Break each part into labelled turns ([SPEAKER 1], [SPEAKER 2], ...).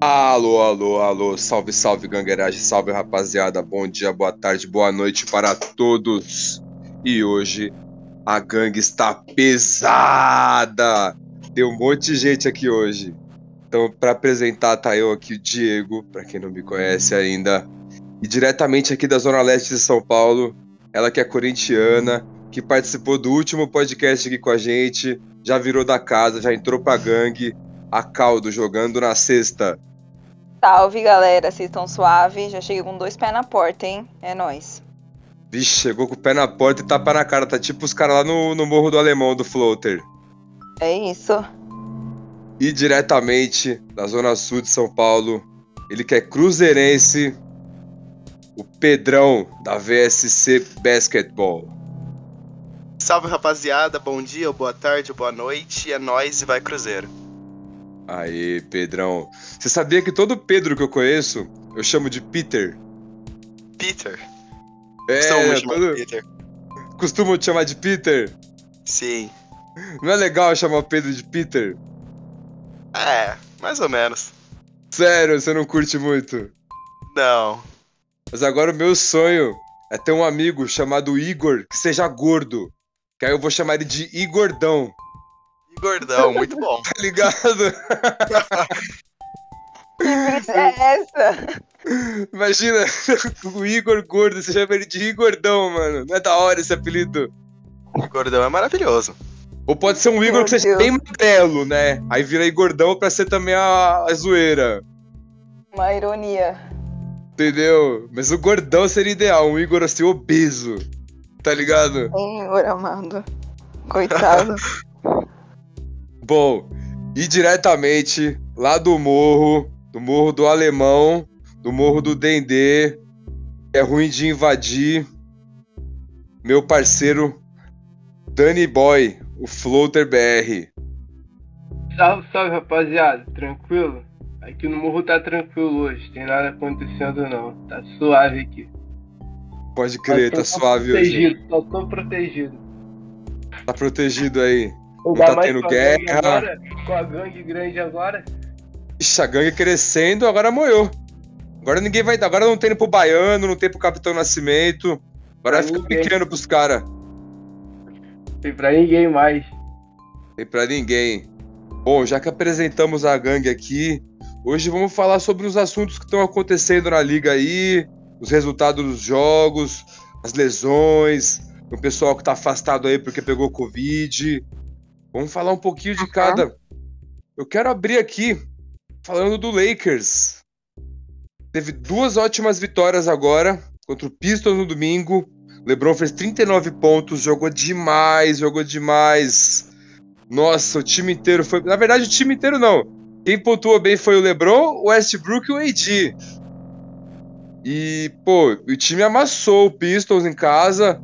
[SPEAKER 1] Alô, alô, alô, salve, salve, gangueiragem, salve, rapaziada. Bom dia, boa tarde, boa noite para todos. E hoje a gangue está pesada. Tem um monte de gente aqui hoje. Então, para apresentar, tá eu aqui, o Diego, para quem não me conhece ainda. E diretamente aqui da Zona Leste de São Paulo, ela que é corintiana, que participou do último podcast aqui com a gente, já virou da casa, já entrou pra gangue. A Caldo jogando na sexta.
[SPEAKER 2] Salve, galera. Vocês estão suave? Já cheguei com dois pés na porta, hein? É nóis.
[SPEAKER 1] Vixe, chegou com o pé na porta e tapa na cara. Tá tipo os caras lá no, no Morro do Alemão, do Floater.
[SPEAKER 2] É isso.
[SPEAKER 1] E diretamente da Zona Sul de São Paulo, ele que é cruzeirense, o Pedrão da VSC Basketball.
[SPEAKER 3] Salve rapaziada, bom dia, boa tarde, boa noite, é nóis e vai Cruzeiro.
[SPEAKER 1] Aê, Pedrão. Você sabia que todo Pedro que eu conheço, eu chamo de Peter?
[SPEAKER 3] Peter.
[SPEAKER 1] É,
[SPEAKER 3] Costumo chamar
[SPEAKER 1] todo-
[SPEAKER 3] Peter.
[SPEAKER 1] costumam te chamar de Peter?
[SPEAKER 3] Sim.
[SPEAKER 1] Não é legal chamar o Pedro de Peter?
[SPEAKER 3] É, mais ou menos.
[SPEAKER 1] Sério, você não curte muito.
[SPEAKER 3] Não.
[SPEAKER 1] Mas agora o meu sonho é ter um amigo chamado Igor que seja gordo. Que aí eu vou chamar ele de Igordão,
[SPEAKER 3] E gordão, muito bom.
[SPEAKER 1] tá ligado?
[SPEAKER 2] Que brisa é essa?
[SPEAKER 1] Imagina o Igor gordo, você chama ele de Igordão, mano. Não é da hora esse apelido.
[SPEAKER 3] E gordão é maravilhoso.
[SPEAKER 1] Ou pode ser um Igor
[SPEAKER 2] Meu
[SPEAKER 1] que seja
[SPEAKER 2] Deus.
[SPEAKER 1] bem magrelo, né? Aí vira Igordão pra ser também a, a zoeira.
[SPEAKER 2] Uma ironia.
[SPEAKER 1] Entendeu? Mas o gordão seria ideal, um Igor assim obeso. Tá ligado?
[SPEAKER 2] Senhor amado. Coitado.
[SPEAKER 1] Bom, e diretamente lá do morro, do morro do Alemão, do morro do Dendê, é ruim de invadir, meu parceiro Danny Boy, o Floater BR.
[SPEAKER 4] Salve, salve rapaziada, tranquilo? Aqui no morro tá tranquilo hoje, tem nada acontecendo não, tá suave aqui.
[SPEAKER 1] Pode crer, tá
[SPEAKER 4] Mas tô
[SPEAKER 1] suave hoje.
[SPEAKER 4] protegido, Só tô protegido.
[SPEAKER 1] Tá protegido aí.
[SPEAKER 4] Ainda
[SPEAKER 1] tá
[SPEAKER 4] mais
[SPEAKER 1] tendo
[SPEAKER 4] com a gangue
[SPEAKER 1] guerra.
[SPEAKER 4] Agora, com a gangue grande agora,
[SPEAKER 1] Ixi, a gangue crescendo, agora moiou. Agora ninguém vai. Agora não tem pro baiano, não tem pro Capitão Nascimento. Agora vai
[SPEAKER 4] Pra
[SPEAKER 1] ficar
[SPEAKER 4] ninguém.
[SPEAKER 1] pequeno pros caras.
[SPEAKER 4] tem pra ninguém mais.
[SPEAKER 1] E pra ninguém. Bom, já que apresentamos a gangue aqui, hoje vamos falar sobre os assuntos que estão acontecendo na liga aí, os resultados dos jogos, as lesões, o pessoal que tá afastado aí porque pegou Covid. Vamos falar um pouquinho de cada. Eu quero abrir aqui falando do Lakers. Teve duas ótimas vitórias agora contra o Pistons no domingo. LeBron fez 39 pontos, jogou demais, jogou demais. Nossa, o time inteiro foi. Na verdade, o time inteiro não. Quem pontuou bem foi o LeBron, o Westbrook e o AD. E, pô, o time amassou o Pistons em casa.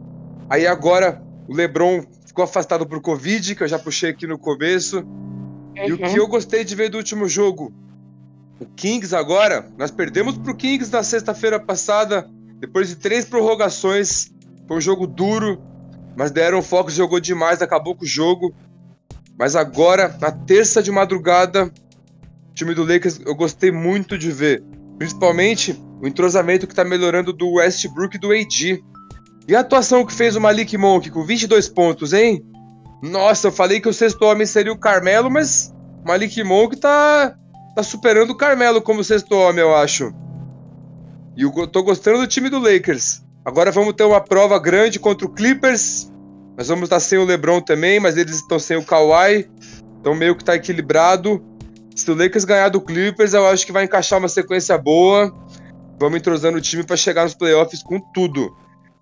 [SPEAKER 1] Aí agora o LeBron ficou afastado por Covid, que eu já puxei aqui no começo. E o que eu gostei de ver do último jogo? O Kings agora, nós perdemos pro Kings na sexta-feira passada, depois de três prorrogações. Foi um jogo duro, mas deram foco, jogou demais, acabou com o jogo. Mas agora, na terça de madrugada, o time do Lakers eu gostei muito de ver. Principalmente o entrosamento que tá melhorando do Westbrook e do AD. E a atuação que fez o Malik Monk com 22 pontos, hein? Nossa, eu falei que o sexto homem seria o Carmelo, mas o Malik Monk tá, tá superando o Carmelo como sexto homem, eu acho. E eu go- tô gostando do time do Lakers. Agora vamos ter uma prova grande contra o Clippers. Nós vamos estar sem o LeBron também, mas eles estão sem o Kawhi. Então meio que tá equilibrado. Se o Lakers ganhar do Clippers, eu acho que vai encaixar uma sequência boa. Vamos entrosando o time pra chegar nos playoffs com tudo.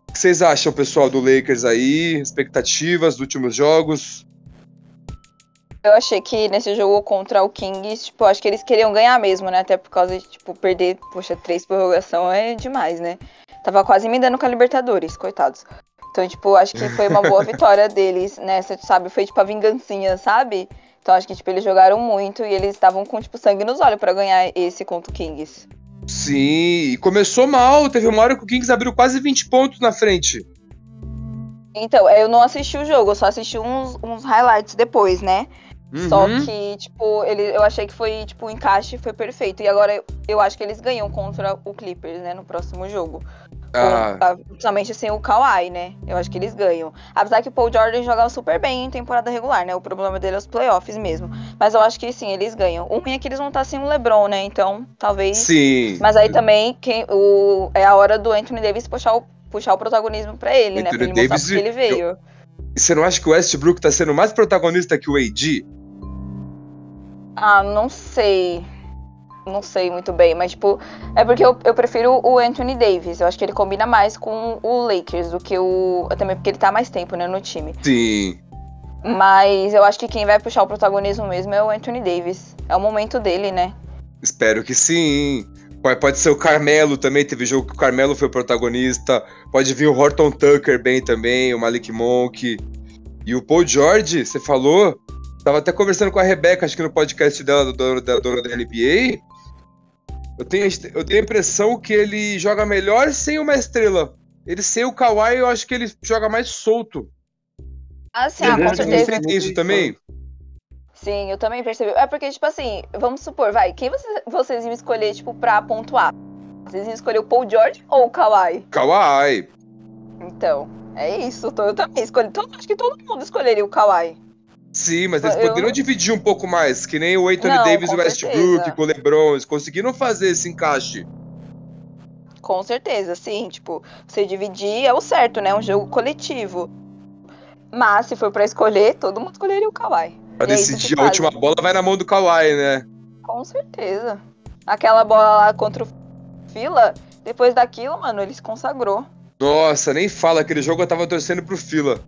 [SPEAKER 1] O que vocês acham, pessoal, do Lakers aí? Expectativas dos últimos jogos?
[SPEAKER 2] Eu achei que nesse jogo contra o Kings, tipo, acho que eles queriam ganhar mesmo, né? Até por causa de, tipo, perder, poxa, três prorrogação é demais, né? Tava quase me dando com a Libertadores, coitados. Então, tipo, acho que foi uma boa vitória deles, né? Você sabe, foi tipo a vingancinha, sabe? Então acho que, tipo, eles jogaram muito e eles estavam com, tipo, sangue nos olhos pra ganhar esse contra o Kings.
[SPEAKER 1] Sim, e começou mal. Teve uma hora que o Kings abriu quase 20 pontos na frente.
[SPEAKER 2] Então, eu não assisti o jogo, eu só assisti uns, uns highlights depois, né? Só
[SPEAKER 1] Uhum.
[SPEAKER 2] que, tipo, ele, eu achei que foi, tipo, o encaixe foi perfeito. E agora eu, eu acho que eles ganham contra o Clippers, né, no próximo jogo.
[SPEAKER 1] Ah,
[SPEAKER 2] Com- ah, principalmente sem o Kawhi, né? Eu acho que eles ganham. Apesar que o Paul Jordan jogava super bem em temporada regular, né? O problema dele é os playoffs mesmo. Mas eu acho que sim, eles ganham. O ruim é que eles vão estar sem o LeBron, né? Então, talvez.
[SPEAKER 1] sim.
[SPEAKER 2] Mas aí também quem, o, é a hora do Anthony Davis puxar o, puxar o protagonismo pra ele, né? Pra
[SPEAKER 1] Anthony
[SPEAKER 2] ele mostrar
[SPEAKER 1] Davis,
[SPEAKER 2] porque ele veio.
[SPEAKER 1] Você não acha que o Westbrook tá sendo mais protagonista que o AD?
[SPEAKER 2] Ah, não sei. Não sei muito bem, mas tipo, é porque eu, eu prefiro o Anthony Davis. Eu acho que ele combina mais com o Lakers do que o. Também porque ele tá mais tempo, né, no time.
[SPEAKER 1] Sim.
[SPEAKER 2] Mas eu acho que quem vai puxar o protagonismo mesmo é o Anthony Davis. É o momento dele, né?
[SPEAKER 1] Espero que sim. Pode- Pode ser o Carmelo também, teve jogo que o Carmelo foi o protagonista. Pode vir o Horton Tucker bem também, o Malik Monk. E o Paul George, você falou? Tava até conversando com a Rebeca, acho que no podcast dela, do dono- da dona da NBA. Eu tenho, eu tenho a impressão que ele joga melhor sem uma estrela. Ele sem o Kawhi, eu acho que ele joga mais solto.
[SPEAKER 2] Ah, sim,
[SPEAKER 4] É
[SPEAKER 2] ah, com
[SPEAKER 4] verdade,
[SPEAKER 1] Você não
[SPEAKER 4] certeza.
[SPEAKER 2] certeza.
[SPEAKER 1] sente isso também?
[SPEAKER 2] Sim, eu também percebi. É porque, tipo assim, vamos supor, vai, quem vocês, vocês iam escolher, tipo, pra pontuar? Vocês iam escolher o Paul George ou o Kawhi?
[SPEAKER 1] Kawhi.
[SPEAKER 2] Então, é isso. tô- Eu também escolhi. todo- Acho que todo mundo escolheria o Kawhi.
[SPEAKER 1] Sim, mas eles
[SPEAKER 2] Eu-
[SPEAKER 1] poderiam dividir um pouco mais, que nem o Anthony
[SPEAKER 2] Não,
[SPEAKER 1] Davis e
[SPEAKER 2] com
[SPEAKER 1] o Westbrook,
[SPEAKER 2] certeza.
[SPEAKER 1] com o LeBron, eles conseguiram fazer esse encaixe.
[SPEAKER 2] Com certeza, sim. Tipo, você dividir é o certo, né? É um jogo coletivo. Mas se for pra escolher, todo mundo escolheria o Kawhi.
[SPEAKER 1] Pra
[SPEAKER 2] E é isso que
[SPEAKER 1] decidir a
[SPEAKER 2] faz.
[SPEAKER 1] última bola vai na mão do Kawhi, né?
[SPEAKER 2] Com certeza. Aquela bola lá contra o Fila, depois daquilo, mano, ele se consagrou.
[SPEAKER 1] Nossa, nem fala, aquele jogo eu tava torcendo pro Fila.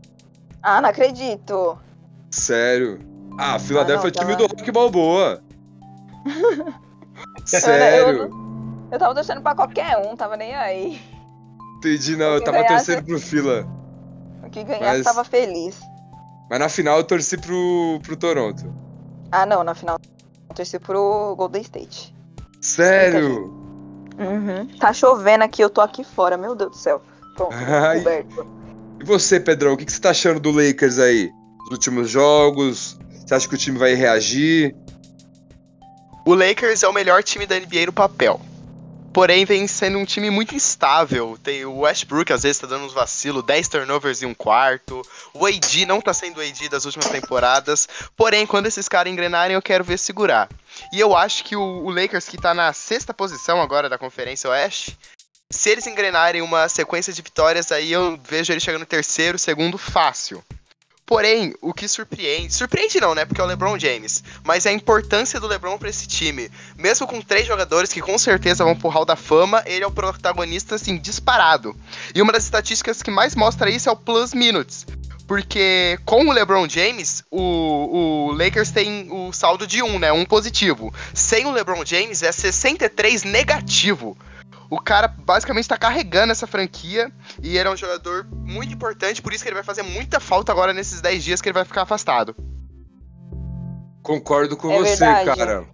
[SPEAKER 2] Ah, não acredito.
[SPEAKER 1] Sério. Ah, a Philadelphia é o
[SPEAKER 2] não,
[SPEAKER 1] time do
[SPEAKER 2] tava-
[SPEAKER 1] Rock Balboa.
[SPEAKER 2] Eu,
[SPEAKER 1] É Sério.
[SPEAKER 2] eu tava torcendo pra qualquer um, tava nem aí.
[SPEAKER 1] Entendi, não, eu
[SPEAKER 2] que
[SPEAKER 1] tava
[SPEAKER 2] ganhasse-
[SPEAKER 1] torcendo pro Fila.
[SPEAKER 2] O que ganhasse
[SPEAKER 1] Mas-
[SPEAKER 2] tava feliz.
[SPEAKER 1] Mas na final eu torci pro, pro Toronto.
[SPEAKER 2] Ah, não, na final eu torci pro Golden State.
[SPEAKER 1] Sério.
[SPEAKER 2] Uhum. Tá chovendo aqui, eu tô aqui fora, meu Deus do céu. Pronto,
[SPEAKER 1] Ai.
[SPEAKER 2] coberto.
[SPEAKER 1] E você, Pedrão, o que, que você tá achando do Lakers aí? Os últimos jogos? Você acha que o time vai reagir?
[SPEAKER 3] O Lakers é o melhor time da NBA no papel. Porém, vem sendo um time muito instável. Tem o Westbrook, às vezes, tá dando uns vacilos, 10 turnovers e um quarto. O AD não tá sendo o AD das últimas temporadas. Porém, quando esses caras engrenarem, eu quero ver segurar. E eu acho que o, o Lakers, que tá na sexta posição agora da Conferência Oeste, se eles engrenarem uma sequência de vitórias, aí eu vejo ele chegando em terceiro, segundo, fácil. Porém, o que surpreende. Surpreende não, né? Porque é o LeBron James. Mas é a importância do LeBron pra esse time. Mesmo com três jogadores que com certeza vão pro Hall da Fama, ele é o protagonista, assim, disparado. E uma das estatísticas que mais mostra isso é o plus minutes. Porque com o LeBron James, o, o Lakers tem o saldo de um, né? Um positivo. Sem o LeBron James, é 63 negativo. O cara basicamente tá carregando essa franquia e ele é um jogador muito importante, por isso que ele vai fazer muita falta agora nesses 10 dias que ele vai ficar afastado.
[SPEAKER 1] Concordo com
[SPEAKER 2] É
[SPEAKER 1] você,
[SPEAKER 2] verdade.
[SPEAKER 1] cara.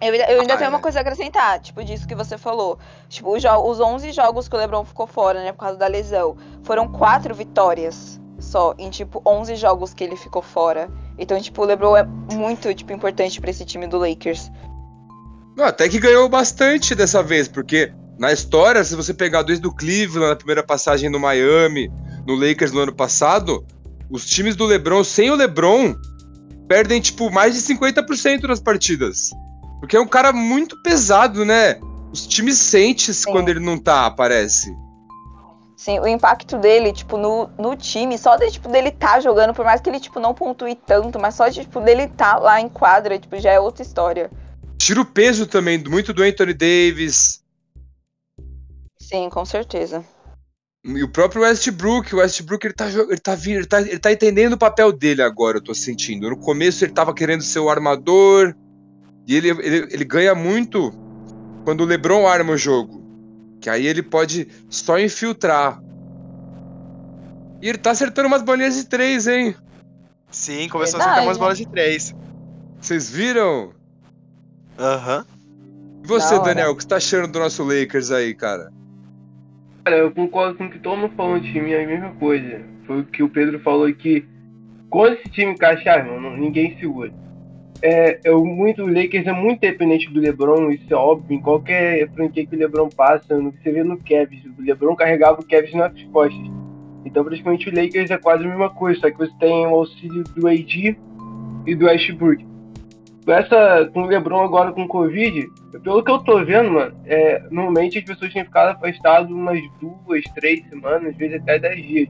[SPEAKER 2] Eu, ainda- eu ainda
[SPEAKER 1] Ah,
[SPEAKER 2] tenho uma
[SPEAKER 1] é.
[SPEAKER 2] coisa a acrescentar, tipo, disso que você falou. Tipo, os, jo- os 11 jogos que o LeBron ficou fora, né, por causa da lesão, foram quatro vitórias só em, tipo, 11 jogos que ele ficou fora. Então, tipo, o LeBron é muito, tipo, importante pra esse time do Lakers.
[SPEAKER 1] Não, até que ganhou bastante dessa vez, porque na história, se você pegar desde o Cleveland, na primeira passagem no Miami, no Lakers no ano passado, os times do LeBron, sem o LeBron, perdem, tipo, mais de 50% das partidas. Porque é um cara muito pesado, né? Os times sentem se
[SPEAKER 2] Sim.
[SPEAKER 1] quando ele não tá, parece.
[SPEAKER 2] Sim, o impacto dele, tipo, no, no time, só de, tipo, dele tá jogando, por mais que ele, tipo, não pontue tanto, mas só de, tipo, dele tá lá em quadra, tipo, já é outra história.
[SPEAKER 1] Tira o peso também, muito do Anthony Davis,
[SPEAKER 2] Sim, com certeza.
[SPEAKER 1] E o próprio Westbrook, o Westbrook ele tá, jo- ele, tá, vi- ele, tá, ele tá entendendo o papel dele agora, eu tô sentindo. No começo ele tava querendo ser o armador, e ele, ele, ele ganha muito quando o LeBron arma o jogo, que aí ele pode só infiltrar. E ele tá acertando umas bolinhas de três, hein?
[SPEAKER 3] Sim, começou a
[SPEAKER 2] Verdade,
[SPEAKER 3] acertar umas
[SPEAKER 2] né?
[SPEAKER 3] bolas de três.
[SPEAKER 1] Vocês viram?
[SPEAKER 3] Aham.
[SPEAKER 1] E você,
[SPEAKER 2] Da hora.
[SPEAKER 1] Daniel, o que você tá achando do nosso Lakers aí, cara?
[SPEAKER 4] Cara, eu concordo com o que todo mundo falou no time, é a mesma coisa. Foi o que o Pedro falou que Quando esse time encaixar, irmão, não- ninguém segura. É, é o muito, o Lakers é muito dependente do LeBron, isso é óbvio. Em qualquer franquia que o LeBron passa, no que você vê no Cavs, o LeBron carregava o Cavs nas costas. Então, praticamente, o Lakers é quase a mesma coisa, só que você tem o auxílio do AD e do Westbrook. Com Essa, com o LeBron agora com o Covid, pelo que eu tô vendo, mano, é, normalmente as pessoas têm ficado afastadas umas duas, três semanas, às vezes até dez dias.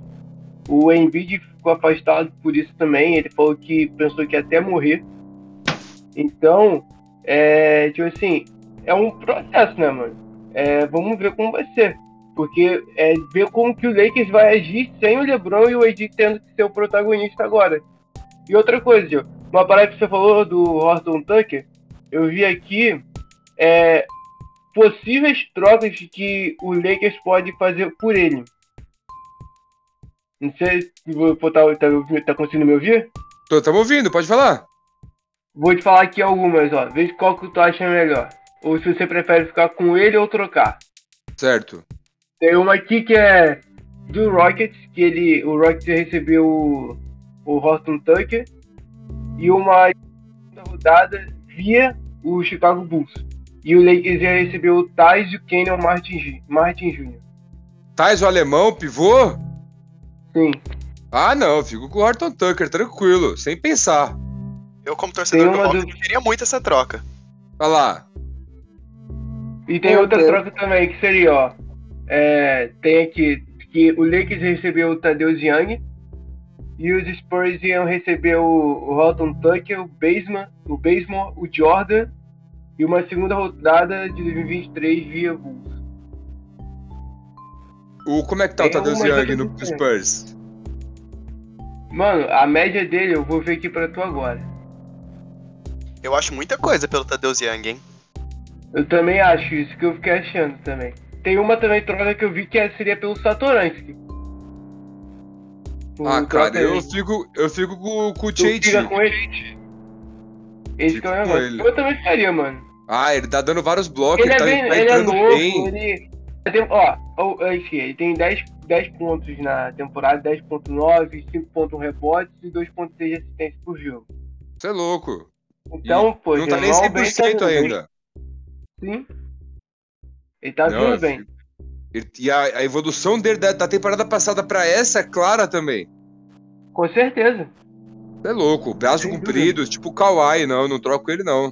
[SPEAKER 4] O Embiid ficou afastado por isso também. Ele falou que pensou que ia até morrer. Então, é, tipo assim, é um processo, né, mano? É, vamos ver como vai ser. Porque é ver como que o Lakers vai agir sem o LeBron e o AD tendo que ser o protagonista agora. E outra coisa, Gil, uma parada que você falou do Horton Tucker, eu vi aqui é, possíveis trocas que o Lakers pode fazer por ele. Não sei se vou vou tá, tá, tá conseguindo me ouvir.
[SPEAKER 1] Tô, tá me ouvindo, pode falar.
[SPEAKER 4] Vou te falar aqui algumas, ó. Vê qual que tu acha melhor. Ou se você prefere ficar com ele ou trocar.
[SPEAKER 1] Certo.
[SPEAKER 4] Tem uma aqui que é do Rockets, que ele. O Rockets recebeu o, o Horton Tucker. E uma segunda rodada via o Chicago Bulls. E o Lakers ia receber o Thais e o Kenyon Martin, Ju- Martin Jr.
[SPEAKER 1] Tais o alemão, pivô?
[SPEAKER 4] Sim.
[SPEAKER 1] Ah, não, fico com o Horton Tucker, tranquilo, sem pensar.
[SPEAKER 3] Eu, como torcedor
[SPEAKER 4] Tem
[SPEAKER 3] do
[SPEAKER 4] uma
[SPEAKER 3] Hawks,
[SPEAKER 4] dúvida.
[SPEAKER 3] queria muito essa troca.
[SPEAKER 1] Vai lá.
[SPEAKER 4] E tem
[SPEAKER 2] Meu
[SPEAKER 4] outra
[SPEAKER 2] Deus.
[SPEAKER 4] troca também, que seria, ó. é, tem aqui que o Lakers recebeu o Tadeu Young e os Spurs iam receber o, o Halton Tucker, o Baseman, o Baseman, o Jordan e uma segunda rodada de 2023 via Bulls.
[SPEAKER 1] O, como é que tá o
[SPEAKER 4] Tem
[SPEAKER 1] Tadeu
[SPEAKER 4] algumas
[SPEAKER 1] Young
[SPEAKER 4] outras
[SPEAKER 1] no
[SPEAKER 4] opções.
[SPEAKER 1] Spurs?
[SPEAKER 4] Mano, a média dele eu vou ver aqui pra tu agora.
[SPEAKER 3] Eu acho muita coisa pelo Tadeusz Young, hein?
[SPEAKER 4] Eu também acho isso que eu fiquei achando também. Tem uma também troca que eu vi que é- seria pelo Satoransky. O
[SPEAKER 1] Ah, cara,
[SPEAKER 4] troca
[SPEAKER 1] eu
[SPEAKER 4] aí.
[SPEAKER 1] fico, eu fico com, com o
[SPEAKER 4] Tu
[SPEAKER 1] Tchê
[SPEAKER 4] fica com ele. Esse que
[SPEAKER 1] Fico
[SPEAKER 4] é o
[SPEAKER 1] Tipo com
[SPEAKER 4] negócio.
[SPEAKER 1] ele.
[SPEAKER 4] Eu também faria, mano.
[SPEAKER 1] Ah, ele tá dando vários blocos, ele,
[SPEAKER 4] ele é
[SPEAKER 1] tá,
[SPEAKER 4] bem.
[SPEAKER 1] tá
[SPEAKER 4] ele é
[SPEAKER 1] entrando
[SPEAKER 4] novo,
[SPEAKER 1] bem.
[SPEAKER 4] ele. tem- Ó, ó, aqui, ele tem 10, 10 pontos na temporada, 10.9, 5.1 rebotes e 2.6 assistências por jogo.
[SPEAKER 1] Você é louco.
[SPEAKER 4] Então, pô,
[SPEAKER 1] não tá nem
[SPEAKER 4] irmão, bem
[SPEAKER 1] 100%
[SPEAKER 4] tá vindo bem,
[SPEAKER 1] ainda.
[SPEAKER 4] Sim. Ele tá
[SPEAKER 1] Não,
[SPEAKER 4] vindo bem.
[SPEAKER 1] ele- E a, a evolução dele da, da temporada passada pra essa é clara também.
[SPEAKER 4] Com certeza.
[SPEAKER 1] Você é louco, braço
[SPEAKER 4] Sem
[SPEAKER 1] comprido, tipo o Kawhi, não, não troco ele não.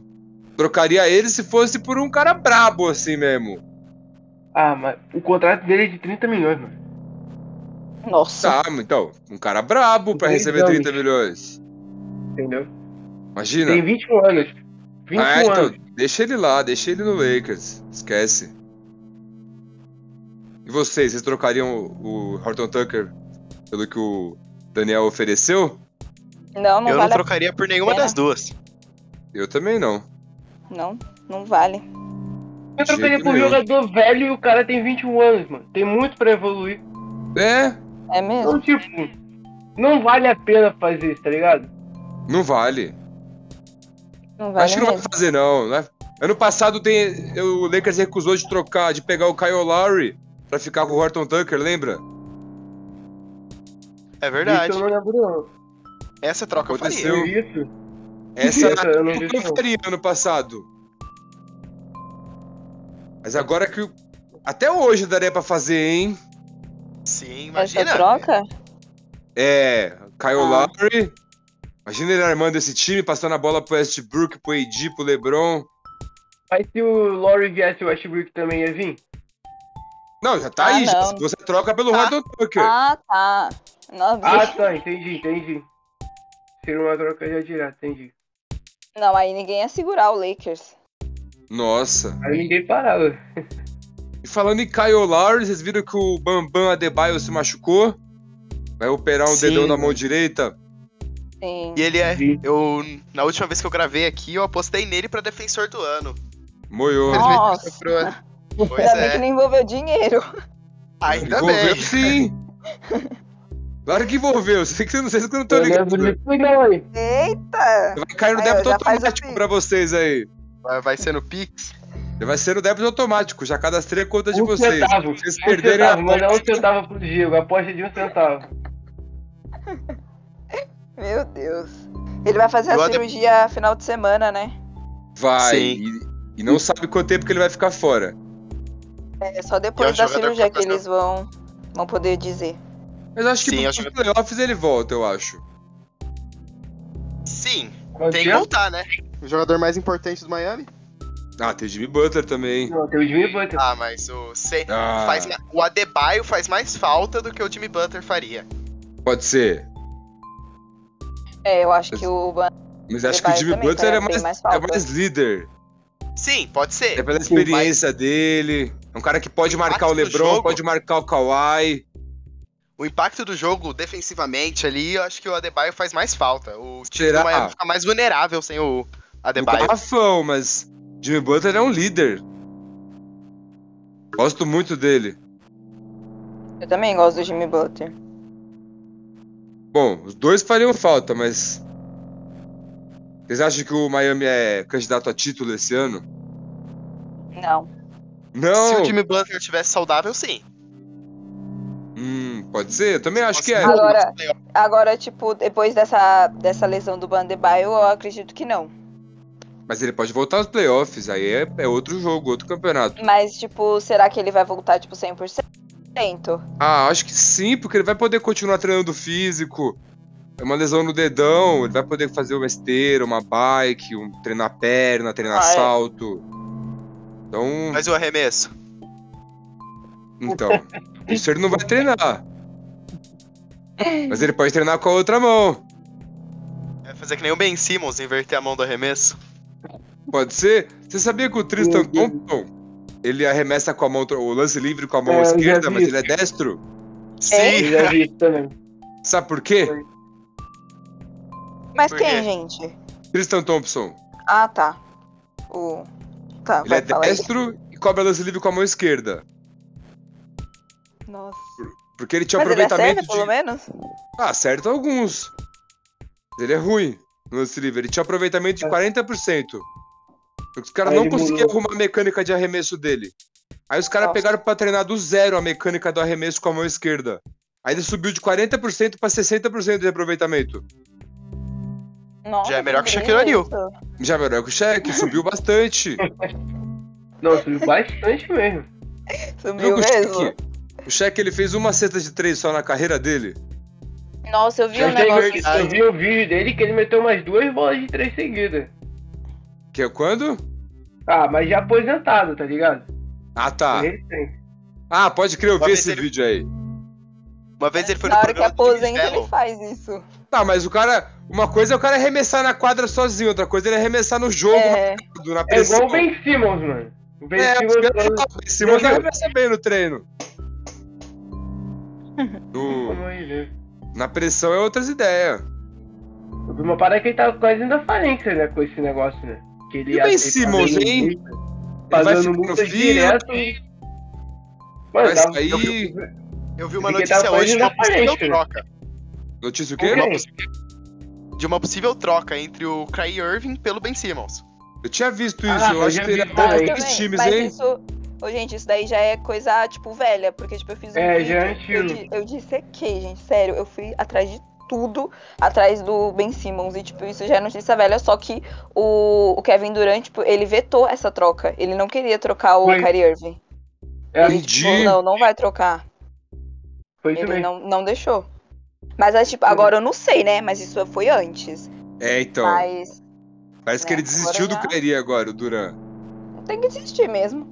[SPEAKER 1] Trocaria ele se fosse por um cara brabo assim mesmo.
[SPEAKER 4] Ah, mas o contrato dele é de 30 milhões, mano.
[SPEAKER 2] Nossa.
[SPEAKER 1] Tá, então, um cara brabo pra
[SPEAKER 4] Dois
[SPEAKER 1] receber
[SPEAKER 4] anos.
[SPEAKER 1] 30 milhões.
[SPEAKER 4] Entendeu?
[SPEAKER 1] Imagina.
[SPEAKER 4] Tem 21 anos. 21
[SPEAKER 1] Ah, então,
[SPEAKER 4] anos.
[SPEAKER 1] deixa ele lá, deixa ele no Lakers. Esquece. E vocês, vocês trocariam o, o Horton Tucker pelo que o Daniel ofereceu?
[SPEAKER 2] Não, não
[SPEAKER 3] eu não
[SPEAKER 2] vale. a-
[SPEAKER 3] trocaria por nenhuma
[SPEAKER 2] É.
[SPEAKER 3] das duas.
[SPEAKER 1] Eu também não.
[SPEAKER 2] Não, não vale.
[SPEAKER 4] Eu trocaria
[SPEAKER 1] jeito
[SPEAKER 4] por um
[SPEAKER 1] nenhum.
[SPEAKER 4] jogador velho e o cara tem 21 anos, mano. Tem muito pra evoluir.
[SPEAKER 1] É,
[SPEAKER 2] É mesmo?
[SPEAKER 4] Então, tipo, não vale a pena fazer isso, tá ligado?
[SPEAKER 1] não vale.
[SPEAKER 2] Não vale
[SPEAKER 1] Acho que não vai
[SPEAKER 2] mesmo.
[SPEAKER 1] fazer, não. né? Ano passado tem, o Lakers recusou de trocar, de pegar o Kyle Lowry pra ficar com o Horton Tucker, lembra?
[SPEAKER 3] É verdade.
[SPEAKER 4] Isso
[SPEAKER 5] Então,
[SPEAKER 4] eu não lembro, não.
[SPEAKER 3] Essa troca eu faria.
[SPEAKER 1] Aconteceu.
[SPEAKER 4] Eu vi isso.
[SPEAKER 1] Essa
[SPEAKER 4] Isso eu não vi
[SPEAKER 1] eu
[SPEAKER 4] isso, não.
[SPEAKER 1] faria ano passado. Mas agora que. o- Até hoje daria pra fazer, hein?
[SPEAKER 3] Sim, imagina.
[SPEAKER 2] Essa troca?
[SPEAKER 1] É, Kyle
[SPEAKER 2] Ah.
[SPEAKER 1] Lowry. Imagina ele armando esse time, passando a bola pro Westbrook, pro AD, pro LeBron.
[SPEAKER 4] Mas se o Laurie viesse, o Westbrook também ia vir?
[SPEAKER 1] Não, já tá
[SPEAKER 2] Ah,
[SPEAKER 1] aí. já.
[SPEAKER 2] não.
[SPEAKER 1] Você troca pelo
[SPEAKER 3] Ah.
[SPEAKER 1] Horton Tucker.
[SPEAKER 2] Ah, tá. Não,
[SPEAKER 4] Ah, tá, entendi, entendi. Seria uma troca já direta, entendi.
[SPEAKER 2] não, aí ninguém ia segurar o Lakers.
[SPEAKER 1] Nossa.
[SPEAKER 4] Aí ninguém parava.
[SPEAKER 1] E falando em Kyle Lowry, vocês viram que o Bambam Adebayo se machucou? Vai operar um
[SPEAKER 3] Sim.
[SPEAKER 1] dedão na mão direita.
[SPEAKER 2] Sim.
[SPEAKER 3] E ele é.
[SPEAKER 4] Sim.
[SPEAKER 3] Eu, na última vez que eu gravei aqui, eu apostei nele pra defensor do ano.
[SPEAKER 1] Moiou.
[SPEAKER 2] Nossa.
[SPEAKER 3] Infelizmente, não sobrou, né? Pois
[SPEAKER 2] Ainda bem que
[SPEAKER 3] é.
[SPEAKER 2] não envolveu dinheiro.
[SPEAKER 3] Ainda
[SPEAKER 1] Envolveu
[SPEAKER 3] bem.
[SPEAKER 1] sim. Claro que envolveu. Vocês que não, vocês que não estão
[SPEAKER 4] Eu
[SPEAKER 1] ligando.
[SPEAKER 4] lembro disso, não, aí.
[SPEAKER 2] Eita!
[SPEAKER 1] Vai cair no
[SPEAKER 2] Aí, ó,
[SPEAKER 1] débito
[SPEAKER 2] já faz assim. o
[SPEAKER 1] automático
[SPEAKER 2] pix.
[SPEAKER 1] pra vocês aí.
[SPEAKER 3] Vai- Vai ser no Pix.
[SPEAKER 1] Vai ser no débito automático. Já cadastrei a conta de
[SPEAKER 4] Um
[SPEAKER 1] vocês.
[SPEAKER 4] centavo.
[SPEAKER 1] Vocês
[SPEAKER 4] Um
[SPEAKER 1] perderem a
[SPEAKER 4] centavo, mandar um
[SPEAKER 1] aposta.
[SPEAKER 4] centavo pro Diego, aposta de um centavo.
[SPEAKER 2] Meu Deus. Ele vai fazer
[SPEAKER 3] Eu
[SPEAKER 2] a
[SPEAKER 3] ade-
[SPEAKER 2] cirurgia final de semana, né?
[SPEAKER 1] Vai.
[SPEAKER 3] Sim. Hum.
[SPEAKER 1] E, e não sabe quanto tempo que ele vai ficar fora.
[SPEAKER 2] É só depois
[SPEAKER 3] o
[SPEAKER 2] da
[SPEAKER 3] jogador
[SPEAKER 2] cirurgia que
[SPEAKER 3] profissional.
[SPEAKER 2] eles vão, vão poder dizer.
[SPEAKER 1] Mas eu acho que
[SPEAKER 3] Sim,
[SPEAKER 1] pro-
[SPEAKER 3] acho que-
[SPEAKER 1] pros playoffs ele volta, eu acho.
[SPEAKER 3] Sim,
[SPEAKER 4] Qual
[SPEAKER 3] tem
[SPEAKER 4] que
[SPEAKER 3] que
[SPEAKER 4] é?
[SPEAKER 3] voltar, né?
[SPEAKER 5] O jogador mais importante do Miami?
[SPEAKER 1] Ah, tem o Jimmy Butler
[SPEAKER 2] um?
[SPEAKER 1] também.
[SPEAKER 4] Não, tem um o Jimmy Butler.
[SPEAKER 3] Ah, mas o Sem
[SPEAKER 1] Ah,
[SPEAKER 3] faz ma- o Adebayo faz mais falta do que o Jimmy Butler faria.
[SPEAKER 1] pode ser.
[SPEAKER 2] É, eu acho
[SPEAKER 1] Mas-
[SPEAKER 2] que o Ban
[SPEAKER 1] Mas acho que o
[SPEAKER 2] Adebayo
[SPEAKER 1] Jimmy
[SPEAKER 2] também
[SPEAKER 1] Butler é
[SPEAKER 2] parece
[SPEAKER 1] mais,
[SPEAKER 2] bem mais
[SPEAKER 1] é
[SPEAKER 2] falta.
[SPEAKER 1] mais líder.
[SPEAKER 3] Sim, pode
[SPEAKER 1] É
[SPEAKER 3] ser.
[SPEAKER 1] pela experiência dele. É um cara que pode
[SPEAKER 3] O
[SPEAKER 1] marcar o
[SPEAKER 3] impacto do
[SPEAKER 1] LeBron,
[SPEAKER 3] jogo-
[SPEAKER 1] pode marcar o Kawhi.
[SPEAKER 3] O impacto do jogo defensivamente ali, eu acho que o Adebayo faz mais falta. O time
[SPEAKER 1] Será? Então,
[SPEAKER 3] do Miami fica mais vulnerável sem o
[SPEAKER 1] No
[SPEAKER 3] Adebayo.
[SPEAKER 1] garrafão, tá mas Jimmy Butler é um líder. Gosto muito dele.
[SPEAKER 2] eu também gosto do Jimmy Butler.
[SPEAKER 1] Bom, os dois fariam falta, mas. Vocês acham que o Miami é candidato a título esse ano?
[SPEAKER 2] Não.
[SPEAKER 3] Se
[SPEAKER 1] Não!
[SPEAKER 3] o Jimmy Butler tivesse saudável, sim.
[SPEAKER 1] Hum, pode ser, eu também acho que é.
[SPEAKER 2] Agora-
[SPEAKER 3] Playoff.
[SPEAKER 2] Agora, tipo, depois dessa, dessa lesão do Ban eu acredito que não.
[SPEAKER 1] Mas ele pode voltar aos playoffs, aí é, é outro jogo, outro campeonato.
[SPEAKER 2] Mas, tipo, será que ele vai voltar, tipo, 100%?
[SPEAKER 1] Ah, acho que sim, porque ele vai poder continuar treinando físico. É uma lesão no dedão, ele vai poder fazer uma esteira, uma bike, um treinar perna, treinar
[SPEAKER 2] Ah, é.
[SPEAKER 1] salto. Então,
[SPEAKER 3] Mas o arremesso.
[SPEAKER 1] então, isso ele não vai treinar. Mas ele pode treinar com a outra mão.
[SPEAKER 3] É fazer que nem o Ben Simmons, inverter a mão do arremesso.
[SPEAKER 1] Pode ser? Você sabia que o Tristan
[SPEAKER 4] Meu Deus.
[SPEAKER 1] Thompson, ele arremessa com a mão, o lance livre com a mão
[SPEAKER 4] É, eu já
[SPEAKER 1] esquerda,
[SPEAKER 4] vi
[SPEAKER 1] mas
[SPEAKER 4] isso.
[SPEAKER 1] ele é destro?
[SPEAKER 2] É.
[SPEAKER 3] Sim.
[SPEAKER 4] Eu já vi isso também.
[SPEAKER 1] Sabe por quê?
[SPEAKER 2] Mas
[SPEAKER 3] Por
[SPEAKER 2] quem,
[SPEAKER 3] quê?
[SPEAKER 2] gente?
[SPEAKER 1] Tristan Thompson,
[SPEAKER 2] Ah, tá. O... Tá,
[SPEAKER 1] ele
[SPEAKER 2] vai
[SPEAKER 1] é
[SPEAKER 2] falar aí.
[SPEAKER 1] destro e cobra lance livre com a mão esquerda.
[SPEAKER 2] Nossa.
[SPEAKER 1] Porque ele tinha
[SPEAKER 2] Mas ele
[SPEAKER 1] aproveitamento
[SPEAKER 2] acerta,
[SPEAKER 1] de.
[SPEAKER 2] pelo menos?
[SPEAKER 1] Ah, acerta alguns. Mas Ele é ruim no lance livre. Ele tinha aproveitamento
[SPEAKER 2] É.
[SPEAKER 1] de 40%. Os caras
[SPEAKER 4] Aí
[SPEAKER 1] não
[SPEAKER 4] ele
[SPEAKER 1] conseguiam
[SPEAKER 4] mudou.
[SPEAKER 1] arrumar a mecânica de arremesso dele. Aí os caras
[SPEAKER 2] Nossa.
[SPEAKER 1] pegaram pra treinar do zero a mecânica do arremesso com a mão esquerda. Aí ele subiu de 40% pra 60% de aproveitamento.
[SPEAKER 2] Nossa,
[SPEAKER 3] Já é melhor que
[SPEAKER 2] incrível
[SPEAKER 3] Shaquille
[SPEAKER 2] isso.
[SPEAKER 1] Já melhor que o Shaq, subiu bastante.
[SPEAKER 4] Não, subiu bastante mesmo.
[SPEAKER 2] Subiu
[SPEAKER 1] Viu que o Shaq-
[SPEAKER 2] mesmo.
[SPEAKER 1] O Shaq, ele fez uma cesta de três só na carreira dele.
[SPEAKER 2] Nossa, eu vi
[SPEAKER 4] Eu,
[SPEAKER 3] é
[SPEAKER 2] um
[SPEAKER 4] tenho-
[SPEAKER 2] negócio...
[SPEAKER 4] eu vi o vídeo dele que ele meteu umas duas bolas de três seguidas.
[SPEAKER 1] Que é quando?
[SPEAKER 4] Ah, mas já aposentado, tá ligado?
[SPEAKER 1] Ah, tá.
[SPEAKER 4] Ele tem.
[SPEAKER 1] Ah, pode crer, eu
[SPEAKER 3] Uma
[SPEAKER 1] vi
[SPEAKER 3] vez
[SPEAKER 1] esse
[SPEAKER 3] ele-
[SPEAKER 1] vídeo aí.
[SPEAKER 3] Uma vez ele foi
[SPEAKER 2] Na
[SPEAKER 3] no
[SPEAKER 2] hora que
[SPEAKER 3] programa do Jimmy
[SPEAKER 2] aposenta, ele
[SPEAKER 3] Fallon.
[SPEAKER 2] faz isso.
[SPEAKER 1] Tá, mas o cara. Uma coisa é o cara arremessar na quadra sozinho, outra coisa é ele arremessar no jogo,
[SPEAKER 2] É,
[SPEAKER 1] na, na
[SPEAKER 4] É
[SPEAKER 1] pressão.
[SPEAKER 4] igual o Ben Simmons, mano. O Ben
[SPEAKER 1] É,
[SPEAKER 4] Simmons.
[SPEAKER 1] o Simon arremessa bem no treino. No-
[SPEAKER 4] Como ele, né?
[SPEAKER 1] na pressão é outras ideias.
[SPEAKER 4] Eu vi uma parada que ele tá quase indo à falência, né, com esse negócio, né? Que ele
[SPEAKER 1] E o
[SPEAKER 4] ia-
[SPEAKER 1] Ben
[SPEAKER 4] ele
[SPEAKER 1] Simmons,
[SPEAKER 4] fazendo
[SPEAKER 1] hein?
[SPEAKER 4] multa,
[SPEAKER 1] Ele vai
[SPEAKER 4] Fazendo
[SPEAKER 1] ficando
[SPEAKER 4] multas
[SPEAKER 1] fino,
[SPEAKER 4] direto e. Mano,
[SPEAKER 1] Mas
[SPEAKER 4] dava-
[SPEAKER 1] aí-
[SPEAKER 4] eu vi-
[SPEAKER 3] Eu vi uma
[SPEAKER 4] Porque
[SPEAKER 3] notícia
[SPEAKER 4] tava
[SPEAKER 3] hoje de uma
[SPEAKER 4] fazendo a
[SPEAKER 3] possível
[SPEAKER 4] frente, né?
[SPEAKER 3] troca.
[SPEAKER 1] Notícia o
[SPEAKER 4] Por
[SPEAKER 1] quê?
[SPEAKER 4] quê?
[SPEAKER 3] De uma possível troca entre o Kyrie Irving pelo Ben Simmons.
[SPEAKER 1] Eu tinha visto isso,
[SPEAKER 4] Ah,
[SPEAKER 1] eu
[SPEAKER 4] eu
[SPEAKER 1] acho
[SPEAKER 4] já
[SPEAKER 1] que teria
[SPEAKER 4] vi
[SPEAKER 1] até
[SPEAKER 4] também.
[SPEAKER 1] três times,
[SPEAKER 2] mas
[SPEAKER 1] hein?
[SPEAKER 2] isso. Ô, gente, isso daí já é coisa, tipo, velha, porque, tipo, eu fiz um.
[SPEAKER 4] É, já é
[SPEAKER 2] vídeo, eu,
[SPEAKER 4] antigo.
[SPEAKER 2] di- eu dissequei, gente, sério. Eu fui atrás de tudo, atrás do Ben Simmons. E, tipo, isso já é notícia velha. Só que o, o Kevin Durant, tipo, ele vetou essa troca. Ele não queria trocar o
[SPEAKER 4] Foi.
[SPEAKER 2] Kyrie Irving.
[SPEAKER 4] É,
[SPEAKER 2] Ele, tipo,
[SPEAKER 1] Entendi.
[SPEAKER 2] não, não vai trocar.
[SPEAKER 4] Foi isso
[SPEAKER 2] Ele
[SPEAKER 4] mesmo.
[SPEAKER 2] não, não deixou. Mas, é, tipo, agora eu não sei, né? Mas isso foi antes.
[SPEAKER 1] É, então.
[SPEAKER 2] Mas
[SPEAKER 1] parece que ele
[SPEAKER 2] né,
[SPEAKER 1] desistiu do
[SPEAKER 2] agora já-
[SPEAKER 1] Kyrie agora, o Duran.
[SPEAKER 2] tem que desistir mesmo.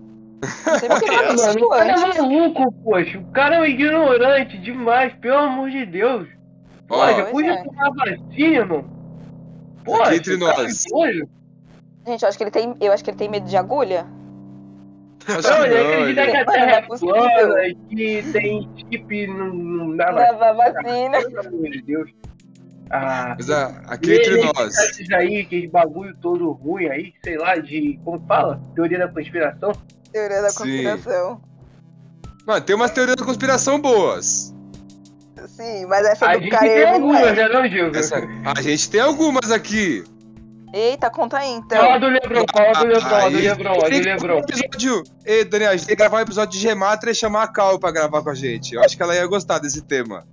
[SPEAKER 2] Não sei porque ele não
[SPEAKER 4] Mano,
[SPEAKER 2] desistiu
[SPEAKER 4] o cara é
[SPEAKER 2] antes.
[SPEAKER 4] maluco, poxa. O cara é um ignorante demais, pelo amor de Deus.
[SPEAKER 1] Ó,
[SPEAKER 4] Olha,
[SPEAKER 2] Pois
[SPEAKER 4] podia
[SPEAKER 2] é.
[SPEAKER 4] tomar vacina, irmão. Poxa,
[SPEAKER 1] entre
[SPEAKER 4] o cara é
[SPEAKER 1] nós.
[SPEAKER 4] doido.
[SPEAKER 2] Gente, eu acho que ele tem. Eu acho que ele tem medo de agulha.
[SPEAKER 1] acho
[SPEAKER 4] Não,
[SPEAKER 1] que
[SPEAKER 4] ele
[SPEAKER 1] não, ele-
[SPEAKER 4] acredita que
[SPEAKER 2] Mano,
[SPEAKER 4] a
[SPEAKER 2] não
[SPEAKER 4] Terra
[SPEAKER 2] é
[SPEAKER 4] é
[SPEAKER 2] possível.
[SPEAKER 4] plana, que tem chip no- no- na vacina.
[SPEAKER 2] Leva a vacina.
[SPEAKER 4] Pelo amor de Deus. Ah,
[SPEAKER 1] Mas ah, aqui entre
[SPEAKER 4] ele-
[SPEAKER 1] nós.
[SPEAKER 4] esses aí, que bagulho todo ruim aí, sei lá, de. Como fala? Teoria da conspiração.
[SPEAKER 2] Teoria da
[SPEAKER 1] Sim.
[SPEAKER 2] conspiração.
[SPEAKER 1] Mano, tem umas teorias da conspiração boas.
[SPEAKER 2] Sim, mas essa
[SPEAKER 4] a
[SPEAKER 2] do
[SPEAKER 4] gente
[SPEAKER 2] cara
[SPEAKER 4] tem
[SPEAKER 2] ele não
[SPEAKER 4] algumas,
[SPEAKER 2] é.
[SPEAKER 4] né, não, Gil?
[SPEAKER 1] Essa- a gente tem algumas aqui.
[SPEAKER 2] Eita, conta aí
[SPEAKER 4] Fala
[SPEAKER 2] então.
[SPEAKER 4] do Lebron, fala do Lebron, a do
[SPEAKER 1] Aí-
[SPEAKER 4] Lebron, a do
[SPEAKER 1] Tem que gravar um
[SPEAKER 4] Lebron.
[SPEAKER 1] episódio. Ei, Daniel, a gente tem que gravar um episódio de Gematra e chamar a Cal pra gravar com a gente. Eu acho que ela ia gostar desse tema.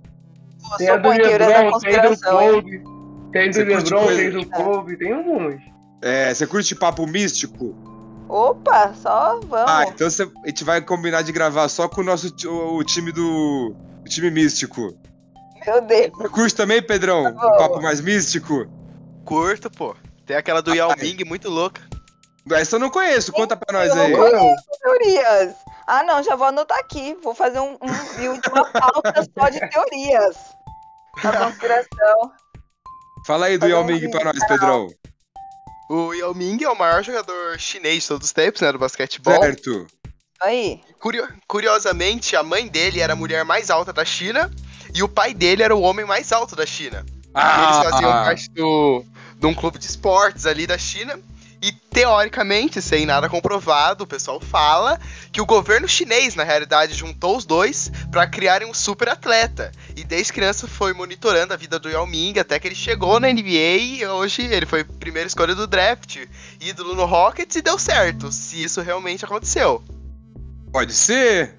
[SPEAKER 4] Tem a
[SPEAKER 2] Nossa,
[SPEAKER 4] do
[SPEAKER 2] põe teoria da
[SPEAKER 4] Lebron, tem a do
[SPEAKER 2] conspiração. hein?
[SPEAKER 4] Kobe. Tem do
[SPEAKER 1] Você curte
[SPEAKER 4] LeBron,
[SPEAKER 1] tipo coisa-
[SPEAKER 4] tem do Kobe, tem alguns.
[SPEAKER 1] É, você curte papo místico?
[SPEAKER 2] Opa, só vamos.
[SPEAKER 1] Ah, então você- a gente vai combinar de gravar só com o nosso ti- o, o time do. O time místico.
[SPEAKER 2] Meu Deus.
[SPEAKER 1] Você curte também, Pedrão? Um
[SPEAKER 2] bom.
[SPEAKER 1] papo mais místico?
[SPEAKER 3] Curto, pô. Tem aquela
[SPEAKER 1] Ah,
[SPEAKER 3] do
[SPEAKER 1] é.
[SPEAKER 3] Yao Ming muito louca.
[SPEAKER 1] Essa eu não conheço, conta pra nós aí.
[SPEAKER 2] Eu Teorias. Ah, não, já vou anotar aqui. Vou fazer um, um build, uma pauta só de teorias.
[SPEAKER 4] Tá.
[SPEAKER 2] A conspiração.
[SPEAKER 1] Fala aí do
[SPEAKER 2] Fazer
[SPEAKER 1] Yao
[SPEAKER 2] um
[SPEAKER 1] Ming
[SPEAKER 2] vídeo
[SPEAKER 1] pra nós, Pedrão.
[SPEAKER 3] O Yao Ming é o maior jogador chinês de todos os tempos, né? Do basquetebol.
[SPEAKER 1] Certo.
[SPEAKER 2] Aí.
[SPEAKER 3] Curio- curiosamente, a mãe dele era a mulher mais alta da China e o pai dele era o homem mais alto da China.
[SPEAKER 1] Ah,
[SPEAKER 3] Eles faziam parte do, de um clube de esportes ali da China. E teoricamente, sem nada comprovado, o pessoal fala que o governo chinês, na realidade, juntou os dois pra criarem um super atleta. E desde criança foi monitorando a vida do Yao Ming até que ele chegou na NBA e hoje ele foi primeira escolha do draft, ídolo no Rockets e deu certo, se isso realmente aconteceu.
[SPEAKER 1] pode ser.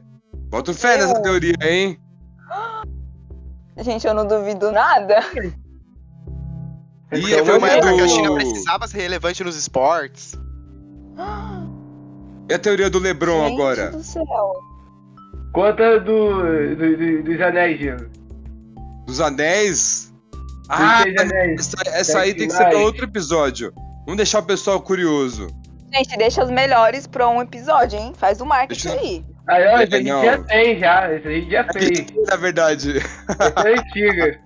[SPEAKER 1] Bota fé nessa teoria, hein?
[SPEAKER 2] Gente, eu não duvido nada.
[SPEAKER 1] E
[SPEAKER 4] Então,
[SPEAKER 1] foi
[SPEAKER 3] Foi uma
[SPEAKER 1] Olha
[SPEAKER 3] época que a
[SPEAKER 1] o-
[SPEAKER 3] China precisava ser relevante nos esportes.
[SPEAKER 1] E a teoria do Lebron
[SPEAKER 2] Gente
[SPEAKER 1] agora?
[SPEAKER 2] do céu.
[SPEAKER 4] Conta do, do- do- dos anéis, Diego. Dos
[SPEAKER 1] Dos anéis? Ah,
[SPEAKER 4] seis anéis.
[SPEAKER 1] essa, essa aí tem que ser pra outro episódio. Vamos deixar o pessoal curioso.
[SPEAKER 2] Gente, deixa os melhores pra um episódio, hein? Faz o marketing
[SPEAKER 1] Deixa-
[SPEAKER 2] aí.
[SPEAKER 4] Aí, ó, esse a gente
[SPEAKER 1] Legal.
[SPEAKER 4] já tem, já. Esse a gente já fez.
[SPEAKER 1] Na é verdade,
[SPEAKER 4] Essa é antiga.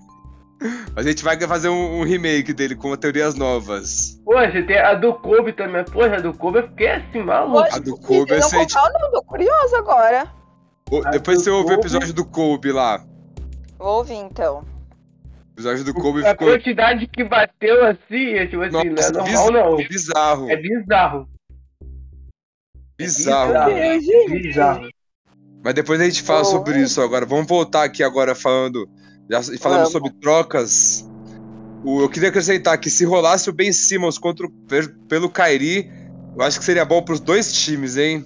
[SPEAKER 1] a gente vai fazer um, um remake dele com teorias novas.
[SPEAKER 4] Pô, você tem a do Kobe também. Pô, a do Kobe eu fiquei assim, maluco.
[SPEAKER 1] A do
[SPEAKER 2] Vocês
[SPEAKER 1] Kobe é
[SPEAKER 2] vão
[SPEAKER 1] recente.
[SPEAKER 2] comprar ou não? Tô curiosa agora.
[SPEAKER 1] O-
[SPEAKER 4] A
[SPEAKER 1] Depois
[SPEAKER 4] do
[SPEAKER 1] você ouve o
[SPEAKER 4] Kobe.
[SPEAKER 1] episódio do Kobe lá.
[SPEAKER 2] Vou ouvir então.
[SPEAKER 1] O episódio do Kobe
[SPEAKER 4] A
[SPEAKER 1] ficou
[SPEAKER 4] quantidade que bateu assim, é tipo assim,
[SPEAKER 1] Nossa,
[SPEAKER 4] não é normal não.
[SPEAKER 1] bizarro.
[SPEAKER 4] É bizarro.
[SPEAKER 2] é
[SPEAKER 1] Bizarro.
[SPEAKER 4] Bizarro.
[SPEAKER 1] Mas depois a gente fala
[SPEAKER 2] Boa.
[SPEAKER 1] sobre isso agora. Vamos voltar aqui agora falando. Já s- falamos
[SPEAKER 2] Vamos.
[SPEAKER 1] sobre trocas. O- eu queria acrescentar que se rolasse o Ben Simmons contra o- per- pelo Kairi, eu acho que seria bom pros dois times, hein?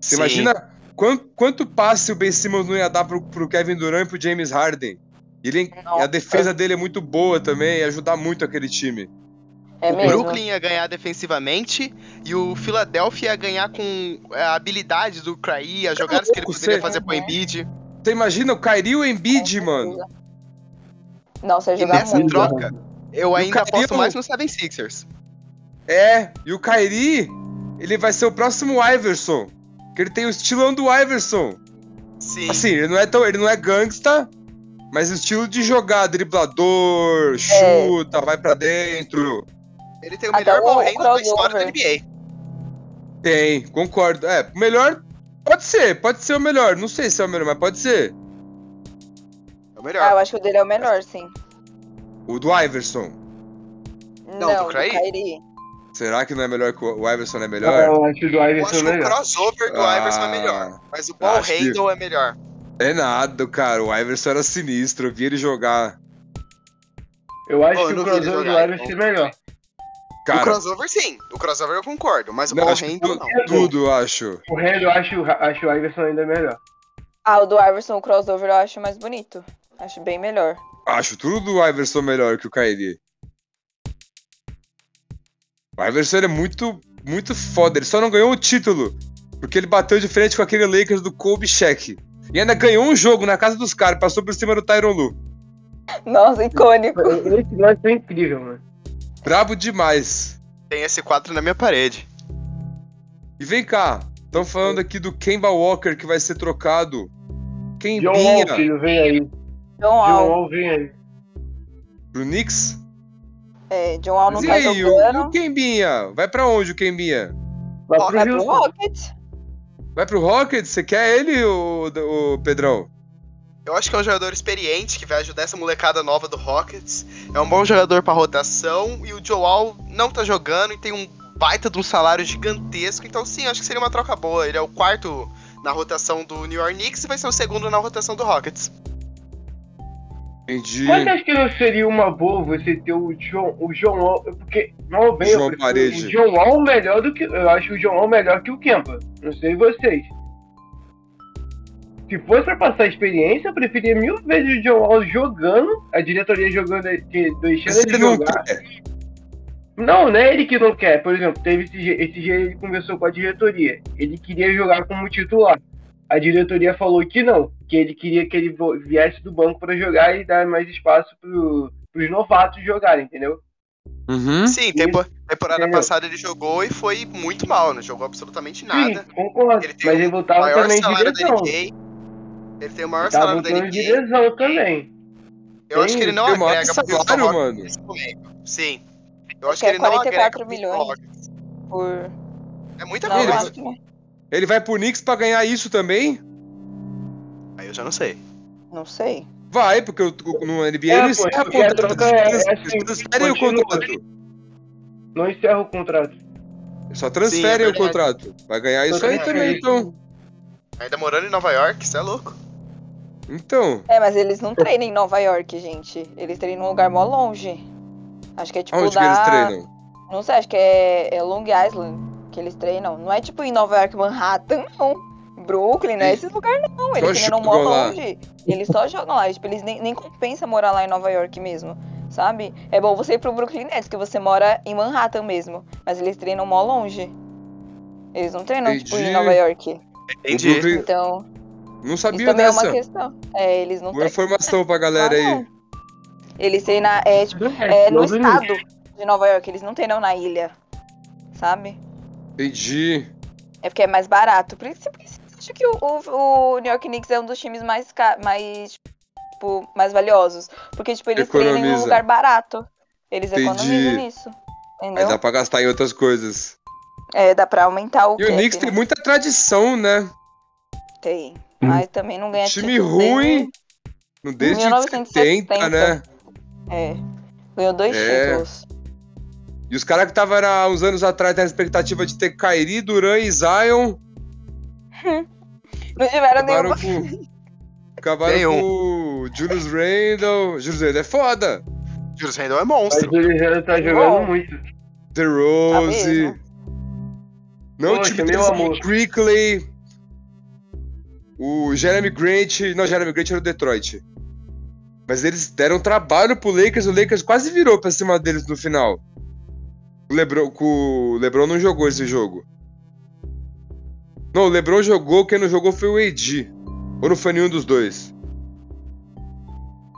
[SPEAKER 1] Você
[SPEAKER 3] Sim.
[SPEAKER 1] imagina quan- quanto, passe o Ben Simmons não ia dar pro, pro Kevin Durant e pro James Harden. E Ele, e a
[SPEAKER 2] Nossa.
[SPEAKER 1] defesa dele é muito boa também, ia ajudar muito aquele time.
[SPEAKER 2] É
[SPEAKER 3] o
[SPEAKER 2] mesmo.
[SPEAKER 3] Brooklyn ia ganhar defensivamente e o Philadelphia ia ganhar com é, a habilidade do Cry, as jogadas que ele
[SPEAKER 1] louco,
[SPEAKER 3] poderia
[SPEAKER 1] cê-
[SPEAKER 3] fazer pro
[SPEAKER 2] Uhum.
[SPEAKER 3] Embiid.
[SPEAKER 1] Você imagina o Kyrie e o Embiid,
[SPEAKER 2] Com
[SPEAKER 1] mano.
[SPEAKER 2] certeza. Nossa, eu
[SPEAKER 3] E
[SPEAKER 2] jogar
[SPEAKER 3] nessa
[SPEAKER 2] muito.
[SPEAKER 3] troca, eu
[SPEAKER 1] E o
[SPEAKER 3] ainda
[SPEAKER 1] Kyrie
[SPEAKER 3] aposto
[SPEAKER 1] é um-
[SPEAKER 3] mais no Seven Sixers.
[SPEAKER 1] É, e o Kairi, ele vai ser o próximo Iverson. Que ele tem o estilão do Iverson.
[SPEAKER 3] Sim.
[SPEAKER 1] Assim, ele não é tão, ele não é gangsta, mas o estilo de jogar,
[SPEAKER 3] É.
[SPEAKER 1] driblador, chuta, vai pra dentro.
[SPEAKER 3] Ele tem o
[SPEAKER 2] Até
[SPEAKER 3] melhor
[SPEAKER 2] o-
[SPEAKER 3] ball
[SPEAKER 2] o
[SPEAKER 3] handle da história da
[SPEAKER 2] crossover.
[SPEAKER 3] NBA.
[SPEAKER 1] Tem, concordo. É, o melhor pode ser, pode ser o melhor. Não sei se é o melhor, mas pode ser.
[SPEAKER 3] É o
[SPEAKER 2] Ah,
[SPEAKER 3] melhor.
[SPEAKER 2] eu acho que o dele é o melhor, sim.
[SPEAKER 1] O do Iverson.
[SPEAKER 2] Não,
[SPEAKER 3] do
[SPEAKER 2] do
[SPEAKER 3] Kyrie?
[SPEAKER 2] Kyrie.
[SPEAKER 1] Será que não é melhor que o o Iverson é melhor?
[SPEAKER 4] Não, acho que o
[SPEAKER 3] Eu
[SPEAKER 4] Iverson
[SPEAKER 3] acho
[SPEAKER 4] é
[SPEAKER 3] que o
[SPEAKER 4] melhor.
[SPEAKER 3] crossover do Iverson é melhor. Mas o
[SPEAKER 1] eu
[SPEAKER 3] ball
[SPEAKER 1] Ah, acho que-
[SPEAKER 3] handle é melhor.
[SPEAKER 1] É nada, cara. O Iverson era sinistro, eu vi ele jogar.
[SPEAKER 4] Eu
[SPEAKER 3] Pô,
[SPEAKER 4] acho que
[SPEAKER 3] eu não
[SPEAKER 4] o
[SPEAKER 3] vi ele
[SPEAKER 4] crossover do
[SPEAKER 3] jogar,
[SPEAKER 4] Iverson é
[SPEAKER 3] então.
[SPEAKER 4] melhor.
[SPEAKER 1] Cara,
[SPEAKER 3] O crossover sim. O crossover eu concordo. Mas o
[SPEAKER 1] não,
[SPEAKER 3] ball
[SPEAKER 1] acho que
[SPEAKER 3] handle
[SPEAKER 1] tu-
[SPEAKER 3] não.
[SPEAKER 1] tudo, eu acho.
[SPEAKER 4] O Hélio, eu acho, acho o Iverson ainda melhor.
[SPEAKER 2] Ah, o do Iverson, o crossover eu acho mais bonito. Acho bem melhor.
[SPEAKER 1] Acho tudo do Iverson melhor que o Kyrie. O Iverson ele é muito, muito foda. Ele só não ganhou o título porque ele bateu de frente com aquele Lakers do Kobe Shaq. E ainda ganhou um jogo na casa dos caras, passou por cima do Tyron Lu.
[SPEAKER 2] Nossa, icônico.
[SPEAKER 4] Esse lance é incrível, mano.
[SPEAKER 1] Brabo demais.
[SPEAKER 3] Tem esse 4 na minha parede.
[SPEAKER 1] E vem cá, estão falando aqui do Kemba Walker que vai ser trocado.
[SPEAKER 4] John Wall,
[SPEAKER 1] Kembinha
[SPEAKER 4] filho, vem aí.
[SPEAKER 2] John
[SPEAKER 4] John
[SPEAKER 2] Wall.
[SPEAKER 4] Wall, vem aí.
[SPEAKER 1] pro Knicks?
[SPEAKER 2] É, John Wall não
[SPEAKER 1] Mas e
[SPEAKER 2] tá
[SPEAKER 1] aí, o, e
[SPEAKER 2] jogando.
[SPEAKER 1] o Kembinha? Vai pra onde o Kembinha?
[SPEAKER 4] Vai
[SPEAKER 3] Ó,
[SPEAKER 4] pro
[SPEAKER 2] Vai pro
[SPEAKER 4] Houston.
[SPEAKER 2] é Rocket.
[SPEAKER 1] Vai pro Rockets? Você quer ele, ô, ô, Pedrão?
[SPEAKER 3] Eu acho que é um jogador experiente que vai ajudar essa molecada nova do Rockets. É um bom jogador pra rotação e o Joal não tá jogando e tem um baita de um salário gigantesco. Então sim, acho que seria uma troca boa. Ele é o quarto na rotação do New York Knicks e vai ser o segundo na rotação do Rockets.
[SPEAKER 1] Entendi.
[SPEAKER 4] Mas acho que não seria uma boa você ter o John, o John Wall, É porque mal bem,
[SPEAKER 1] João
[SPEAKER 4] eu prefiro
[SPEAKER 1] Parede.
[SPEAKER 4] o John Wall melhor do que eu acho o John Wall melhor que o Kemba. Não sei vocês. Se Se fosse pra passar experiência, eu preferia mil vezes o John Wall jogando, a diretoria jogando, de- deixando
[SPEAKER 1] Mas
[SPEAKER 4] ele
[SPEAKER 1] ele não
[SPEAKER 4] jogar. Não, não é ele que não quer. Por exemplo, teve esse, dia- esse dia ele conversou com a diretoria. Ele queria jogar como titular. A diretoria falou que não, que ele queria que ele vo- viesse do banco pra jogar e dar mais espaço pro, pros novatos jogarem, entendeu?
[SPEAKER 1] Uhum.
[SPEAKER 3] Sim, tempo- temporada
[SPEAKER 4] Entendeu?
[SPEAKER 3] passada ele jogou e foi muito mal, não jogou absolutamente nada.
[SPEAKER 4] Sim, concordo.
[SPEAKER 3] Ele tem
[SPEAKER 4] mas
[SPEAKER 3] o
[SPEAKER 4] ele
[SPEAKER 3] O
[SPEAKER 4] voltava
[SPEAKER 3] maior
[SPEAKER 4] também de
[SPEAKER 3] salário da
[SPEAKER 4] lesão.
[SPEAKER 3] NBA. Ele tem o maior
[SPEAKER 4] Ele Tava
[SPEAKER 3] salário da
[SPEAKER 4] voltando de
[SPEAKER 3] NBA.
[SPEAKER 4] lesão também.
[SPEAKER 3] Eu acho que ele não
[SPEAKER 1] Tem o maior
[SPEAKER 3] agrega pro
[SPEAKER 1] salário,
[SPEAKER 3] Houston
[SPEAKER 1] mano.
[SPEAKER 3] nesse momento. é Sim. Eu acho
[SPEAKER 2] que
[SPEAKER 3] que
[SPEAKER 2] é
[SPEAKER 3] ele não
[SPEAKER 2] 44
[SPEAKER 3] agrega pro
[SPEAKER 2] milhões.
[SPEAKER 3] Rockets.
[SPEAKER 2] por.
[SPEAKER 3] É muita
[SPEAKER 2] Não,
[SPEAKER 1] Ele-
[SPEAKER 2] eu
[SPEAKER 3] coisa.
[SPEAKER 2] acho que não.
[SPEAKER 1] Ele vai pro Knicks pra ganhar isso também?
[SPEAKER 3] Aí eu já não sei.
[SPEAKER 2] Não sei.
[SPEAKER 1] Vai, porque o- o- no NBA
[SPEAKER 4] É,
[SPEAKER 1] ele
[SPEAKER 4] pô,
[SPEAKER 1] encerra
[SPEAKER 4] porque a
[SPEAKER 1] contrato.
[SPEAKER 4] troca é-
[SPEAKER 1] eles
[SPEAKER 4] é assim,
[SPEAKER 1] transferem o
[SPEAKER 4] continua.
[SPEAKER 1] contrato.
[SPEAKER 4] Não encerra o contrato.
[SPEAKER 1] Só
[SPEAKER 3] Sim, é
[SPEAKER 1] transferem o
[SPEAKER 3] verdade.
[SPEAKER 1] contrato. Vai ganhar isso aí
[SPEAKER 4] Transferem.
[SPEAKER 1] também, então.
[SPEAKER 3] Ainda morando em Nova York, isso é louco.
[SPEAKER 1] Então,
[SPEAKER 2] É, mas eles não treinam em Nova York, gente. Eles treinam num lugar mó longe. Acho que é tipo
[SPEAKER 1] aonde que eles
[SPEAKER 2] da-
[SPEAKER 1] treinam?
[SPEAKER 2] Não sei, acho que é, é Long Island que eles treinam. Não é tipo em Nova York, Manhattan, não. Brooklyn, não é esses lugares não. Eles
[SPEAKER 1] Só
[SPEAKER 2] treinam mó
[SPEAKER 1] jogam lá.
[SPEAKER 2] longe. Eles só jogam lá. Tipo, eles nem, nem compensa morar lá em Nova York mesmo, sabe? É bom você ir pro Brooklyn Nets, que você mora em Manhattan mesmo. Mas eles treinam mó longe. Eles não treinam, tipo, em
[SPEAKER 1] Entendi.
[SPEAKER 2] Nova York.
[SPEAKER 1] O
[SPEAKER 3] Entendi.
[SPEAKER 1] Brooklyn-
[SPEAKER 2] Então,
[SPEAKER 1] Não
[SPEAKER 2] isso
[SPEAKER 1] sabia
[SPEAKER 2] também é
[SPEAKER 1] dessa.
[SPEAKER 2] uma questão. É, eles não
[SPEAKER 1] Boa
[SPEAKER 2] treinam
[SPEAKER 1] informação pra
[SPEAKER 2] lá,
[SPEAKER 1] galera aí.
[SPEAKER 2] não. Eles treinam, é, tipo, é no estado de Nova York. Eles não treinam na ilha, sabe?
[SPEAKER 1] Entendi.
[SPEAKER 2] É porque é mais barato. Por isso, por isso eu acho que o, o- o New York Knicks é um dos times mais, ca- mais, tipo, mais valiosos. Porque, tipo, eles treinam em um
[SPEAKER 1] Economiza.
[SPEAKER 2] lugar barato. Eles
[SPEAKER 1] Entendi.
[SPEAKER 2] economizam nisso.
[SPEAKER 1] Mas
[SPEAKER 2] Entendeu?
[SPEAKER 1] dá pra gastar em outras coisas.
[SPEAKER 2] É, dá pra aumentar o
[SPEAKER 1] E o
[SPEAKER 2] cap,
[SPEAKER 1] Knicks
[SPEAKER 2] né?
[SPEAKER 1] tem muita tradição, né?
[SPEAKER 2] Tem. Mas também não ganha
[SPEAKER 1] um
[SPEAKER 2] né?
[SPEAKER 1] Time
[SPEAKER 2] título
[SPEAKER 1] ruim, não desde 70,
[SPEAKER 2] 1970,
[SPEAKER 1] né?
[SPEAKER 2] desde- É. Ganhou dois
[SPEAKER 1] É.
[SPEAKER 2] títulos.
[SPEAKER 1] E os caras que estavam há uns anos atrás na expectativa de ter Kairi, Duran e Zion,
[SPEAKER 2] Não tiveram nenhum.
[SPEAKER 1] acabaram com. Acabaram
[SPEAKER 3] Nenhum.
[SPEAKER 1] com o Julius Randle. Julius Randle é foda.
[SPEAKER 3] Julius Randle é
[SPEAKER 4] Mas
[SPEAKER 3] monstro.
[SPEAKER 4] o Juliano tá jogando
[SPEAKER 2] Bom.
[SPEAKER 4] muito.
[SPEAKER 1] The Rose.
[SPEAKER 2] Tá mesmo.
[SPEAKER 1] não, o
[SPEAKER 4] Poxa,
[SPEAKER 1] time
[SPEAKER 4] meu
[SPEAKER 1] deles é
[SPEAKER 4] amor.
[SPEAKER 1] o Crickley. O Jeremy Grant. Não, Jeremy Grant era o Detroit. Mas eles deram trabalho pro Lakers. O Lakers quase virou pra cima deles no final. O Lebron, com- o Lebron não jogou esse jogo. Não, o Lebron jogou. Quem não jogou foi o AD. Ou não foi nenhum dos dois?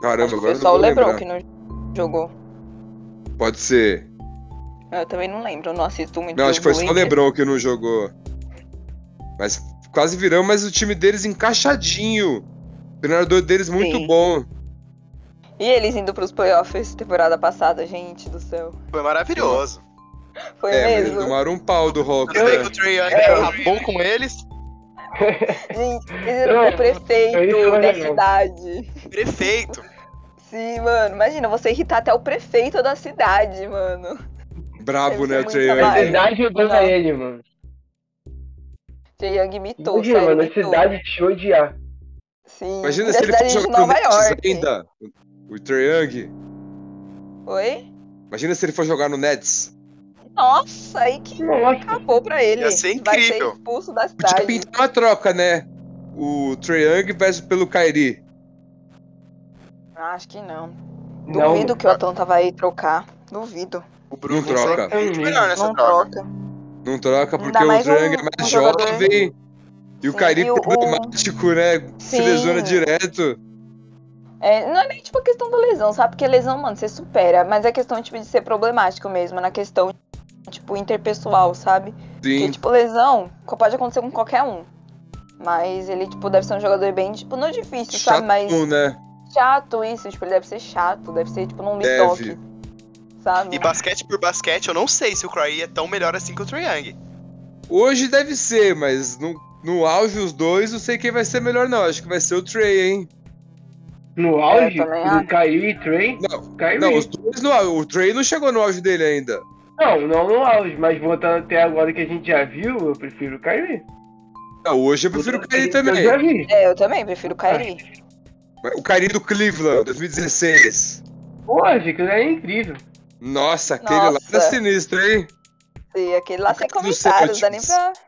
[SPEAKER 1] Caramba,
[SPEAKER 2] Acho
[SPEAKER 1] agora
[SPEAKER 2] que foi
[SPEAKER 1] eu não
[SPEAKER 2] só o
[SPEAKER 1] vou
[SPEAKER 2] Lebron
[SPEAKER 1] lembrar.
[SPEAKER 2] que não jogou.
[SPEAKER 1] Pode ser.
[SPEAKER 2] Eu também não lembro, eu não assisto muito.
[SPEAKER 1] Não, acho que foi
[SPEAKER 2] o
[SPEAKER 1] só o
[SPEAKER 2] Lakers.
[SPEAKER 1] Lebron que não jogou. Mas quase virão, mas o time deles encaixadinho. O treinador deles muito
[SPEAKER 2] Sim.
[SPEAKER 1] bom.
[SPEAKER 2] E eles indo pros playoffs temporada passada, gente do céu.
[SPEAKER 3] Foi maravilhoso.
[SPEAKER 2] Foi
[SPEAKER 1] É, mas
[SPEAKER 2] mesmo.
[SPEAKER 1] eles tomaram um pau do Rock.
[SPEAKER 3] Eu sei que o
[SPEAKER 1] Né?
[SPEAKER 3] Trey Young
[SPEAKER 4] É.
[SPEAKER 3] tá bom com eles.
[SPEAKER 2] Gente, ele era
[SPEAKER 4] É,
[SPEAKER 2] o prefeito
[SPEAKER 4] é isso,
[SPEAKER 2] da
[SPEAKER 4] né, meu?
[SPEAKER 2] cidade.
[SPEAKER 3] Prefeito.
[SPEAKER 2] Sim, mano. Imagina você irritar até o prefeito da cidade, mano.
[SPEAKER 1] Brabo,
[SPEAKER 2] Eles
[SPEAKER 1] né, o
[SPEAKER 2] são
[SPEAKER 1] Trey
[SPEAKER 2] muito
[SPEAKER 4] A
[SPEAKER 1] Young.
[SPEAKER 2] Vai. amados.
[SPEAKER 4] cidade jogando
[SPEAKER 2] Não.
[SPEAKER 4] a tá ele, mano.
[SPEAKER 2] Jay Young imitou,
[SPEAKER 4] Imagina,
[SPEAKER 2] sério,
[SPEAKER 4] mano, a
[SPEAKER 2] imitou.
[SPEAKER 4] cidade te odiar.
[SPEAKER 2] Sim.
[SPEAKER 1] Imagina
[SPEAKER 2] da
[SPEAKER 1] se ele
[SPEAKER 2] cidade
[SPEAKER 1] fosse
[SPEAKER 2] de
[SPEAKER 1] jogar pro
[SPEAKER 2] Nova
[SPEAKER 1] Nets
[SPEAKER 2] York.
[SPEAKER 1] ainda. O Trey Young.
[SPEAKER 2] Oi?
[SPEAKER 1] Imagina se ele for jogar no Nets.
[SPEAKER 2] Nossa, aí que
[SPEAKER 4] Nossa,
[SPEAKER 2] acabou pra ele.
[SPEAKER 3] Ia ser
[SPEAKER 2] Vai ser
[SPEAKER 3] incrível.
[SPEAKER 2] expulso da
[SPEAKER 1] Podia
[SPEAKER 2] cidade.
[SPEAKER 1] pintar uma troca, né? O Trey Young versus pelo Kairi.
[SPEAKER 2] Ah, Acho que não.
[SPEAKER 4] não.
[SPEAKER 2] Duvido que o Atlanta vai trocar. Duvido.
[SPEAKER 3] O
[SPEAKER 1] Não troca.
[SPEAKER 3] Muito melhor nessa
[SPEAKER 2] É não
[SPEAKER 3] troca.
[SPEAKER 2] troca.
[SPEAKER 1] Não troca
[SPEAKER 2] Não
[SPEAKER 1] porque
[SPEAKER 2] dá
[SPEAKER 1] o
[SPEAKER 2] mais
[SPEAKER 1] Trey
[SPEAKER 2] um-
[SPEAKER 1] Young é
[SPEAKER 2] um
[SPEAKER 1] mais
[SPEAKER 2] jogador.
[SPEAKER 1] jovem. E o
[SPEAKER 2] Sim,
[SPEAKER 1] Kairi
[SPEAKER 2] e o- o-
[SPEAKER 1] problemático, né? Se
[SPEAKER 2] Sim.
[SPEAKER 1] lesiona direto.
[SPEAKER 2] É, não é nem tipo a questão da lesão, sabe? Porque lesão, mano, você supera. Mas é questão tipo, de ser problemático mesmo, na questão, tipo, interpessoal, sabe? Porque,
[SPEAKER 1] Sim.
[SPEAKER 2] tipo, lesão co- pode acontecer com qualquer um. Mas ele, tipo, deve ser um jogador bem, tipo, não difícil,
[SPEAKER 1] Chato,
[SPEAKER 2] sabe? Mas
[SPEAKER 1] né?
[SPEAKER 2] chato isso, tipo, ele deve ser chato, deve ser, tipo, num
[SPEAKER 1] Deve.
[SPEAKER 2] toque. Sabe?
[SPEAKER 3] E basquete por basquete, eu não sei se o Cry é tão melhor assim que o Trae Young.
[SPEAKER 1] Hoje deve ser, mas no, no auge os dois, não sei quem vai ser melhor, não. Acho que vai ser o Trey, hein?
[SPEAKER 4] No auge,
[SPEAKER 2] É, também acho.
[SPEAKER 4] o Kyrie e Trey.
[SPEAKER 1] Não,
[SPEAKER 4] Kyrie.
[SPEAKER 1] não, os dois no auge. O Trey não chegou no auge dele ainda.
[SPEAKER 4] Não, não no auge, mas voltando até agora que a gente já viu, eu prefiro o Kyrie.
[SPEAKER 1] Não, hoje eu prefiro o Kyrie também.
[SPEAKER 4] Eu já vi.
[SPEAKER 2] É, eu também prefiro o Kairi.
[SPEAKER 1] Mas O Kyrie do Cleveland, 2016.
[SPEAKER 4] Poxa, aquilo é incrível.
[SPEAKER 1] Nossa, aquele lá
[SPEAKER 2] Nossa.
[SPEAKER 1] era sinistro, hein?
[SPEAKER 2] E aquele lá
[SPEAKER 1] O
[SPEAKER 2] sem
[SPEAKER 1] cara do
[SPEAKER 2] comentários, dá nem
[SPEAKER 1] Celtics.
[SPEAKER 2] pra.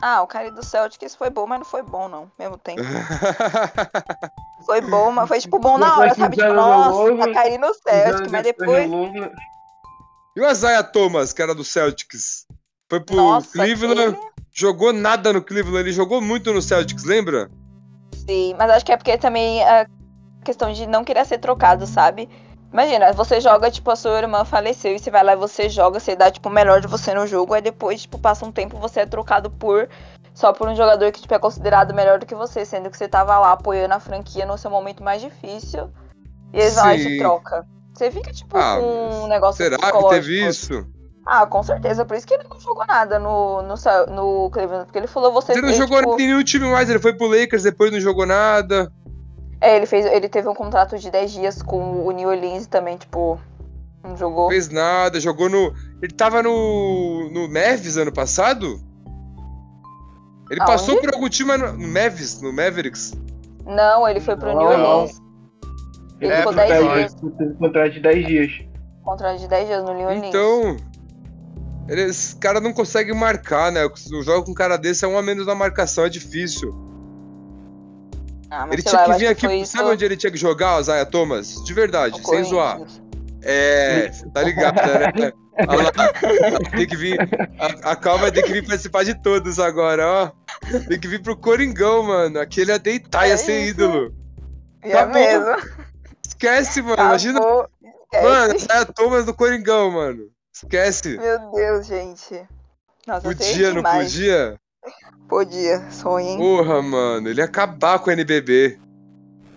[SPEAKER 2] Ah, o cara do Celtics foi bom, mas não foi bom, não. ao Mesmo tempo. Foi bom, mas foi tipo bom na
[SPEAKER 4] Não
[SPEAKER 2] hora,
[SPEAKER 4] foi
[SPEAKER 2] sabe? Tipo,
[SPEAKER 4] sincero,
[SPEAKER 2] nossa,
[SPEAKER 4] não,
[SPEAKER 2] tá
[SPEAKER 4] não.
[SPEAKER 2] caindo no
[SPEAKER 4] Então,
[SPEAKER 2] Celtics, mas depois.
[SPEAKER 1] e o Isaiah Thomas, que era do Celtics? Foi pro
[SPEAKER 2] Nossa,
[SPEAKER 1] Cleveland,
[SPEAKER 2] aquele-
[SPEAKER 1] jogou nada no Cleveland, ele jogou muito no Celtics, lembra?
[SPEAKER 2] Sim, mas acho que é porque também a questão de não querer ser trocado, sabe? Imagina, você joga, tipo, a sua irmã faleceu e você vai lá e você joga, você dá, tipo, o melhor de você no jogo, aí depois, tipo, passa um tempo você é trocado por só por um jogador que, tipo, é considerado melhor do que você, sendo que você tava lá apoiando a franquia no seu momento mais difícil e eles vão lá e te
[SPEAKER 1] Sim.
[SPEAKER 2] troca. Você fica, tipo,
[SPEAKER 1] Ah,
[SPEAKER 2] com um
[SPEAKER 1] mas
[SPEAKER 2] negócio
[SPEAKER 1] Será que
[SPEAKER 2] psicológico.
[SPEAKER 1] teve isso?
[SPEAKER 2] Ah, com certeza, por isso que ele não jogou nada no, no, Sa- no Cleveland, porque ele falou, você...
[SPEAKER 1] Ele não
[SPEAKER 2] ele,
[SPEAKER 1] jogou
[SPEAKER 2] tipo,
[SPEAKER 1] em nenhum time mais, ele foi pro Lakers, depois não jogou nada.
[SPEAKER 2] É, ele fez, ele teve um contrato de 10 dias com o New Orleans também, tipo, não jogou.
[SPEAKER 1] fez nada, jogou no. Ele tava no. no Mavis ano passado? Ele
[SPEAKER 2] Aonde?
[SPEAKER 1] passou por algum time mas no no Mavis, no Mavericks.
[SPEAKER 2] Não, ele foi pro
[SPEAKER 4] Não,
[SPEAKER 2] New Orleans. Ele
[SPEAKER 4] É,
[SPEAKER 2] ficou
[SPEAKER 4] por
[SPEAKER 2] 10
[SPEAKER 4] 10
[SPEAKER 2] dias,
[SPEAKER 4] dias. um Contrato de 10 dias.
[SPEAKER 2] contrato de 10 dias no New Orleans.
[SPEAKER 1] Então. ele- Esse cara não consegue marcar, né? O jogo com um cara desse é um a menos na marcação, é difícil.
[SPEAKER 2] Ah, mas
[SPEAKER 1] ele
[SPEAKER 2] sei
[SPEAKER 1] tinha
[SPEAKER 2] lá, eu
[SPEAKER 1] que
[SPEAKER 2] acho
[SPEAKER 1] vir aqui.
[SPEAKER 2] foi
[SPEAKER 1] Sabe
[SPEAKER 2] isso
[SPEAKER 1] onde ele tinha que jogar, Zaya Thomas? De verdade,
[SPEAKER 2] no
[SPEAKER 1] sem zoar.
[SPEAKER 2] Corinthians.
[SPEAKER 1] É, tá ligado, né? Olha lá, tem que vir. A, a Cal vai ter que vir participar de todos agora, ó. Tem que vir pro Coringão, mano. Aquele ia deitar, ia
[SPEAKER 2] É
[SPEAKER 1] ser
[SPEAKER 2] isso.
[SPEAKER 1] ídolo.
[SPEAKER 2] E
[SPEAKER 1] Tá
[SPEAKER 2] é
[SPEAKER 1] bom,
[SPEAKER 2] mesmo.
[SPEAKER 1] Esquece, mano.
[SPEAKER 2] Acabou.
[SPEAKER 1] Imagina.
[SPEAKER 2] Esquece.
[SPEAKER 1] Mano, sai a Thomas do Coringão, mano. Esquece.
[SPEAKER 2] Meu Deus, gente. Nossa, eu sei
[SPEAKER 1] Podia, não
[SPEAKER 2] demais.
[SPEAKER 1] podia?
[SPEAKER 2] Podia, sonho, hein?
[SPEAKER 1] Porra, mano. Ele ia acabar com o NBB.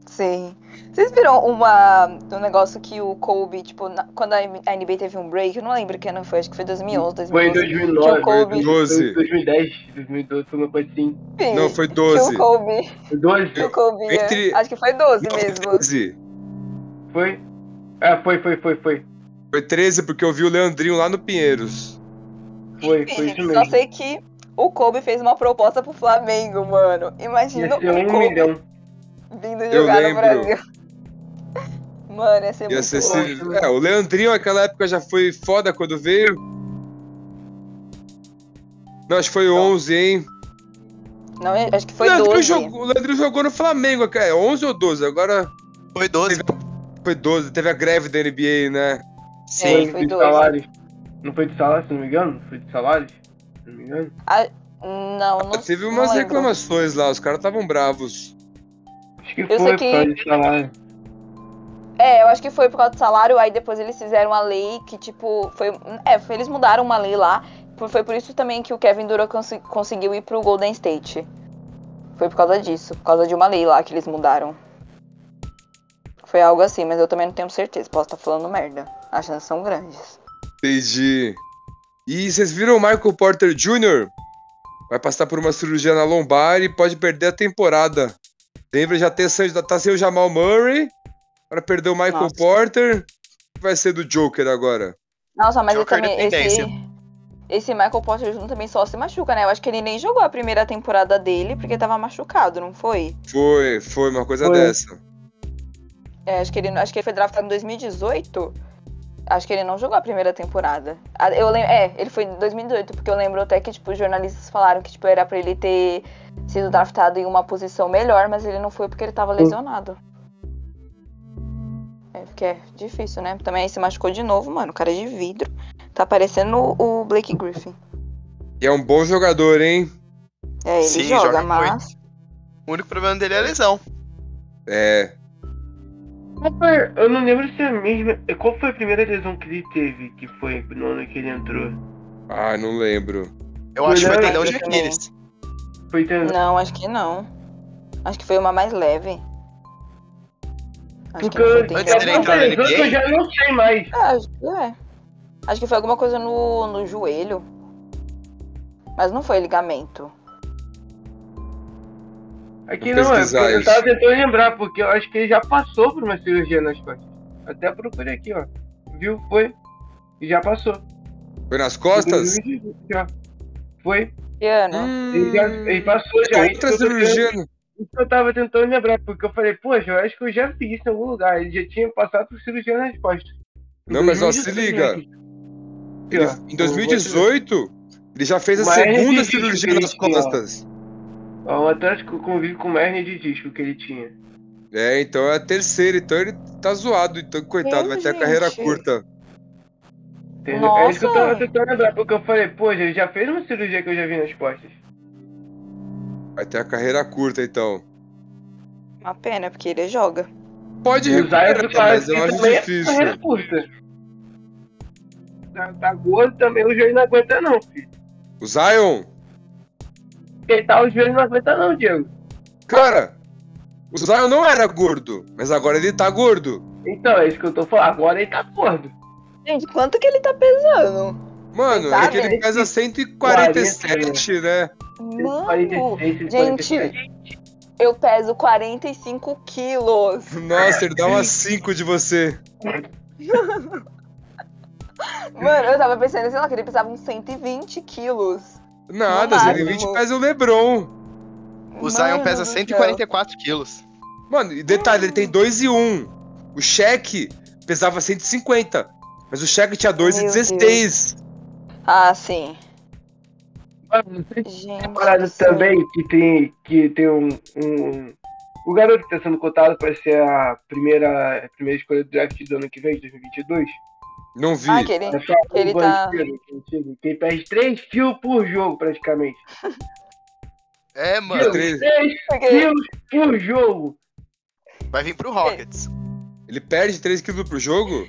[SPEAKER 2] Sim. Vocês viram uma, um negócio que o Kobe, tipo, na- quando a NBA teve um break, eu não lembro que ano foi, acho que foi 2011, 2012.
[SPEAKER 4] Foi em 2009.
[SPEAKER 2] Kobe-
[SPEAKER 4] foi em
[SPEAKER 1] 12.
[SPEAKER 4] 2010, 2012, foi uma coisa assim.
[SPEAKER 2] Enfim,
[SPEAKER 1] Não, foi
[SPEAKER 2] Que
[SPEAKER 1] 12.
[SPEAKER 2] o Kobe,
[SPEAKER 4] 12?
[SPEAKER 2] que o Kobe é.
[SPEAKER 1] Entre-
[SPEAKER 2] acho que foi 12
[SPEAKER 1] Não, foi
[SPEAKER 2] mesmo.
[SPEAKER 1] 13.
[SPEAKER 4] Foi? Ah, foi, foi, foi, foi.
[SPEAKER 1] Foi 13 porque eu vi o Leandrinho lá no Pinheiros.
[SPEAKER 4] Foi, foi isso
[SPEAKER 2] Enfim, só
[SPEAKER 4] mesmo.
[SPEAKER 2] sei que o Kobe fez uma proposta pro Flamengo, mano. Imagina
[SPEAKER 4] Ia ser
[SPEAKER 2] o
[SPEAKER 4] um
[SPEAKER 2] Kobe
[SPEAKER 4] milhão.
[SPEAKER 2] vindo
[SPEAKER 1] Eu
[SPEAKER 2] jogar no
[SPEAKER 1] lembro.
[SPEAKER 2] Brasil. Mano, ia ser
[SPEAKER 1] Ia
[SPEAKER 2] muito
[SPEAKER 1] ser
[SPEAKER 2] louco.
[SPEAKER 1] se- É, o Leandrinho naquela época já foi foda quando veio. Não, acho que foi 11, hein?
[SPEAKER 2] Não, acho que foi
[SPEAKER 1] o, Leandrinho
[SPEAKER 2] 12.
[SPEAKER 1] jogou, o Leandrinho jogou no Flamengo, cara. É 11 ou 12? Agora
[SPEAKER 3] Foi 12.
[SPEAKER 1] foi 12. Teve a greve da NBA, né?
[SPEAKER 2] Sim,
[SPEAKER 4] Não
[SPEAKER 2] foi
[SPEAKER 4] de
[SPEAKER 2] dois.
[SPEAKER 4] salários. Não foi de salário, se não me engano? Foi de salário? Se não me engano.
[SPEAKER 2] Não, não
[SPEAKER 1] Teve
[SPEAKER 2] não
[SPEAKER 1] umas
[SPEAKER 2] lembro.
[SPEAKER 1] reclamações lá, os caras estavam bravos.
[SPEAKER 4] Acho que
[SPEAKER 2] sei
[SPEAKER 4] foi
[SPEAKER 2] que-
[SPEAKER 4] por causa de salário.
[SPEAKER 2] É, eu acho que foi por causa do salário, aí depois eles fizeram a lei que, tipo, foi. É, foi- eles mudaram uma lei lá. por- Foi por isso também que o Kevin Durant consi- conseguiu ir pro Golden State. Foi por causa disso, por causa de uma lei lá que eles mudaram. Foi algo assim, mas eu também não tenho certeza. Posso estar falando merda. As chances são grandes.
[SPEAKER 1] Entendi. E vocês viram o Michael Porter Jr.? Vai passar por uma cirurgia na lombar e pode perder a temporada. Denver já tem, sem- já tá sem o Jamal Murray. Agora perdeu o Michael
[SPEAKER 2] Nossa.
[SPEAKER 1] Porter. O que vai ser do Joker agora?
[SPEAKER 2] Nossa, mas ele
[SPEAKER 3] Joker
[SPEAKER 2] também. Esse,
[SPEAKER 3] dependência.
[SPEAKER 2] esse Michael Porter Jr. também só se machuca, né? Eu acho que ele nem jogou a primeira temporada dele porque tava machucado, não foi?
[SPEAKER 1] Foi, foi uma coisa
[SPEAKER 4] Foi.
[SPEAKER 1] dessa.
[SPEAKER 2] É, acho que ele, acho que ele foi draftado em 2018. Acho que ele não jogou a primeira temporada. Ah, Eu lembro, é, ele foi em 2018, porque eu lembro até que tipo os jornalistas falaram que tipo era pra ele ter sido draftado em uma posição melhor, mas ele não foi porque ele tava lesionado. É, porque é difícil, né? Também aí se machucou de novo, mano, cara de vidro. Tá parecendo o o Blake Griffin.
[SPEAKER 1] E é um bom jogador, hein?
[SPEAKER 2] É, ele
[SPEAKER 3] Sim,
[SPEAKER 2] joga,
[SPEAKER 3] joga
[SPEAKER 2] mas
[SPEAKER 3] O único problema dele é a lesão.
[SPEAKER 1] É.
[SPEAKER 4] Qual foi- Eu não lembro se é a mesma. Qual foi a primeira lesão que ele teve? Que foi no ano que ele entrou?
[SPEAKER 1] Ah, não lembro.
[SPEAKER 3] Eu acho que foi
[SPEAKER 4] Não,
[SPEAKER 3] tendão de
[SPEAKER 4] eu
[SPEAKER 2] também.
[SPEAKER 3] Aquiles.
[SPEAKER 4] Foi tendo.
[SPEAKER 2] não, acho que não. Acho que foi uma mais leve. Acho
[SPEAKER 4] Porque
[SPEAKER 2] não foi
[SPEAKER 4] eu-
[SPEAKER 2] tendão.
[SPEAKER 3] Antes dele
[SPEAKER 4] eu-
[SPEAKER 3] entrar na
[SPEAKER 4] eu-
[SPEAKER 3] NBA?
[SPEAKER 4] Eu já não sei mais.
[SPEAKER 2] É, acho que é. Acho que foi alguma coisa no, no joelho. Mas não foi ligamento.
[SPEAKER 4] Aqui
[SPEAKER 1] Vou
[SPEAKER 4] não, é
[SPEAKER 1] pesquisar
[SPEAKER 4] porque eu
[SPEAKER 1] isso.
[SPEAKER 4] tava tentando lembrar, porque eu acho que ele já passou por uma cirurgia nas costas. Até procurei aqui, ó. Viu? Foi. E já passou.
[SPEAKER 1] Foi nas costas?
[SPEAKER 4] Já. Foi.
[SPEAKER 3] Hum.
[SPEAKER 2] Ana,
[SPEAKER 4] tá- Ele, já, ele passou já.
[SPEAKER 1] É outra
[SPEAKER 4] Isso eu tô
[SPEAKER 1] cirurgia. né?
[SPEAKER 4] tentando- Isso Então, eu tava tentando lembrar, porque eu falei, poxa, eu acho que eu já vi isso em algum lugar. Ele já tinha passado por cirurgia nas costas. Em
[SPEAKER 1] Não, mas ó, se
[SPEAKER 4] 2016
[SPEAKER 1] liga.
[SPEAKER 4] mesmo.
[SPEAKER 1] Ele-
[SPEAKER 4] Aqui, ó.
[SPEAKER 1] em 2018, Ele já fez a
[SPEAKER 4] Mas é
[SPEAKER 1] segunda
[SPEAKER 4] difícil
[SPEAKER 1] cirurgia
[SPEAKER 4] que ele
[SPEAKER 1] nas
[SPEAKER 4] tinha.
[SPEAKER 1] costas.
[SPEAKER 4] Ó, O Atlético convive com mais hernia de disco que ele tinha.
[SPEAKER 1] É, então é a terceira, então ele tá zoado, então coitado,
[SPEAKER 2] Meu
[SPEAKER 1] vai ter a carreira
[SPEAKER 2] gente.
[SPEAKER 1] curta.
[SPEAKER 4] Entendeu? É
[SPEAKER 2] Nossa!
[SPEAKER 4] isso que eu tava tentando lembrar, porque eu falei, pô, ele já fez uma cirurgia que eu já vi nas costas.
[SPEAKER 1] Vai ter a carreira curta, então.
[SPEAKER 2] Uma pena, porque ele joga.
[SPEAKER 1] Pode
[SPEAKER 4] E o Zion
[SPEAKER 1] recuperar,
[SPEAKER 4] do
[SPEAKER 1] mas eu
[SPEAKER 4] Flamengo
[SPEAKER 1] acho
[SPEAKER 4] também é
[SPEAKER 1] difícil.
[SPEAKER 4] carreira curta. Tá, tá gordo também, o joelho não aguenta não, filho.
[SPEAKER 1] O Zion,
[SPEAKER 4] Quem tá o joelho não aguenta não, Diego.
[SPEAKER 1] cara, o Zion não era gordo, mas agora ele tá gordo.
[SPEAKER 4] Então, é isso que eu tô falando. Agora ele tá gordo.
[SPEAKER 2] Gente, quanto que ele tá pesando?
[SPEAKER 1] Mano, é
[SPEAKER 2] Sabe,
[SPEAKER 1] que ele
[SPEAKER 4] ele
[SPEAKER 1] pesa
[SPEAKER 4] tem
[SPEAKER 1] 147, né?
[SPEAKER 2] Mano, eu peso 45 quilos.
[SPEAKER 1] Nossa, ele dá umas 5 de você.
[SPEAKER 2] Mano, eu tava pensando, sei lá, que ele pesava uns 120 quilos.
[SPEAKER 1] Nada,
[SPEAKER 2] No
[SPEAKER 1] 120
[SPEAKER 2] máximo.
[SPEAKER 1] pesa o um Lebron.
[SPEAKER 3] O Zion
[SPEAKER 2] Mano
[SPEAKER 3] pesa
[SPEAKER 2] do céu.
[SPEAKER 3] 144 quilos.
[SPEAKER 1] Mano, e detalhe, ele tem 2 e 1. Um. O cheque pesava 150. Mas o cheque tinha 2 e
[SPEAKER 2] Meu
[SPEAKER 1] 16.
[SPEAKER 2] Ah, sim.
[SPEAKER 4] Mano, tem
[SPEAKER 2] Gente.
[SPEAKER 4] uma parada
[SPEAKER 2] do céu.
[SPEAKER 4] também que tem, que tem um, um- O garoto que tá sendo cotado pra ser a primeira, a primeira escolha do draft do ano que vem, de 2022.
[SPEAKER 1] Não vi.
[SPEAKER 2] Ah, que ele...
[SPEAKER 4] É só
[SPEAKER 2] Ele
[SPEAKER 4] um
[SPEAKER 2] tá-
[SPEAKER 4] bandido, bandido, que perde 3 quilos por jogo, praticamente.
[SPEAKER 3] É, mano.
[SPEAKER 1] Treze.
[SPEAKER 4] 3
[SPEAKER 2] Porque...
[SPEAKER 4] quilos por jogo!
[SPEAKER 3] Vai vir pro Rockets.
[SPEAKER 1] Ele perde 3 quilos pro jogo?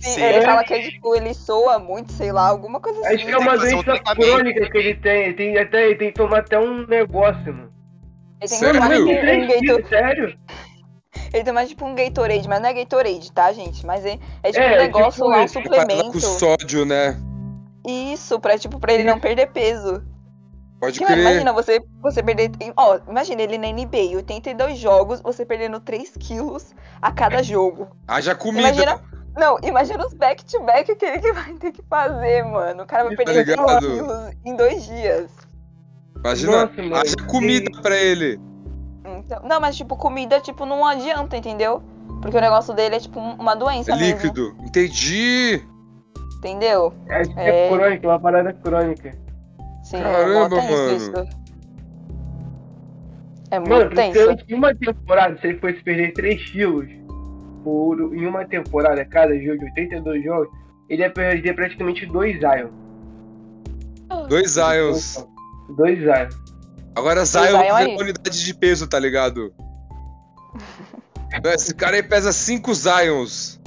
[SPEAKER 2] Sim,
[SPEAKER 3] Sim.
[SPEAKER 2] ele
[SPEAKER 4] É.
[SPEAKER 2] fala que tipo, ele soa muito, sei lá, alguma coisa assim.
[SPEAKER 4] Acho que é uma
[SPEAKER 3] que fazer um
[SPEAKER 4] doença
[SPEAKER 3] tratamento.
[SPEAKER 4] crônica que ele tem. Ele tem, até, ele tem que tomar até um negócio, mano.
[SPEAKER 2] Ele tem que
[SPEAKER 1] Sério?
[SPEAKER 2] tomar
[SPEAKER 1] Meu.
[SPEAKER 2] tipo,
[SPEAKER 4] Tem
[SPEAKER 2] um
[SPEAKER 4] 3
[SPEAKER 2] Gatorade.
[SPEAKER 4] quilos, sério?
[SPEAKER 2] Ele toma tipo um Gatorade, mas não é Gatorade, tá, gente? Mas é, é tipo
[SPEAKER 4] É,
[SPEAKER 2] um negócio
[SPEAKER 4] tipo
[SPEAKER 2] lá, um
[SPEAKER 4] isso,
[SPEAKER 1] Pra dar com
[SPEAKER 2] suplemento.
[SPEAKER 1] sódio, né?
[SPEAKER 2] Isso, pra, tipo, pra ele não perder peso.
[SPEAKER 1] Pode
[SPEAKER 2] Porque, mano,
[SPEAKER 1] crer.
[SPEAKER 2] imagina você, você perder. Ó, imagina ele na NBA, 82 jogos, você perdendo 3 quilos a cada jogo.
[SPEAKER 1] Haja comida.
[SPEAKER 2] Imagina. Não, imagina os back-to-back que ele que vai ter que fazer, mano. O cara vai
[SPEAKER 1] Tá
[SPEAKER 2] perder 3
[SPEAKER 1] ligado?
[SPEAKER 2] quilos em dois dias.
[SPEAKER 1] Imagina,
[SPEAKER 4] Nossa, mano,
[SPEAKER 1] haja comida pra ele.
[SPEAKER 2] Então, não, mas tipo, comida, tipo, não adianta, entendeu? Porque o negócio dele é tipo um- uma doença
[SPEAKER 1] É
[SPEAKER 2] mesmo,
[SPEAKER 1] líquido. Entendi.
[SPEAKER 2] entendeu?
[SPEAKER 4] Acho que é
[SPEAKER 2] É.
[SPEAKER 4] crônica, é uma parada crônica.
[SPEAKER 2] Sim,
[SPEAKER 1] Caramba,
[SPEAKER 2] volta
[SPEAKER 1] mano.
[SPEAKER 2] isso. É muito
[SPEAKER 4] Mano,
[SPEAKER 2] tenso.
[SPEAKER 4] se em uma temporada, se ele fosse perder 3 quilos por, em uma temporada, cada jogo, de 82 jogos, ele ia perder praticamente 2 Zion.
[SPEAKER 1] Dois Zions.
[SPEAKER 4] Dois Zion.
[SPEAKER 1] Agora Zion
[SPEAKER 2] Zion
[SPEAKER 1] usa
[SPEAKER 2] aí.
[SPEAKER 1] unidade de peso, tá ligado? Esse cara aí pesa 5 Zions.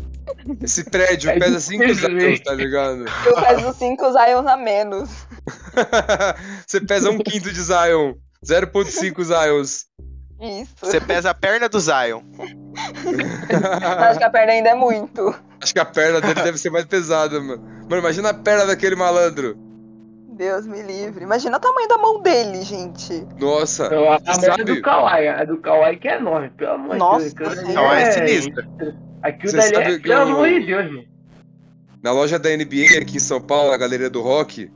[SPEAKER 1] Esse prédio
[SPEAKER 4] É
[SPEAKER 1] pesa 5
[SPEAKER 4] difícil,
[SPEAKER 1] Zions,
[SPEAKER 4] velho.
[SPEAKER 1] tá ligado?
[SPEAKER 2] Eu peso 5 Zions a menos.
[SPEAKER 1] Você pesa um quinto de Zion. 0.5 Zions.
[SPEAKER 2] Isso.
[SPEAKER 3] Você pesa a perna do Zion.
[SPEAKER 2] Acho que a perna ainda é muito.
[SPEAKER 1] Acho que a perna dele deve ser mais pesada, mano. Mano, imagina a perna daquele malandro.
[SPEAKER 2] Deus me livre. Imagina o tamanho da mão dele, gente.
[SPEAKER 1] Nossa.
[SPEAKER 4] Então, a a
[SPEAKER 1] Sabe?
[SPEAKER 4] meta do Kawhi, a do Kawhi que é enorme, pelo amor de
[SPEAKER 2] Nossa
[SPEAKER 4] Deus. aquilo dali
[SPEAKER 2] Senhora.
[SPEAKER 3] Kawhi é sinistro.
[SPEAKER 4] Aquilo
[SPEAKER 1] Você
[SPEAKER 4] dali
[SPEAKER 1] sabe
[SPEAKER 4] é,
[SPEAKER 1] que
[SPEAKER 4] pelo
[SPEAKER 1] eu-
[SPEAKER 4] amor de Deus, mano.
[SPEAKER 1] Na loja da NBA aqui em São Paulo, na galeria do rock,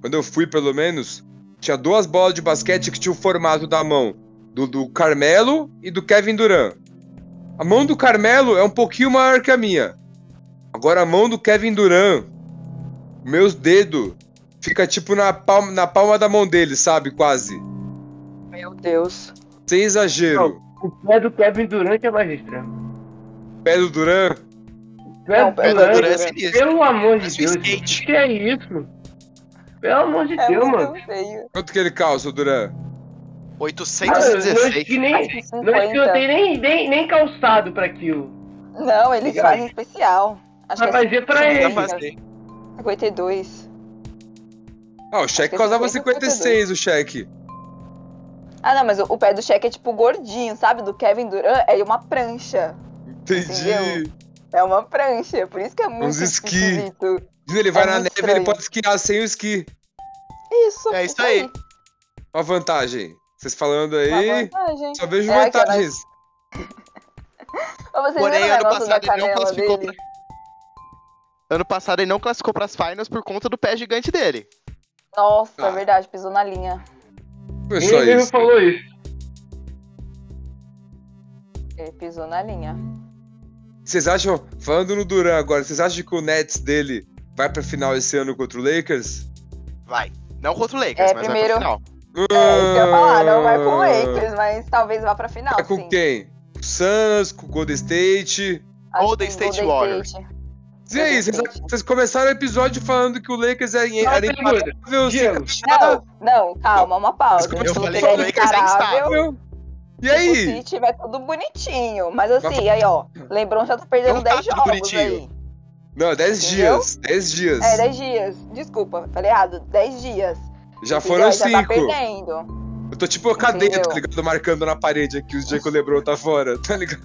[SPEAKER 1] quando eu fui pelo menos, tinha duas bolas de basquete que tinha o formato da mão. Do, do Carmelo e do Kevin Durant. A mão do Carmelo é um pouquinho maior que a minha. Agora a mão do Kevin Durant, meus dedos, fica tipo na palma, na palma da mão dele, sabe? Quase.
[SPEAKER 2] Meu Deus.
[SPEAKER 1] Sem exagero.
[SPEAKER 4] O pé do Kevin Durant é mais extremo.
[SPEAKER 1] Pé do Durant.
[SPEAKER 4] O pé
[SPEAKER 2] Não,
[SPEAKER 4] do
[SPEAKER 2] o pé
[SPEAKER 3] Perna
[SPEAKER 2] do
[SPEAKER 3] do
[SPEAKER 4] Durant,
[SPEAKER 3] Duran é sinistro.
[SPEAKER 4] pelo amor
[SPEAKER 3] Parece
[SPEAKER 4] de
[SPEAKER 3] um
[SPEAKER 4] Deus,
[SPEAKER 3] skate.
[SPEAKER 4] que é isso? Pelo amor de
[SPEAKER 2] É
[SPEAKER 4] Deus,
[SPEAKER 2] muito
[SPEAKER 4] mano.
[SPEAKER 2] feio.
[SPEAKER 1] Quanto que ele calça, o Durant?
[SPEAKER 4] Mano, não Ah, acho
[SPEAKER 3] 816.
[SPEAKER 4] que nem,
[SPEAKER 2] Acho que
[SPEAKER 4] não acho que eu
[SPEAKER 2] 50.
[SPEAKER 4] tenho nem, nem, nem calçado pra aquilo.
[SPEAKER 2] Não, eles
[SPEAKER 4] Legal.
[SPEAKER 2] fazem especial. Acho
[SPEAKER 4] Pra
[SPEAKER 2] que é
[SPEAKER 1] é
[SPEAKER 4] fazer
[SPEAKER 1] assim,
[SPEAKER 4] pra
[SPEAKER 3] Dá
[SPEAKER 4] ele.
[SPEAKER 3] pra fazer.
[SPEAKER 2] 52.
[SPEAKER 1] Ah, o cheque
[SPEAKER 2] Tem
[SPEAKER 1] causava
[SPEAKER 2] 52.
[SPEAKER 1] 56, o cheque.
[SPEAKER 2] Ah, não, mas o, o pé do cheque é tipo gordinho, sabe? Do Kevin Durant é uma prancha.
[SPEAKER 1] Entendi.
[SPEAKER 2] Entendeu? É uma prancha, por isso que é muito
[SPEAKER 1] Uns esqui.
[SPEAKER 2] esquisito.
[SPEAKER 1] Diz, Ele vai
[SPEAKER 2] É
[SPEAKER 1] na
[SPEAKER 2] muito
[SPEAKER 1] neve, ele
[SPEAKER 2] estranho.
[SPEAKER 1] pode esquiar sem o esqui.
[SPEAKER 2] Isso.
[SPEAKER 3] É isso aí.
[SPEAKER 1] Uma vantagem. Vocês falando
[SPEAKER 2] Uma
[SPEAKER 1] aí,
[SPEAKER 2] vantagem.
[SPEAKER 1] só vejo
[SPEAKER 2] É, aquela-
[SPEAKER 1] vantagens.
[SPEAKER 2] Ô, Vocês
[SPEAKER 3] Porém,
[SPEAKER 2] viram o
[SPEAKER 3] ano
[SPEAKER 2] negócio da
[SPEAKER 3] passado ele não
[SPEAKER 2] canela
[SPEAKER 3] classificou
[SPEAKER 2] dele?
[SPEAKER 3] Ano passado ele não classificou pras finals por conta do pé gigante dele.
[SPEAKER 2] Nossa,
[SPEAKER 1] Ah.
[SPEAKER 2] é verdade, pisou na linha.
[SPEAKER 1] Foi só
[SPEAKER 4] Ele mesmo
[SPEAKER 1] isso.
[SPEAKER 4] falou isso.
[SPEAKER 2] Ele pisou na linha.
[SPEAKER 1] Vocês acham, falando no Duran agora, vocês acham que o Nets dele vai pra final esse ano contra o Lakers?
[SPEAKER 3] Vai. Não contra o Lakers,
[SPEAKER 2] É,
[SPEAKER 3] mas
[SPEAKER 2] primeiro-
[SPEAKER 3] vai pra final.
[SPEAKER 2] É isso que eu ia falar, não vai com o Lakers, assim. mas talvez vá pra final,
[SPEAKER 1] Ah,
[SPEAKER 3] É
[SPEAKER 1] Vai com
[SPEAKER 2] sim.
[SPEAKER 1] quem? Com o Suns, com o Golden State.
[SPEAKER 2] Acho
[SPEAKER 3] Golden
[SPEAKER 2] que o
[SPEAKER 3] State
[SPEAKER 2] Golden
[SPEAKER 3] Warriors.
[SPEAKER 2] State.
[SPEAKER 1] E aí, vocês, vocês começaram o episódio falando que o Lakers era, era assim,
[SPEAKER 4] Não, pergunta.
[SPEAKER 1] imparável, se
[SPEAKER 4] Diego,
[SPEAKER 1] encaixava.
[SPEAKER 2] Não, não, calma, uma pausa.
[SPEAKER 1] Eu falei que
[SPEAKER 2] Ele
[SPEAKER 1] o
[SPEAKER 3] Lakers é
[SPEAKER 2] imparável,
[SPEAKER 3] instável.
[SPEAKER 1] E
[SPEAKER 2] O
[SPEAKER 1] aí?
[SPEAKER 2] City vai tudo bonitinho. Mas assim, aí ó, Lebron já tá perdendo
[SPEAKER 3] Não tá
[SPEAKER 2] 10
[SPEAKER 3] tudo
[SPEAKER 2] jogos
[SPEAKER 3] bonitinho.
[SPEAKER 2] aí.
[SPEAKER 1] Não, 10
[SPEAKER 2] Entendeu?
[SPEAKER 1] dias. 10 dias.
[SPEAKER 2] É, 10 dias. Desculpa, falei errado. 10 dias.
[SPEAKER 1] Já
[SPEAKER 2] Entendeu?
[SPEAKER 1] foram
[SPEAKER 2] Aí Já tá
[SPEAKER 1] 5.
[SPEAKER 2] perdendo.
[SPEAKER 1] Eu tô tipo a cadeia, tá
[SPEAKER 2] Entendeu?
[SPEAKER 1] ligado? Marcando na parede aqui os dias que o Lebron tá fora, tá ligado?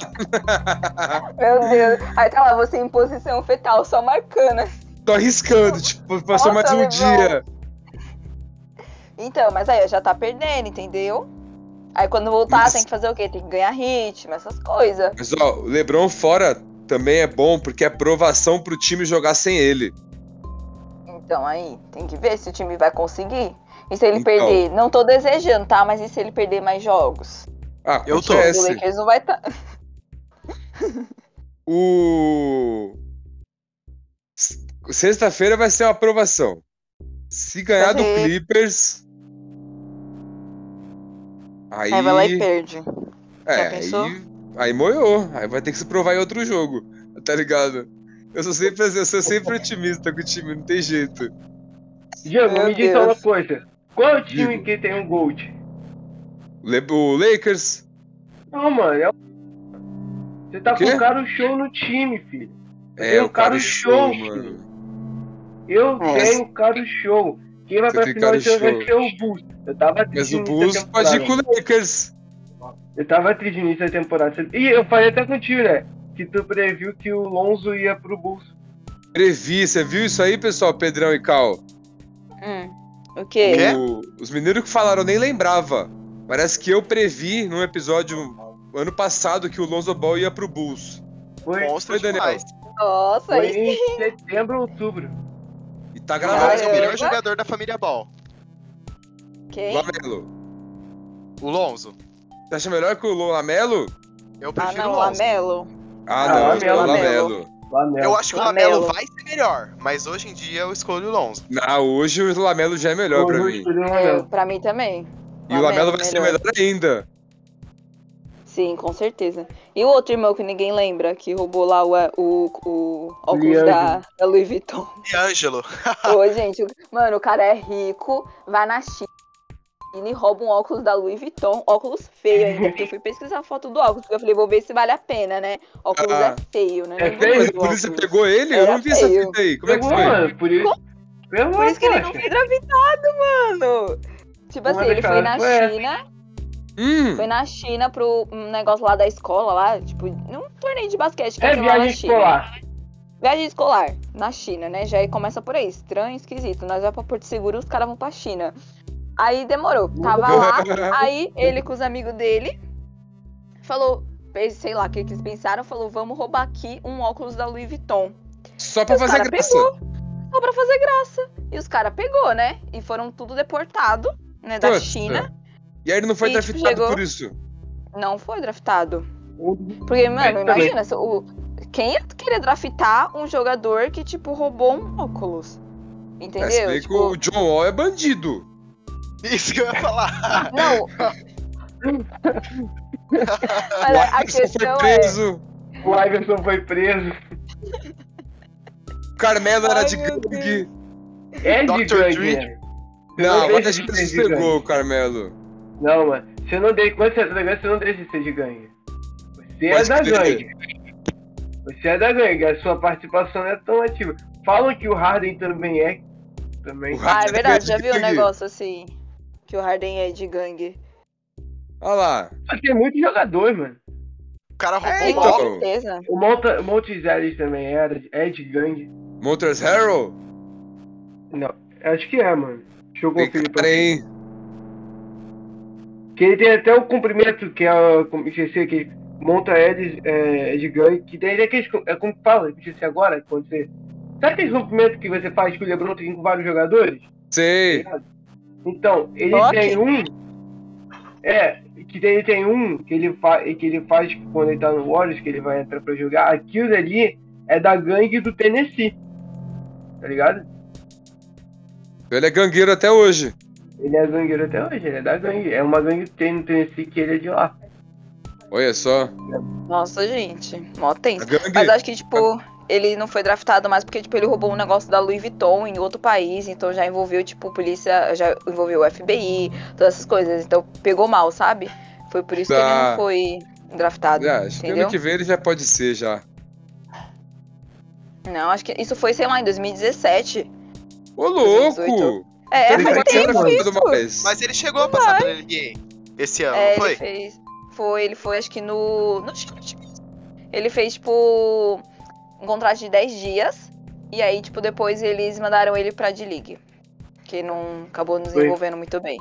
[SPEAKER 2] Meu Deus. Aí tá lá, você em posição fetal, só marcando.
[SPEAKER 1] Tô arriscando, tipo, passou
[SPEAKER 2] Nossa,
[SPEAKER 1] mais um
[SPEAKER 2] Lebron.
[SPEAKER 1] dia.
[SPEAKER 2] Então, mas aí ó, já tá perdendo, entendeu? Aí quando voltar,
[SPEAKER 1] Mas-
[SPEAKER 2] tem que fazer o quê? Tem que ganhar ritmo, essas coisas.
[SPEAKER 1] Mas ó, o Lebron fora também é bom, porque é provação pro time jogar sem ele.
[SPEAKER 2] Então aí, tem que ver se o time vai conseguir. E se ele
[SPEAKER 1] Então.
[SPEAKER 2] perder? Não tô desejando, tá? Mas e se ele perder mais jogos?
[SPEAKER 1] Ah,
[SPEAKER 3] Eu tô.
[SPEAKER 2] O
[SPEAKER 1] acontece.
[SPEAKER 2] Lakers não vai estar.
[SPEAKER 1] O. S- Sexta-feira vai ser uma aprovação. Se ganhar do
[SPEAKER 2] Cadê?
[SPEAKER 1] Clippers. Aí.
[SPEAKER 2] Aí É, vai lá e perde. Já
[SPEAKER 1] É,
[SPEAKER 2] pensou?
[SPEAKER 1] aí, aí moiou. Aí vai ter que se provar em outro jogo. Tá ligado? Eu sou sempre, eu sou sempre otimista com o time, não tem jeito.
[SPEAKER 4] Diego,
[SPEAKER 2] Meu
[SPEAKER 4] me diz
[SPEAKER 2] Deus.
[SPEAKER 4] uma coisa. Qual é o time
[SPEAKER 1] Digo.
[SPEAKER 4] que tem um Gold?
[SPEAKER 1] Le- O Lakers.
[SPEAKER 4] Não, mano, é o... Você tá
[SPEAKER 1] Quê?
[SPEAKER 4] com o cara show no time, filho.
[SPEAKER 1] É,
[SPEAKER 4] tenho um
[SPEAKER 1] o cara
[SPEAKER 4] cara
[SPEAKER 1] show,
[SPEAKER 4] show,
[SPEAKER 1] mano.
[SPEAKER 4] Eu
[SPEAKER 2] Nossa.
[SPEAKER 4] tenho o cara show. Quem vai
[SPEAKER 1] Você
[SPEAKER 4] pra
[SPEAKER 1] tem
[SPEAKER 4] final
[SPEAKER 1] cara
[SPEAKER 4] esse ano vai
[SPEAKER 1] show.
[SPEAKER 4] ser o Bulls. Eu tava
[SPEAKER 1] Mas
[SPEAKER 4] triste
[SPEAKER 1] o
[SPEAKER 4] no início da
[SPEAKER 1] Bulls pode ir
[SPEAKER 4] temporada.
[SPEAKER 1] com o Lakers.
[SPEAKER 4] Eu tava triste no início da temporada. E eu falei até contigo, né? Que tu previu que o Lonzo ia pro Bulls.
[SPEAKER 1] Previ, você viu isso aí, pessoal, Pedrão e Cal?
[SPEAKER 2] O quê?
[SPEAKER 3] O quê?
[SPEAKER 1] O- os meninos que falaram eu nem lembrava. Parece que eu previ num episódio ano passado que o Lonzo Ball ia pro Bulls.
[SPEAKER 4] Foi,
[SPEAKER 3] Monstro
[SPEAKER 1] Oi, Daniel.
[SPEAKER 3] demais.
[SPEAKER 2] Nossa,
[SPEAKER 4] foi
[SPEAKER 2] aí.
[SPEAKER 4] em setembro ou outubro.
[SPEAKER 1] E tá
[SPEAKER 2] Ah,
[SPEAKER 3] Caralho,
[SPEAKER 1] gravado
[SPEAKER 3] é o melhor
[SPEAKER 2] Caramba.
[SPEAKER 3] jogador da família Ball.
[SPEAKER 1] o
[SPEAKER 2] Quem?
[SPEAKER 1] Lamelo.
[SPEAKER 3] O Lonzo.
[SPEAKER 1] Você acha melhor que o Lo- Lamelo?
[SPEAKER 3] Eu
[SPEAKER 2] Ah,
[SPEAKER 3] prefiro
[SPEAKER 2] não,
[SPEAKER 3] o Lonzo.
[SPEAKER 2] Lamelo.
[SPEAKER 1] Ah,
[SPEAKER 4] Ah,
[SPEAKER 1] não,
[SPEAKER 4] Lamelo,
[SPEAKER 1] o
[SPEAKER 2] Lamelo.
[SPEAKER 1] Lamelo.
[SPEAKER 4] Lamelo.
[SPEAKER 3] Eu acho que o
[SPEAKER 2] Lamelo.
[SPEAKER 3] Lamelo vai ser melhor, mas hoje em dia eu escolho o Lonzo.
[SPEAKER 1] Ah, hoje o Lamelo já é melhor pra mim.
[SPEAKER 4] Ah,
[SPEAKER 2] É, pra mim também.
[SPEAKER 1] E o Lamelo vai ser melhor ainda.
[SPEAKER 2] Sim, com certeza. E o outro irmão que ninguém lembra, que roubou lá o, o, o óculos
[SPEAKER 4] Liangelo.
[SPEAKER 2] da, da Louis Vuitton.
[SPEAKER 3] E Ângelo.
[SPEAKER 2] Ô, gente, o- mano, o cara é rico, vai na China e rouba um óculos da Louis Vuitton, óculos feio ainda, porque eu fui pesquisar a foto do óculos, porque eu falei, vou ver se vale a pena, né? Óculos
[SPEAKER 1] Ah.
[SPEAKER 2] é feio, né?
[SPEAKER 4] É
[SPEAKER 2] Não
[SPEAKER 4] feio?
[SPEAKER 2] gosto
[SPEAKER 1] Mas a
[SPEAKER 2] do
[SPEAKER 1] polícia
[SPEAKER 2] óculos.
[SPEAKER 1] pegou ele? Eu
[SPEAKER 2] Era
[SPEAKER 1] não vi essa
[SPEAKER 2] feio.
[SPEAKER 1] fita aí. Como é que foi?
[SPEAKER 4] mano, por isso. Pegou,
[SPEAKER 2] Por isso que ele não
[SPEAKER 4] poxa.
[SPEAKER 2] foi draftado, mano! Tipo
[SPEAKER 4] Uma
[SPEAKER 2] assim, ele foi na
[SPEAKER 4] declaração é essa.
[SPEAKER 2] China,
[SPEAKER 1] Hum,
[SPEAKER 2] foi na China pro um negócio lá da escola, lá, tipo, num torneio de basquete que
[SPEAKER 4] É
[SPEAKER 2] tem lá
[SPEAKER 4] viagem
[SPEAKER 2] na China.
[SPEAKER 4] escolar.
[SPEAKER 2] Viagem escolar na China, né? Já aí começa por aí. Estranho, esquisito. Nós vai pra Porto Seguro, os caras vão pra China. Aí demorou. Tava lá. Aí ele com os amigos dele falou, fez, sei lá o que que eles pensaram, falou: vamos roubar aqui um óculos da Louis Vuitton.
[SPEAKER 1] só pra
[SPEAKER 2] os
[SPEAKER 1] fazer
[SPEAKER 2] cara
[SPEAKER 1] graça.
[SPEAKER 2] pegou. Só pra fazer graça. E os caras pegou, né? E foram tudo deportado, né? Da
[SPEAKER 1] Puta.
[SPEAKER 2] China.
[SPEAKER 1] é. E aí ele não foi
[SPEAKER 2] E, tipo,
[SPEAKER 1] draftado
[SPEAKER 2] chegou.
[SPEAKER 1] por isso. É,
[SPEAKER 2] Não foi draftado. Porque, mano,
[SPEAKER 4] também.
[SPEAKER 2] imagina, se o, quem ia querer draftar um jogador que, tipo, roubou um óculos?
[SPEAKER 1] É, se
[SPEAKER 2] Entendeu?
[SPEAKER 1] bem que
[SPEAKER 2] Tipo,
[SPEAKER 1] o John Wall é bandido.
[SPEAKER 3] Isso que eu ia falar.
[SPEAKER 2] Não.
[SPEAKER 1] O
[SPEAKER 2] Mas a- a
[SPEAKER 1] Iverson foi
[SPEAKER 2] questão é.
[SPEAKER 1] preso.
[SPEAKER 4] O Iverson foi preso.
[SPEAKER 1] O Carmelo era
[SPEAKER 2] Ai,
[SPEAKER 1] de
[SPEAKER 2] meu
[SPEAKER 1] gangue.
[SPEAKER 4] É de
[SPEAKER 3] Dr.
[SPEAKER 4] gangue,
[SPEAKER 3] Dre.
[SPEAKER 4] né? Eu
[SPEAKER 1] Não,
[SPEAKER 4] vejo
[SPEAKER 1] agora a gente
[SPEAKER 4] isso de
[SPEAKER 1] pegou o Carmelo.
[SPEAKER 4] Não, mano. Você não deixa. Quando você é da gangue, você não deixa de ser de gangue. Você é
[SPEAKER 1] Pode
[SPEAKER 4] da
[SPEAKER 1] crer.
[SPEAKER 4] gangue. Você é da gangue. A sua participação não é tão ativa. Falam que o Harden também é. Também.
[SPEAKER 1] O Harden-
[SPEAKER 2] Ah, é verdade, já viu um
[SPEAKER 1] Gangue.
[SPEAKER 2] negócio assim. Que o Harden é de gangue.
[SPEAKER 1] Olha lá.
[SPEAKER 4] Só que Tem muitos jogadores, mano.
[SPEAKER 3] O cara
[SPEAKER 2] É,
[SPEAKER 3] roubou
[SPEAKER 1] então.
[SPEAKER 3] o Lonzo.
[SPEAKER 2] Com certeza.
[SPEAKER 4] O Monta, Montes Ellis também era, é de gangue.
[SPEAKER 1] Montres Harrell?
[SPEAKER 4] Não, acho que é, mano. Deixa eu
[SPEAKER 1] Tem
[SPEAKER 4] conferir pra
[SPEAKER 1] cara, hein?
[SPEAKER 4] Que ele tem até o cumprimento, que é. o- como- Esqueci aqui. Monta Ellis é, é de gangue. Que tem até aqueles. cum- É como que fala, esqueci agora, quando você. Sabe aqueles cumprimentos que você faz que o Lebron tem com vários jogadores?
[SPEAKER 1] Sei.
[SPEAKER 4] Então, ele
[SPEAKER 2] Toque.
[SPEAKER 4] tem um. É, que tem- ele tem um que ele, fa que ele faz quando ele tá no Warriors, que ele vai entrar pra jogar. Aquilo ali é da gangue do Tennessee. Tá ligado?
[SPEAKER 1] Ele é gangueiro até hoje.
[SPEAKER 4] Ele é zangueiro até hoje, ele é da gangue. É uma gangue que tem no Tennessee que ele é de lá.
[SPEAKER 1] Olha só.
[SPEAKER 2] Nossa, gente. Mó
[SPEAKER 1] A
[SPEAKER 2] tenso.
[SPEAKER 1] gangue.
[SPEAKER 2] Mas acho que, tipo, ele não foi draftado mais porque, tipo, ele roubou um negócio da Louis Vuitton em outro país. Então já envolveu, tipo, polícia. Já envolveu o FBI, todas essas coisas. Então pegou mal, sabe? Foi por isso que ele
[SPEAKER 1] Tá.
[SPEAKER 2] não foi draftado.
[SPEAKER 1] Ah, acho que
[SPEAKER 2] entendeu?
[SPEAKER 1] ano que vem ele já pode ser, já.
[SPEAKER 2] Não, acho que isso foi, sei lá, em 2017.
[SPEAKER 1] Ô, louco!
[SPEAKER 2] 2018. É,
[SPEAKER 1] Ele
[SPEAKER 2] faz
[SPEAKER 4] Mas
[SPEAKER 1] vai ser
[SPEAKER 2] tempo
[SPEAKER 1] draftado
[SPEAKER 2] isso.
[SPEAKER 1] mais.
[SPEAKER 3] Mas ele chegou a passar pela NBA esse ano,
[SPEAKER 2] É,
[SPEAKER 3] não foi?
[SPEAKER 2] ele fez. Foi, ele foi, acho que no. No chat. Ele fez, tipo, um contrato de 10 dias. E aí, tipo, depois eles mandaram ele pra D-League. Que não acabou nos
[SPEAKER 4] Foi.
[SPEAKER 2] envolvendo muito bem.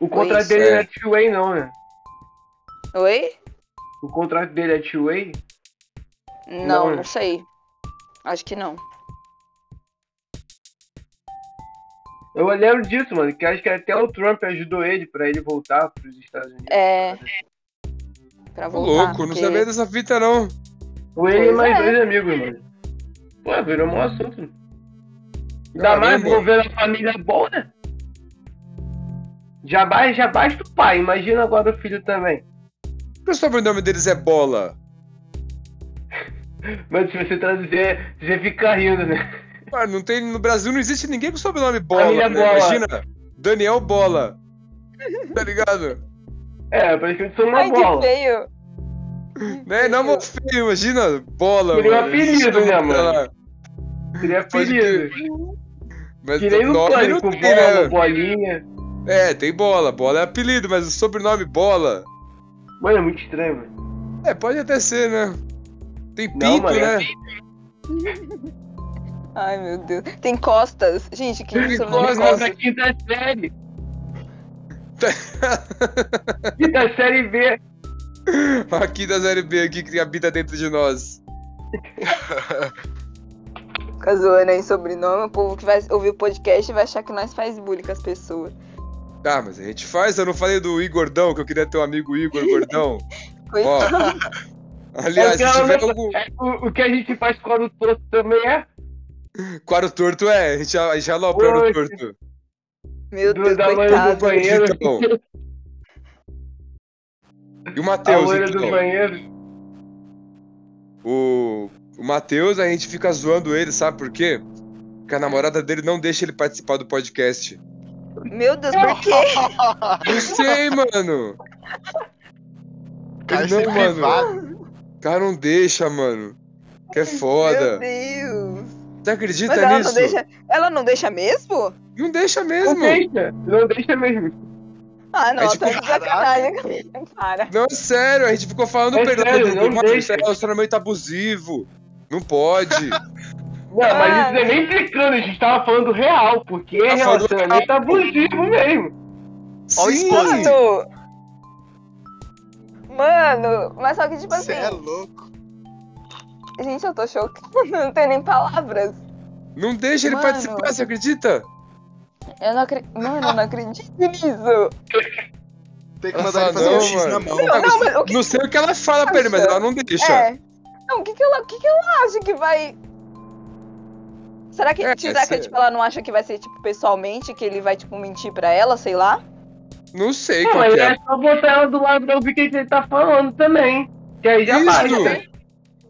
[SPEAKER 4] O contrato
[SPEAKER 2] Pois
[SPEAKER 4] dele
[SPEAKER 1] é.
[SPEAKER 4] não é two-way, não, né?
[SPEAKER 2] Oi?
[SPEAKER 4] O contrato dele é two-way?
[SPEAKER 2] Não,
[SPEAKER 4] Não.
[SPEAKER 2] não, sei. Acho que não.
[SPEAKER 4] Eu lembro disso, mano, que acho que até o Trump ajudou ele pra ele voltar pros Estados Unidos.
[SPEAKER 2] É. Pra
[SPEAKER 1] Ô,
[SPEAKER 2] voltar.
[SPEAKER 1] louco, não
[SPEAKER 2] porque-
[SPEAKER 1] sabia dessa fita, não.
[SPEAKER 4] Ou ele e
[SPEAKER 2] Pois
[SPEAKER 4] mais
[SPEAKER 2] é.
[SPEAKER 4] dois amigos, mano. Pô, virou um assunto. Ainda
[SPEAKER 1] Caramba.
[SPEAKER 4] mais envolvendo a família boa, né? Já basta, já basta o pai, imagina agora o filho também.
[SPEAKER 1] Por que o sobrenome deles é Bola?
[SPEAKER 4] Mas se você traduzir, você fica rindo, né?
[SPEAKER 1] Mano, não tem, no Brasil não existe ninguém com sobrenome Bola,
[SPEAKER 4] Família
[SPEAKER 1] né?
[SPEAKER 4] Bola.
[SPEAKER 1] Imagina, Daniel Bola. Tá ligado?
[SPEAKER 4] É, parece que eu sou uma
[SPEAKER 2] Ai,
[SPEAKER 4] bola.
[SPEAKER 2] que feio.
[SPEAKER 1] né? Não, meu filho, imagina, Bola.
[SPEAKER 4] Seria um
[SPEAKER 1] mano.
[SPEAKER 4] apelido,
[SPEAKER 1] Existe um
[SPEAKER 4] né,
[SPEAKER 1] cara
[SPEAKER 4] mano?
[SPEAKER 1] lá.
[SPEAKER 4] Seria
[SPEAKER 1] Pode
[SPEAKER 4] apelido.
[SPEAKER 1] Mas
[SPEAKER 4] Que nem no
[SPEAKER 1] nome não
[SPEAKER 4] pânico,
[SPEAKER 1] tem,
[SPEAKER 4] bola,
[SPEAKER 1] né?
[SPEAKER 4] bolinha.
[SPEAKER 1] É, tem Bola. Bola é apelido, mas o sobrenome Bola...
[SPEAKER 4] Mano, é muito estranho, mano.
[SPEAKER 1] É, pode até ser, né? Tem pinto,
[SPEAKER 4] Não, mano, é
[SPEAKER 1] né?
[SPEAKER 2] Ai, meu Deus. Tem costas. Gente, que
[SPEAKER 1] Tem
[SPEAKER 2] isso?
[SPEAKER 1] costas.
[SPEAKER 4] Vamos
[SPEAKER 1] nossa.
[SPEAKER 4] pra quinta série. Quinta série B.
[SPEAKER 1] Aqui da Série B, aqui que habita dentro de nós.
[SPEAKER 2] Fica zoando aí sobrenome, o povo que vai ouvir o podcast vai achar que nós faz bullying com as pessoas.
[SPEAKER 1] Tá, mas a gente faz, eu não falei do Igor Gordão, que eu queria ter um amigo Igor Gordão. Ó.
[SPEAKER 2] Coitado.
[SPEAKER 1] Aliás,
[SPEAKER 4] É o que
[SPEAKER 1] se
[SPEAKER 4] eu
[SPEAKER 1] tiver
[SPEAKER 4] não-
[SPEAKER 1] algum
[SPEAKER 4] É, o, o que a gente faz quando o torto também é
[SPEAKER 1] quadro torto, é, a gente já, a gente já alopra no
[SPEAKER 4] Poxa.
[SPEAKER 1] torto.
[SPEAKER 2] Meu
[SPEAKER 4] do,
[SPEAKER 2] Deus,
[SPEAKER 4] da loira do
[SPEAKER 2] coitado.
[SPEAKER 4] banheiro.
[SPEAKER 1] Então, E o
[SPEAKER 4] A
[SPEAKER 1] Matheus,
[SPEAKER 2] é
[SPEAKER 4] loira do
[SPEAKER 1] então?
[SPEAKER 4] banheiro.
[SPEAKER 1] O, o Matheus, a gente fica zoando ele, sabe por quê? Porque a namorada dele não deixa ele participar do podcast.
[SPEAKER 2] Meu Deus, por quê?
[SPEAKER 1] Não sei, mano. Não,
[SPEAKER 3] Cara, isso
[SPEAKER 1] mano.
[SPEAKER 3] é
[SPEAKER 2] Tipo
[SPEAKER 3] privado.
[SPEAKER 1] O cara não deixa, mano. Que é
[SPEAKER 2] Meu
[SPEAKER 1] foda.
[SPEAKER 2] Deus.
[SPEAKER 1] Você acredita
[SPEAKER 2] Mas ela
[SPEAKER 1] nisso?
[SPEAKER 2] não deixa. Ela não deixa mesmo?
[SPEAKER 1] Não deixa
[SPEAKER 4] Não
[SPEAKER 1] mesmo.
[SPEAKER 4] deixa, não deixa mesmo.
[SPEAKER 2] Ah, não,
[SPEAKER 1] É tipo,
[SPEAKER 2] tá de sacanagem. Para.
[SPEAKER 1] Não, é sério, a gente ficou falando
[SPEAKER 4] É
[SPEAKER 1] perdão,
[SPEAKER 4] sério, não
[SPEAKER 1] mano, isso
[SPEAKER 4] deixa.
[SPEAKER 1] é relacionamento abusivo. Não pode.
[SPEAKER 4] Não, mas isso não é nem brincando, a gente tava falando real, porque é
[SPEAKER 1] Tá falando
[SPEAKER 4] relacionamento abusivo mesmo.
[SPEAKER 3] Olha o
[SPEAKER 1] Sim,
[SPEAKER 3] esposo.
[SPEAKER 2] Mano! Mano, mas só que tipo assim,
[SPEAKER 3] Você é louco.
[SPEAKER 2] gente, eu tô chocada, não tenho nem palavras.
[SPEAKER 1] Não deixa ele
[SPEAKER 2] Mano.
[SPEAKER 1] participar, você acredita?
[SPEAKER 2] Eu não acredito. Mano, eu não acredito nisso.
[SPEAKER 5] Tem que mandar
[SPEAKER 1] Ah,
[SPEAKER 5] ele fazer
[SPEAKER 1] não,
[SPEAKER 5] um X na
[SPEAKER 1] mano.
[SPEAKER 5] mão.
[SPEAKER 2] Não, não, mas o que
[SPEAKER 1] Não sei o que ela fala pra ele, mas ela não deixa.
[SPEAKER 2] É. Não, o que, que, ela, o que, que ela acha que vai. Será que,
[SPEAKER 1] É,
[SPEAKER 2] será
[SPEAKER 1] sei.
[SPEAKER 2] que tipo, ela não acha que vai ser, tipo, pessoalmente, que ele vai, tipo, mentir pra ela, sei lá?
[SPEAKER 1] Não sei
[SPEAKER 4] Não,
[SPEAKER 1] qual
[SPEAKER 4] mas
[SPEAKER 1] que
[SPEAKER 4] é
[SPEAKER 1] é.
[SPEAKER 4] só botar ela do lado pra ouvir o que ele tá falando também. Que aí já
[SPEAKER 1] Isso.
[SPEAKER 4] basta. né?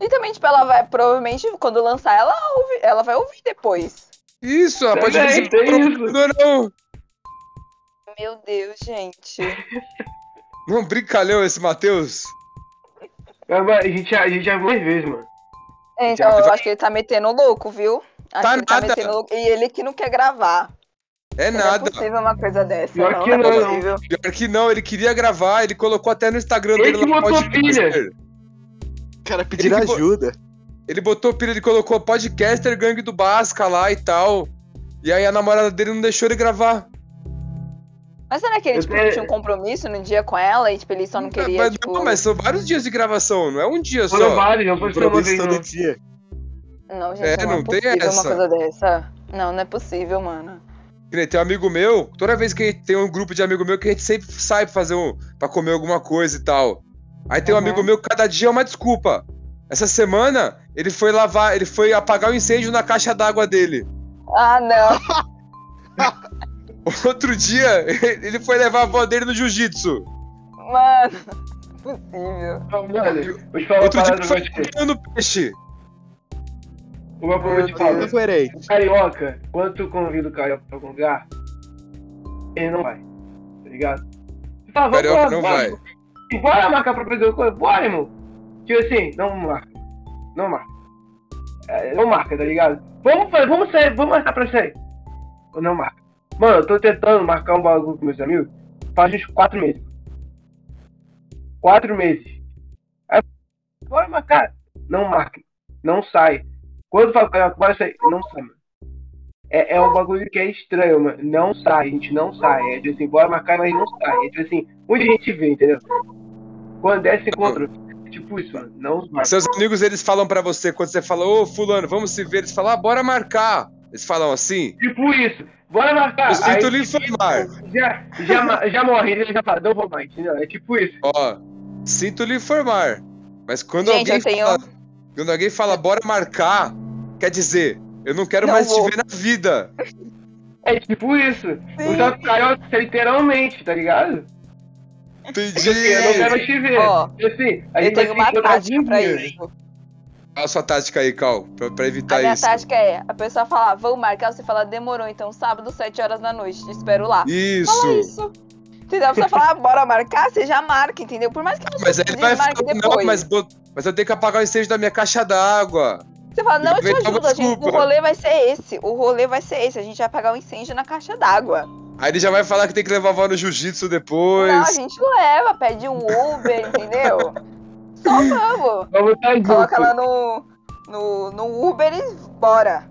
[SPEAKER 2] E também, tipo, ela vai, provavelmente, quando lançar, ela, ouve, ela vai ouvir depois.
[SPEAKER 1] Isso, ela pode
[SPEAKER 4] Também,
[SPEAKER 1] dizer
[SPEAKER 4] tem
[SPEAKER 1] não, não.
[SPEAKER 2] Meu Deus, gente.
[SPEAKER 1] Não, brincalhão esse Matheus.
[SPEAKER 4] É, mas A gente, já- a gente já viu mais vezes, mano.
[SPEAKER 2] É,
[SPEAKER 4] Já
[SPEAKER 2] Então, eu
[SPEAKER 1] vai-
[SPEAKER 2] acho que ele tá metendo louco, viu? Acho
[SPEAKER 1] Tá
[SPEAKER 2] que ele tá
[SPEAKER 1] nada.
[SPEAKER 2] metendo louco. E ele que não quer gravar.
[SPEAKER 1] É
[SPEAKER 2] Não é
[SPEAKER 1] nada.
[SPEAKER 2] possível uma coisa dessa.
[SPEAKER 4] Pior
[SPEAKER 2] não, não
[SPEAKER 4] que
[SPEAKER 2] é
[SPEAKER 4] não.
[SPEAKER 2] possível.
[SPEAKER 1] Pior que não, ele queria gravar, ele colocou até no Instagram
[SPEAKER 4] Ele
[SPEAKER 1] dele
[SPEAKER 4] que
[SPEAKER 1] lá
[SPEAKER 4] botou
[SPEAKER 1] podcaster.
[SPEAKER 5] O cara pedir
[SPEAKER 1] Ele que bo-
[SPEAKER 5] ajuda.
[SPEAKER 1] Ele botou pilha, ele colocou podcaster gangue do Basca lá e tal. E aí a namorada dele não deixou ele gravar.
[SPEAKER 2] Mas será que ele,
[SPEAKER 4] Eu
[SPEAKER 2] tipo,
[SPEAKER 4] tenho-
[SPEAKER 2] tinha um compromisso no dia com ela e, tipo, ele só não queria,
[SPEAKER 1] mas,
[SPEAKER 2] tipo...
[SPEAKER 1] não, mas são vários dias de gravação, não é um dia
[SPEAKER 4] Foram
[SPEAKER 1] só.
[SPEAKER 4] vários, não foi só uma
[SPEAKER 5] Compromisso
[SPEAKER 4] vez, né?
[SPEAKER 5] todo
[SPEAKER 4] não.
[SPEAKER 5] dia.
[SPEAKER 2] Não, gente,
[SPEAKER 1] É,
[SPEAKER 2] não,
[SPEAKER 1] não
[SPEAKER 2] é
[SPEAKER 1] tem
[SPEAKER 2] possível
[SPEAKER 1] essa.
[SPEAKER 2] uma coisa dessa. Não, não é possível, mano.
[SPEAKER 1] Que nem Tem um amigo meu, toda vez que tem um grupo de amigo meu que a gente sempre sai pra fazer um. pra comer alguma coisa e tal. Aí tem um
[SPEAKER 2] Uhum.
[SPEAKER 1] amigo meu que cada dia é uma desculpa. Essa semana, ele foi lavar, ele foi apagar o incêndio na caixa d'água dele.
[SPEAKER 2] Ah, não.
[SPEAKER 1] Outro dia, ele foi levar a avó dele no jiu-jitsu.
[SPEAKER 2] Mano, é impossível.
[SPEAKER 4] Não, Olha, vou te falar uma
[SPEAKER 1] Outro dia,
[SPEAKER 4] parada
[SPEAKER 1] ele
[SPEAKER 4] pra
[SPEAKER 1] foi
[SPEAKER 4] você.
[SPEAKER 1] comendo peixe.
[SPEAKER 4] Uma prova
[SPEAKER 5] Tá,
[SPEAKER 4] de
[SPEAKER 3] É.
[SPEAKER 4] falar.
[SPEAKER 5] Diferente.
[SPEAKER 4] O carioca, quando tu convida o carioca pra algum lugar, ele não vai. Tá ligado? Tu fala,
[SPEAKER 1] O
[SPEAKER 4] vamos
[SPEAKER 1] carioca
[SPEAKER 4] lá,
[SPEAKER 1] não vai.
[SPEAKER 4] bora. Bora marcar pra fazer uma coisa? Bora, irmão. Tipo assim, não marca. Não marca. É, não marca, tá ligado? Vamos fazer, vamos sair, vamos marcar pra sair. Ou não marca. Mano, eu tô tentando marcar um bagulho com meus amigos faz uns quatro meses. Quatro meses. Aí, bora marcar. Não marca. Não sai. Quando fala, cara, bora sair. Não sai, mano. É, é um bagulho que é estranho, mano. Não sai, a gente não sai. É tipo assim, bora marcar, mas não sai. É tipo assim, onde a gente vê, entendeu? Quando desce, encontra. Tipo isso, mano. Não marca.
[SPEAKER 1] Seus amigos, eles falam pra você, quando você fala, ô, fulano, vamos se ver. Eles falam, ah, bora marcar. Eles falam assim.
[SPEAKER 4] Tipo isso. Bora marcar.
[SPEAKER 1] Eu sinto
[SPEAKER 4] Ah, Aí,
[SPEAKER 1] lhe informar.
[SPEAKER 4] já, já, ma- já morre, ele já fala, não vou mais, entendeu? É tipo isso.
[SPEAKER 1] Ó, sinto lhe informar. Mas quando
[SPEAKER 2] Gente,
[SPEAKER 1] alguém
[SPEAKER 2] eu tenho-
[SPEAKER 1] fala, quando alguém fala bora marcar, quer dizer, eu não quero
[SPEAKER 2] Não
[SPEAKER 1] mais
[SPEAKER 2] vou.
[SPEAKER 1] te ver na vida.
[SPEAKER 4] É tipo isso.
[SPEAKER 2] Sim.
[SPEAKER 4] O Zap Carioca é literalmente, tá ligado? Eu não
[SPEAKER 1] Entendi.
[SPEAKER 4] quero te ver.
[SPEAKER 2] Ó,
[SPEAKER 4] assim, a
[SPEAKER 2] Eu tenho
[SPEAKER 4] gente vai se
[SPEAKER 2] uma
[SPEAKER 4] encontrar
[SPEAKER 2] tática
[SPEAKER 4] um
[SPEAKER 2] pra
[SPEAKER 4] dia.
[SPEAKER 2] isso.
[SPEAKER 1] Qual a sua tática aí, Cal, pra, pra
[SPEAKER 2] A
[SPEAKER 1] evitar
[SPEAKER 2] minha
[SPEAKER 1] isso?
[SPEAKER 2] tática é, a pessoa fala, vamos marcar, você fala, demorou, então sábado, 7 horas da noite, te espero lá. Fala
[SPEAKER 1] Isso.
[SPEAKER 2] isso. Entendeu? A pessoa fala, ah, bora marcar, você já marca, entendeu? Por mais que você
[SPEAKER 1] Mas aí ele vai
[SPEAKER 2] desmarque
[SPEAKER 1] falar, não,
[SPEAKER 2] depois.
[SPEAKER 1] mas, bo- mas eu tenho que apagar o incêndio da minha caixa d'água.
[SPEAKER 2] Você fala, não, eu te
[SPEAKER 1] Inventar uma
[SPEAKER 2] ajudo, a gente, o
[SPEAKER 1] desculpa.
[SPEAKER 2] rolê vai ser esse, o rolê vai ser esse, a gente vai apagar o incêndio na caixa d'água.
[SPEAKER 1] Aí ele já vai falar que tem que levar a avó no jiu-jitsu
[SPEAKER 2] Não, a
[SPEAKER 1] depois.
[SPEAKER 2] gente leva, pede um Uber, entendeu? Só vamos.
[SPEAKER 4] Vamos tá junto.
[SPEAKER 2] Coloca lá no, no, no Uber e bora.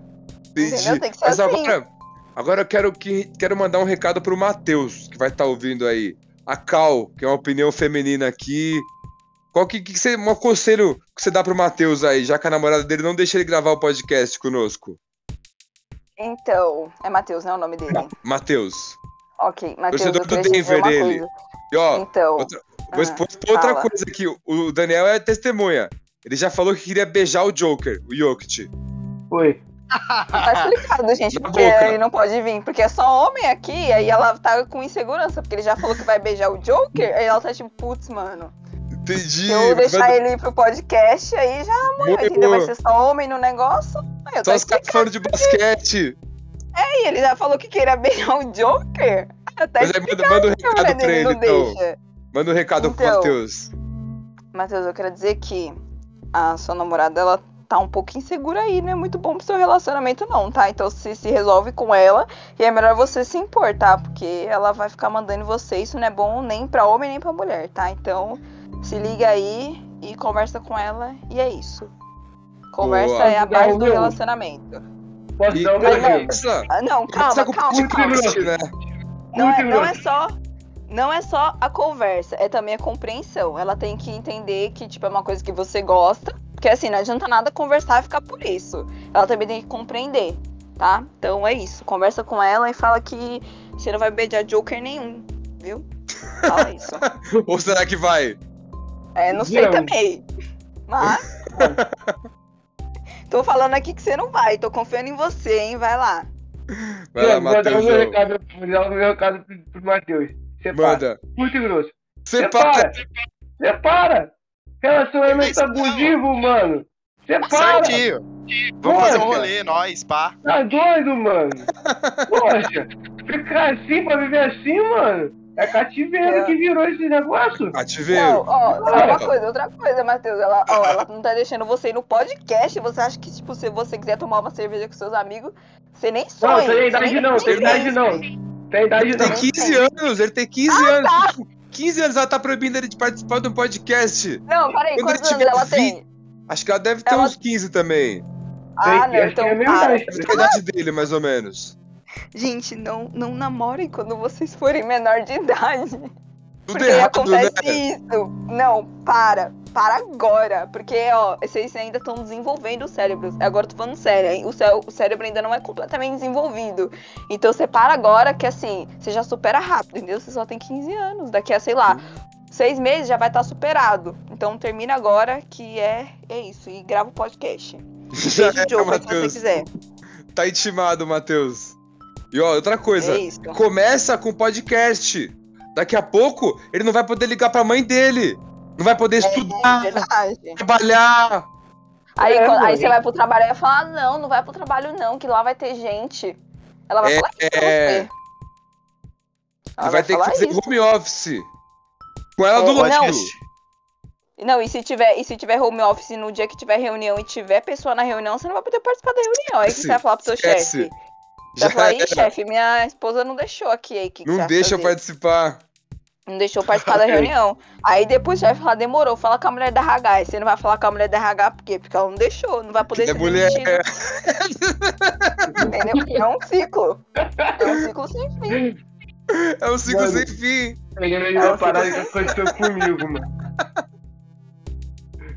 [SPEAKER 2] entendeu? Tem que ser
[SPEAKER 1] Mas
[SPEAKER 2] assim.
[SPEAKER 1] agora, agora eu quero, que, quero mandar um recado pro Matheus, que vai estar ouvindo aí. A Cal, que é uma opinião feminina aqui. Qual que, que você, um conselho que você dá pro Matheus aí, já que a namorada dele não deixa ele gravar o podcast conosco?
[SPEAKER 2] Então, é Matheus, né? O nome dele.
[SPEAKER 1] Matheus.
[SPEAKER 2] Ok, Matheus,
[SPEAKER 1] Torcedor
[SPEAKER 2] eu
[SPEAKER 1] do
[SPEAKER 2] queria te
[SPEAKER 1] Denver,
[SPEAKER 2] dizer uma
[SPEAKER 1] ele.
[SPEAKER 2] coisa.
[SPEAKER 1] E ó,
[SPEAKER 2] Então,
[SPEAKER 1] outra- vou expor outra
[SPEAKER 2] fala.
[SPEAKER 1] coisa aqui. O Daniel é testemunha. Ele já falou que queria beijar o Joker, o Jokic.
[SPEAKER 4] Foi.
[SPEAKER 2] tá explicado, gente,
[SPEAKER 1] Na
[SPEAKER 2] porque
[SPEAKER 1] boca.
[SPEAKER 2] ele não pode vir, porque é só homem aqui, aí ela tá com insegurança, porque ele já falou que vai beijar o Joker, aí ela tá tipo, putz, mano,
[SPEAKER 1] Entendi.
[SPEAKER 2] se eu deixar
[SPEAKER 1] Vai-
[SPEAKER 2] ele ir pro podcast, aí já amanhã, entendeu? Vai ser só homem no negócio. Aí eu tô
[SPEAKER 1] Só os caras
[SPEAKER 2] explicando,
[SPEAKER 1] falando de basquete.
[SPEAKER 2] aí ele já falou que queria beijar o Joker. Aí eu tá
[SPEAKER 1] Mas aí manda, manda
[SPEAKER 2] explicando,
[SPEAKER 1] um
[SPEAKER 2] né,
[SPEAKER 1] recado pra
[SPEAKER 2] dele,
[SPEAKER 1] ele,
[SPEAKER 2] não
[SPEAKER 1] então.
[SPEAKER 2] deixa.
[SPEAKER 1] Manda um recado pro
[SPEAKER 2] Então.
[SPEAKER 1] Matheus.
[SPEAKER 2] Matheus, eu quero dizer que a sua namorada, ela tá um pouco insegura aí, não é muito bom pro seu relacionamento não, tá? Então se, se resolve com ela e é melhor você se impor, tá? Porque ela vai ficar mandando em você, isso não é bom nem pra homem nem pra mulher, tá? Então se liga aí e conversa com ela e é isso. Conversa
[SPEAKER 1] Boa.
[SPEAKER 2] é a base do
[SPEAKER 4] Meu.
[SPEAKER 2] relacionamento.
[SPEAKER 4] Posso
[SPEAKER 1] E
[SPEAKER 4] dar um ganho?
[SPEAKER 1] começa,
[SPEAKER 2] Ah, não,
[SPEAKER 1] começa
[SPEAKER 2] calma,
[SPEAKER 1] tá com o
[SPEAKER 2] calma, calma.
[SPEAKER 1] podcast, né?
[SPEAKER 2] Não é,
[SPEAKER 4] Muito
[SPEAKER 2] não é
[SPEAKER 4] grosso.
[SPEAKER 2] só. Não é só a conversa, é também a compreensão. Ela tem que entender que, tipo, é uma coisa que você gosta. Porque assim, não adianta nada conversar e ficar por isso. Ela também tem que compreender, tá? Então é isso. Conversa com ela e fala que você não vai beijar Joker nenhum, viu? Fala isso.
[SPEAKER 1] Ou será que vai?
[SPEAKER 2] É, não sei
[SPEAKER 4] Não.
[SPEAKER 2] também. Mas. tô falando aqui que você não vai, tô confiando em você, hein? Vai lá.
[SPEAKER 1] Vai lá,
[SPEAKER 4] Mano, vou dar o
[SPEAKER 1] Matheus.
[SPEAKER 4] meu recado, vou dar o meu recado pro, pro Matheus. Separa.
[SPEAKER 1] Manda.
[SPEAKER 4] Muito grosso.
[SPEAKER 1] Separa.
[SPEAKER 4] Separa. Relacionamento
[SPEAKER 3] Isso não.
[SPEAKER 4] abusivo, mano. Separa.
[SPEAKER 3] Certinho. Vamos fazer um
[SPEAKER 4] Poxa.
[SPEAKER 3] rolê, nós, pá.
[SPEAKER 4] Tá doido, mano. Poxa. Ficar assim pra viver assim, mano. É cativeiro
[SPEAKER 2] É.
[SPEAKER 4] que virou esse negócio.
[SPEAKER 2] Não,
[SPEAKER 1] Cativeiro.
[SPEAKER 2] ó,
[SPEAKER 4] Ah.
[SPEAKER 2] uma coisa, outra coisa, Matheus. Ela, ó, ela não tá deixando você ir no podcast. Você acha que, tipo, se você quiser tomar uma cerveja com seus amigos, você nem
[SPEAKER 4] Não,
[SPEAKER 2] sonha.
[SPEAKER 4] tem
[SPEAKER 2] você
[SPEAKER 4] idade
[SPEAKER 2] nem-
[SPEAKER 4] não,
[SPEAKER 2] nem
[SPEAKER 4] tem idade
[SPEAKER 2] pensa.
[SPEAKER 4] não. Tem idade
[SPEAKER 1] Tem
[SPEAKER 4] não.
[SPEAKER 2] que-
[SPEAKER 1] 15 anos, ele tem
[SPEAKER 2] Ah,
[SPEAKER 1] 15 anos. Tipo, 15 anos ela tá proibindo ele de participar de um podcast.
[SPEAKER 2] Não, peraí,
[SPEAKER 1] Quando ele
[SPEAKER 2] quantos anos
[SPEAKER 1] tiver
[SPEAKER 2] ela
[SPEAKER 1] vi-
[SPEAKER 2] tem?
[SPEAKER 1] Acho que ela deve ter
[SPEAKER 2] Ela-
[SPEAKER 1] uns 15 também.
[SPEAKER 2] Ah,
[SPEAKER 4] Tem-
[SPEAKER 2] não,
[SPEAKER 4] acho que
[SPEAKER 2] então.
[SPEAKER 4] é a mesma
[SPEAKER 2] para.
[SPEAKER 4] idade.
[SPEAKER 1] Acho que é a idade dele, mais ou menos.
[SPEAKER 2] Gente, não, não namorem quando vocês forem menor de idade.
[SPEAKER 1] Tudo
[SPEAKER 2] porque
[SPEAKER 1] errado,
[SPEAKER 2] acontece
[SPEAKER 1] né?
[SPEAKER 2] isso. Não, para. Para agora. Porque, ó, vocês ainda estão desenvolvendo os cérebros. Agora eu tô falando sério, hein? O, cé- o cérebro ainda não é completamente desenvolvido. Então você para agora que, assim, você já supera rápido, entendeu? Você só tem 15 anos. Daqui a, sei lá, seis meses já vai estar superado. Então termina agora que é, é isso. E grava o podcast.
[SPEAKER 1] Já
[SPEAKER 2] Beijo,
[SPEAKER 1] é,
[SPEAKER 2] Joe, se você
[SPEAKER 1] Matheus.
[SPEAKER 2] quiser.
[SPEAKER 1] Tá intimado, Matheus. E ó, outra coisa,
[SPEAKER 2] É isso.
[SPEAKER 1] começa com podcast. Daqui a pouco ele não vai poder ligar pra mãe dele. Não vai
[SPEAKER 2] É,
[SPEAKER 1] poder estudar,
[SPEAKER 2] Verdade.
[SPEAKER 1] trabalhar.
[SPEAKER 2] Aí,
[SPEAKER 4] É,
[SPEAKER 2] quando- aí
[SPEAKER 4] mano.
[SPEAKER 2] você vai pro trabalho e vai falar, "Ah, não, não vai pro trabalho não, que lá vai ter gente. Ela vai
[SPEAKER 1] É,
[SPEAKER 2] falar isso
[SPEAKER 1] é.
[SPEAKER 2] pra você. é. Ela
[SPEAKER 1] Ele vai ter que
[SPEAKER 2] Então, falar
[SPEAKER 1] fazer
[SPEAKER 2] isso.
[SPEAKER 1] home office. Com ela do
[SPEAKER 2] Não.
[SPEAKER 1] lado. um-
[SPEAKER 2] Não, e se, tiver, e se tiver home office no dia que tiver reunião e tiver pessoa na reunião, você não vai poder participar da reunião. Aí o que
[SPEAKER 1] Esquece,
[SPEAKER 2] você vai falar pro seu
[SPEAKER 1] esquece.
[SPEAKER 2] chefe. Você vai falar,
[SPEAKER 1] era.
[SPEAKER 2] ih, chefe, minha esposa não deixou aqui. Aí, o que que você
[SPEAKER 1] Não
[SPEAKER 2] vai
[SPEAKER 1] deixa eu
[SPEAKER 2] fazer?
[SPEAKER 1] participar.
[SPEAKER 2] Não deixou participar da reunião. Aí depois o chefe fala, demorou, fala com a mulher da RH. Aí você não vai falar com a mulher da RH por quê? Porque ela não deixou, não vai poder
[SPEAKER 1] Porque
[SPEAKER 2] ser
[SPEAKER 1] é mulher.
[SPEAKER 2] demitida. Entendeu? É um ciclo. É um ciclo sem fim.
[SPEAKER 1] É um ciclo
[SPEAKER 4] Mano.
[SPEAKER 1] sem fim.
[SPEAKER 4] Eu lembrei de uma parada que aconteceu comigo, mano.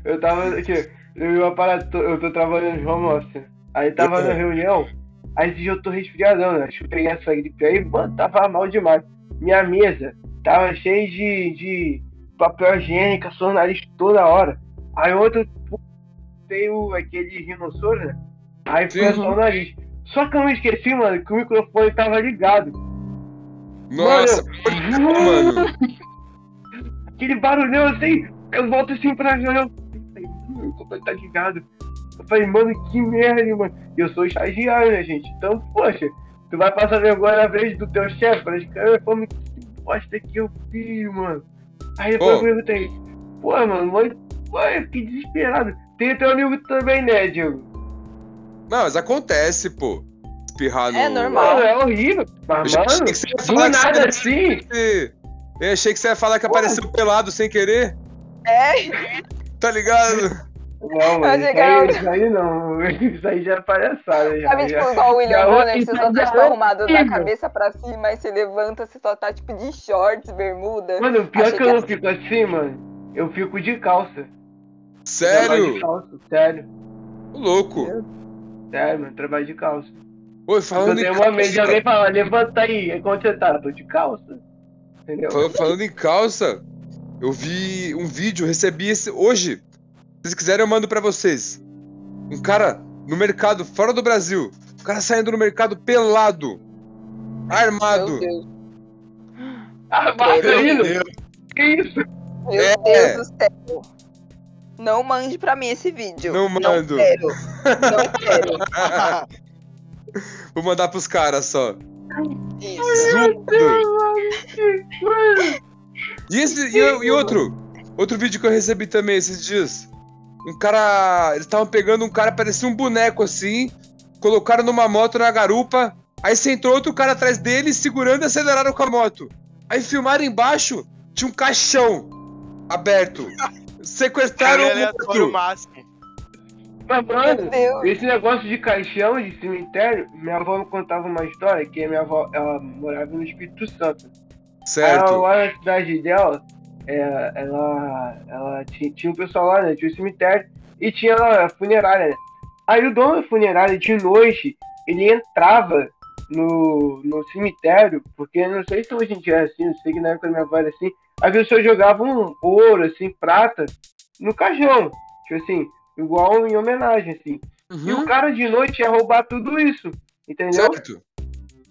[SPEAKER 4] Eu tava. que- Eu, vi uma parada, tô- eu tô trabalhando de home office. Aí tava na reunião, aí esse dia eu tô resfriadão, né? Acho que eu peguei essa gripe aí, mano, tava mal demais. Minha mesa tava cheia de, de papel higiênico, só o nariz toda hora. Aí ontem eu tem o, aquele rinossoro, né? Aí foi
[SPEAKER 1] Sim.
[SPEAKER 4] só o nariz. Só que eu me esqueci, mano, que o microfone tava ligado.
[SPEAKER 1] Nossa, mano.
[SPEAKER 4] aquele barulhão assim, eu volto assim pra ver, eu falei, "Hum, como tá ligado? Eu falei, mano, que merda, mano. E eu sou estagiário, né, gente? Então, poxa, tu vai passar vergonha na frente do teu chefe, pra ele cara, como que bosta que eu fiz, mano. Aí depois
[SPEAKER 1] Ô.
[SPEAKER 4] eu perguntei, pô, mano, mas, ué, eu fiquei desesperado. Tem teu amigo também, né, Diego?
[SPEAKER 1] Não, mas acontece, pô. Espirrar
[SPEAKER 2] É
[SPEAKER 1] no.
[SPEAKER 2] normal.
[SPEAKER 4] Mano, é horrível.
[SPEAKER 1] Eu
[SPEAKER 4] Mas,
[SPEAKER 1] já achei
[SPEAKER 4] mano,
[SPEAKER 1] que você tá ia
[SPEAKER 4] do
[SPEAKER 1] falar que
[SPEAKER 4] nada
[SPEAKER 1] você-
[SPEAKER 4] assim,
[SPEAKER 1] Eu achei que você ia falar que apareceu pelado sem querer.
[SPEAKER 2] É,
[SPEAKER 1] Tá ligado?
[SPEAKER 4] Não,
[SPEAKER 2] Mas
[SPEAKER 4] mano, isso
[SPEAKER 2] legal.
[SPEAKER 4] aí, isso aí não. Isso aí já é palhaçada. Já,
[SPEAKER 2] sabe
[SPEAKER 4] já.
[SPEAKER 2] tipo igual o William
[SPEAKER 4] Já
[SPEAKER 2] Bonner, que
[SPEAKER 4] ouvi
[SPEAKER 2] você só tá
[SPEAKER 4] falar
[SPEAKER 2] tipo, arrumado da
[SPEAKER 4] horrível.
[SPEAKER 2] cabeça pra cima e se levanta, você só tá tipo de shorts, bermuda.
[SPEAKER 4] Mano, o pior
[SPEAKER 2] Achei
[SPEAKER 4] que
[SPEAKER 2] que
[SPEAKER 4] eu não
[SPEAKER 2] era-
[SPEAKER 4] fico assim, mano. Eu fico de calça. Trabalho de
[SPEAKER 1] Sério?
[SPEAKER 4] calça, sério.
[SPEAKER 1] Ô, Louco.
[SPEAKER 4] Sério, mano, trabalho de calça.
[SPEAKER 1] Oi,
[SPEAKER 4] Eu
[SPEAKER 1] falando em
[SPEAKER 4] tenho uma medo de
[SPEAKER 1] calça.
[SPEAKER 4] alguém falar, levanta aí, é quando você tá, tô de calça. Entendeu?
[SPEAKER 1] Fal- Falando em calça, eu vi um vídeo, recebi esse hoje. Se vocês quiserem, eu mando pra vocês. Um cara no mercado, fora do Brasil. O cara saindo no mercado pelado.
[SPEAKER 2] Meu
[SPEAKER 1] Armado.
[SPEAKER 2] Deus,
[SPEAKER 4] Ah, Marcelino,
[SPEAKER 1] Meu
[SPEAKER 4] que isso?
[SPEAKER 2] meu
[SPEAKER 1] É.
[SPEAKER 2] Deus do céu. Não mande pra mim esse vídeo.
[SPEAKER 1] Não mando.
[SPEAKER 2] Não é. quero. Não quero.
[SPEAKER 1] Vou mandar pros caras só.
[SPEAKER 2] Isso.
[SPEAKER 1] Junto. E, esse, e, e outro, outro vídeo que eu recebi também esses dias. Um cara. Eles estavam pegando um cara, parecia um boneco assim, colocaram numa moto na garupa, aí sentou outro cara atrás dele, segurando e aceleraram com a moto. Aí filmaram embaixo, tinha um caixão aberto. Sequestraram
[SPEAKER 2] um
[SPEAKER 3] Cara,
[SPEAKER 1] o
[SPEAKER 3] aleatório
[SPEAKER 1] outro.
[SPEAKER 3] é máximo.
[SPEAKER 4] Mas,
[SPEAKER 2] Meu
[SPEAKER 4] mano,
[SPEAKER 2] Deus.
[SPEAKER 4] esse negócio de caixão, de cemitério, minha avó me contava uma história que a minha avó, ela morava no Espírito Santo. Ela,
[SPEAKER 1] Certo.
[SPEAKER 4] lá na cidade dela, é, ela, ela tinha, tinha um pessoal lá, né? Tinha um cemitério e tinha a funerária, né? Aí o dono da funerária, de noite, ele entrava no, no cemitério, porque não sei se hoje em dia é assim, não sei que na época da minha avó era assim, a pessoa jogava um ouro, assim, prata, no caixão. Tipo assim, igual em homenagem, assim. E o
[SPEAKER 1] Uhum.
[SPEAKER 4] cara de noite ia roubar tudo isso, entendeu?
[SPEAKER 1] Certo.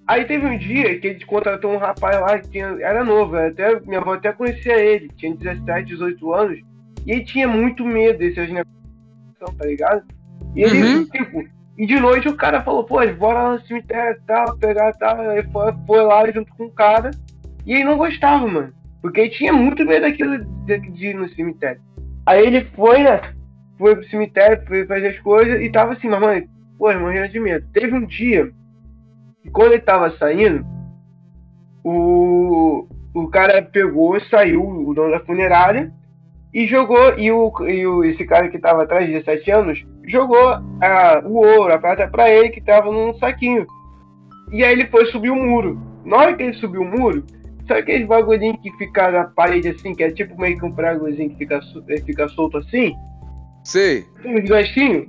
[SPEAKER 4] Aí teve um dia que ele contratou um rapaz lá que tinha- era novo, até, minha avó até conhecia ele, tinha 17, 18 anos, e ele tinha muito medo desses negócios, tá ligado? E ele,
[SPEAKER 1] Uhum.
[SPEAKER 4] tipo, e de noite o cara falou, pô, bora lá no cemitério e tal, pegar e tal, aí foi, foi lá junto com o cara, e ele não gostava, mano, porque ele tinha muito medo daquilo de, de ir no cemitério. Aí ele foi, né, foi pro cemitério, foi fazer as coisas, e tava assim, mas mãe, pô, morrendo de medo. Teve um dia... E quando ele tava saindo, o, o cara pegou, saiu, o dono da funerária, e jogou, e, o, e o, esse cara que tava atrás de 17 anos, jogou a, o ouro, a prata pra ele, que tava num saquinho. E aí ele foi subir o muro. Na hora que ele subiu o muro, sabe aqueles bagulhinhos que fica na parede assim, que é tipo meio que um pregozinho que fica, su- eh, fica solto assim?
[SPEAKER 1] Sei.
[SPEAKER 4] Tem uns ganchinhos?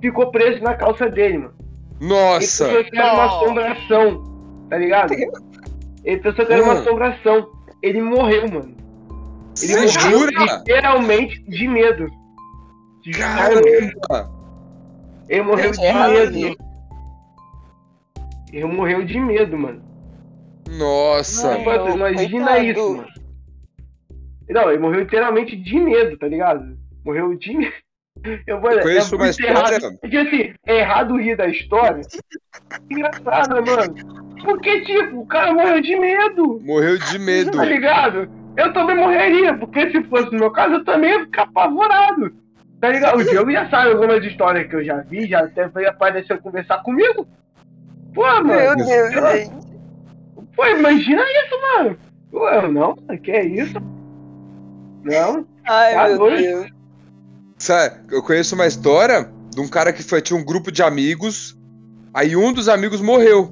[SPEAKER 4] Ficou preso na calça dele, mano.
[SPEAKER 1] Nossa.
[SPEAKER 4] Ele pensou que era uma
[SPEAKER 3] Nossa.
[SPEAKER 4] assombração, tá ligado? Ele pensou que era uma
[SPEAKER 1] Hum.
[SPEAKER 4] assombração. Ele morreu, mano. Ele
[SPEAKER 1] Você
[SPEAKER 4] morreu
[SPEAKER 1] jura?
[SPEAKER 4] literalmente de medo. De
[SPEAKER 1] Caramba.
[SPEAKER 4] Ele morreu
[SPEAKER 2] Gente,
[SPEAKER 4] de
[SPEAKER 2] é
[SPEAKER 4] medo.
[SPEAKER 2] errado.
[SPEAKER 4] Ele morreu de medo, mano.
[SPEAKER 1] Nossa.
[SPEAKER 2] Não,
[SPEAKER 4] Mano, imagina
[SPEAKER 2] coitado.
[SPEAKER 4] Tipo assim, isso, mano. Não, ele morreu inteiramente de medo, tá ligado? Morreu de medo. Eu vou
[SPEAKER 1] Eu conheço
[SPEAKER 4] é
[SPEAKER 1] uma
[SPEAKER 4] muito
[SPEAKER 1] história.
[SPEAKER 4] errado. Porque assim, é errado rir da história. Engraçada, mano. Porque, tipo, o cara morreu de medo.
[SPEAKER 1] Morreu de medo.
[SPEAKER 4] Tá ligado? Eu também morreria, porque se fosse no meu caso, eu também ia ficar apavorado. Tá ligado? O Diego já sabe algumas histórias que eu já vi, já até veio aparecer conversar comigo. Pô,
[SPEAKER 2] Meu
[SPEAKER 4] mano.
[SPEAKER 2] Deus,
[SPEAKER 4] Ela-
[SPEAKER 2] gente.
[SPEAKER 4] Pô, imagina isso, mano. Pô, eu não, mano, que é isso? Não?
[SPEAKER 2] Ai, meu
[SPEAKER 4] Acabou.
[SPEAKER 2] Deus.
[SPEAKER 1] Sabe, eu conheço uma história de um cara que foi, tinha um grupo de amigos, aí um dos amigos morreu.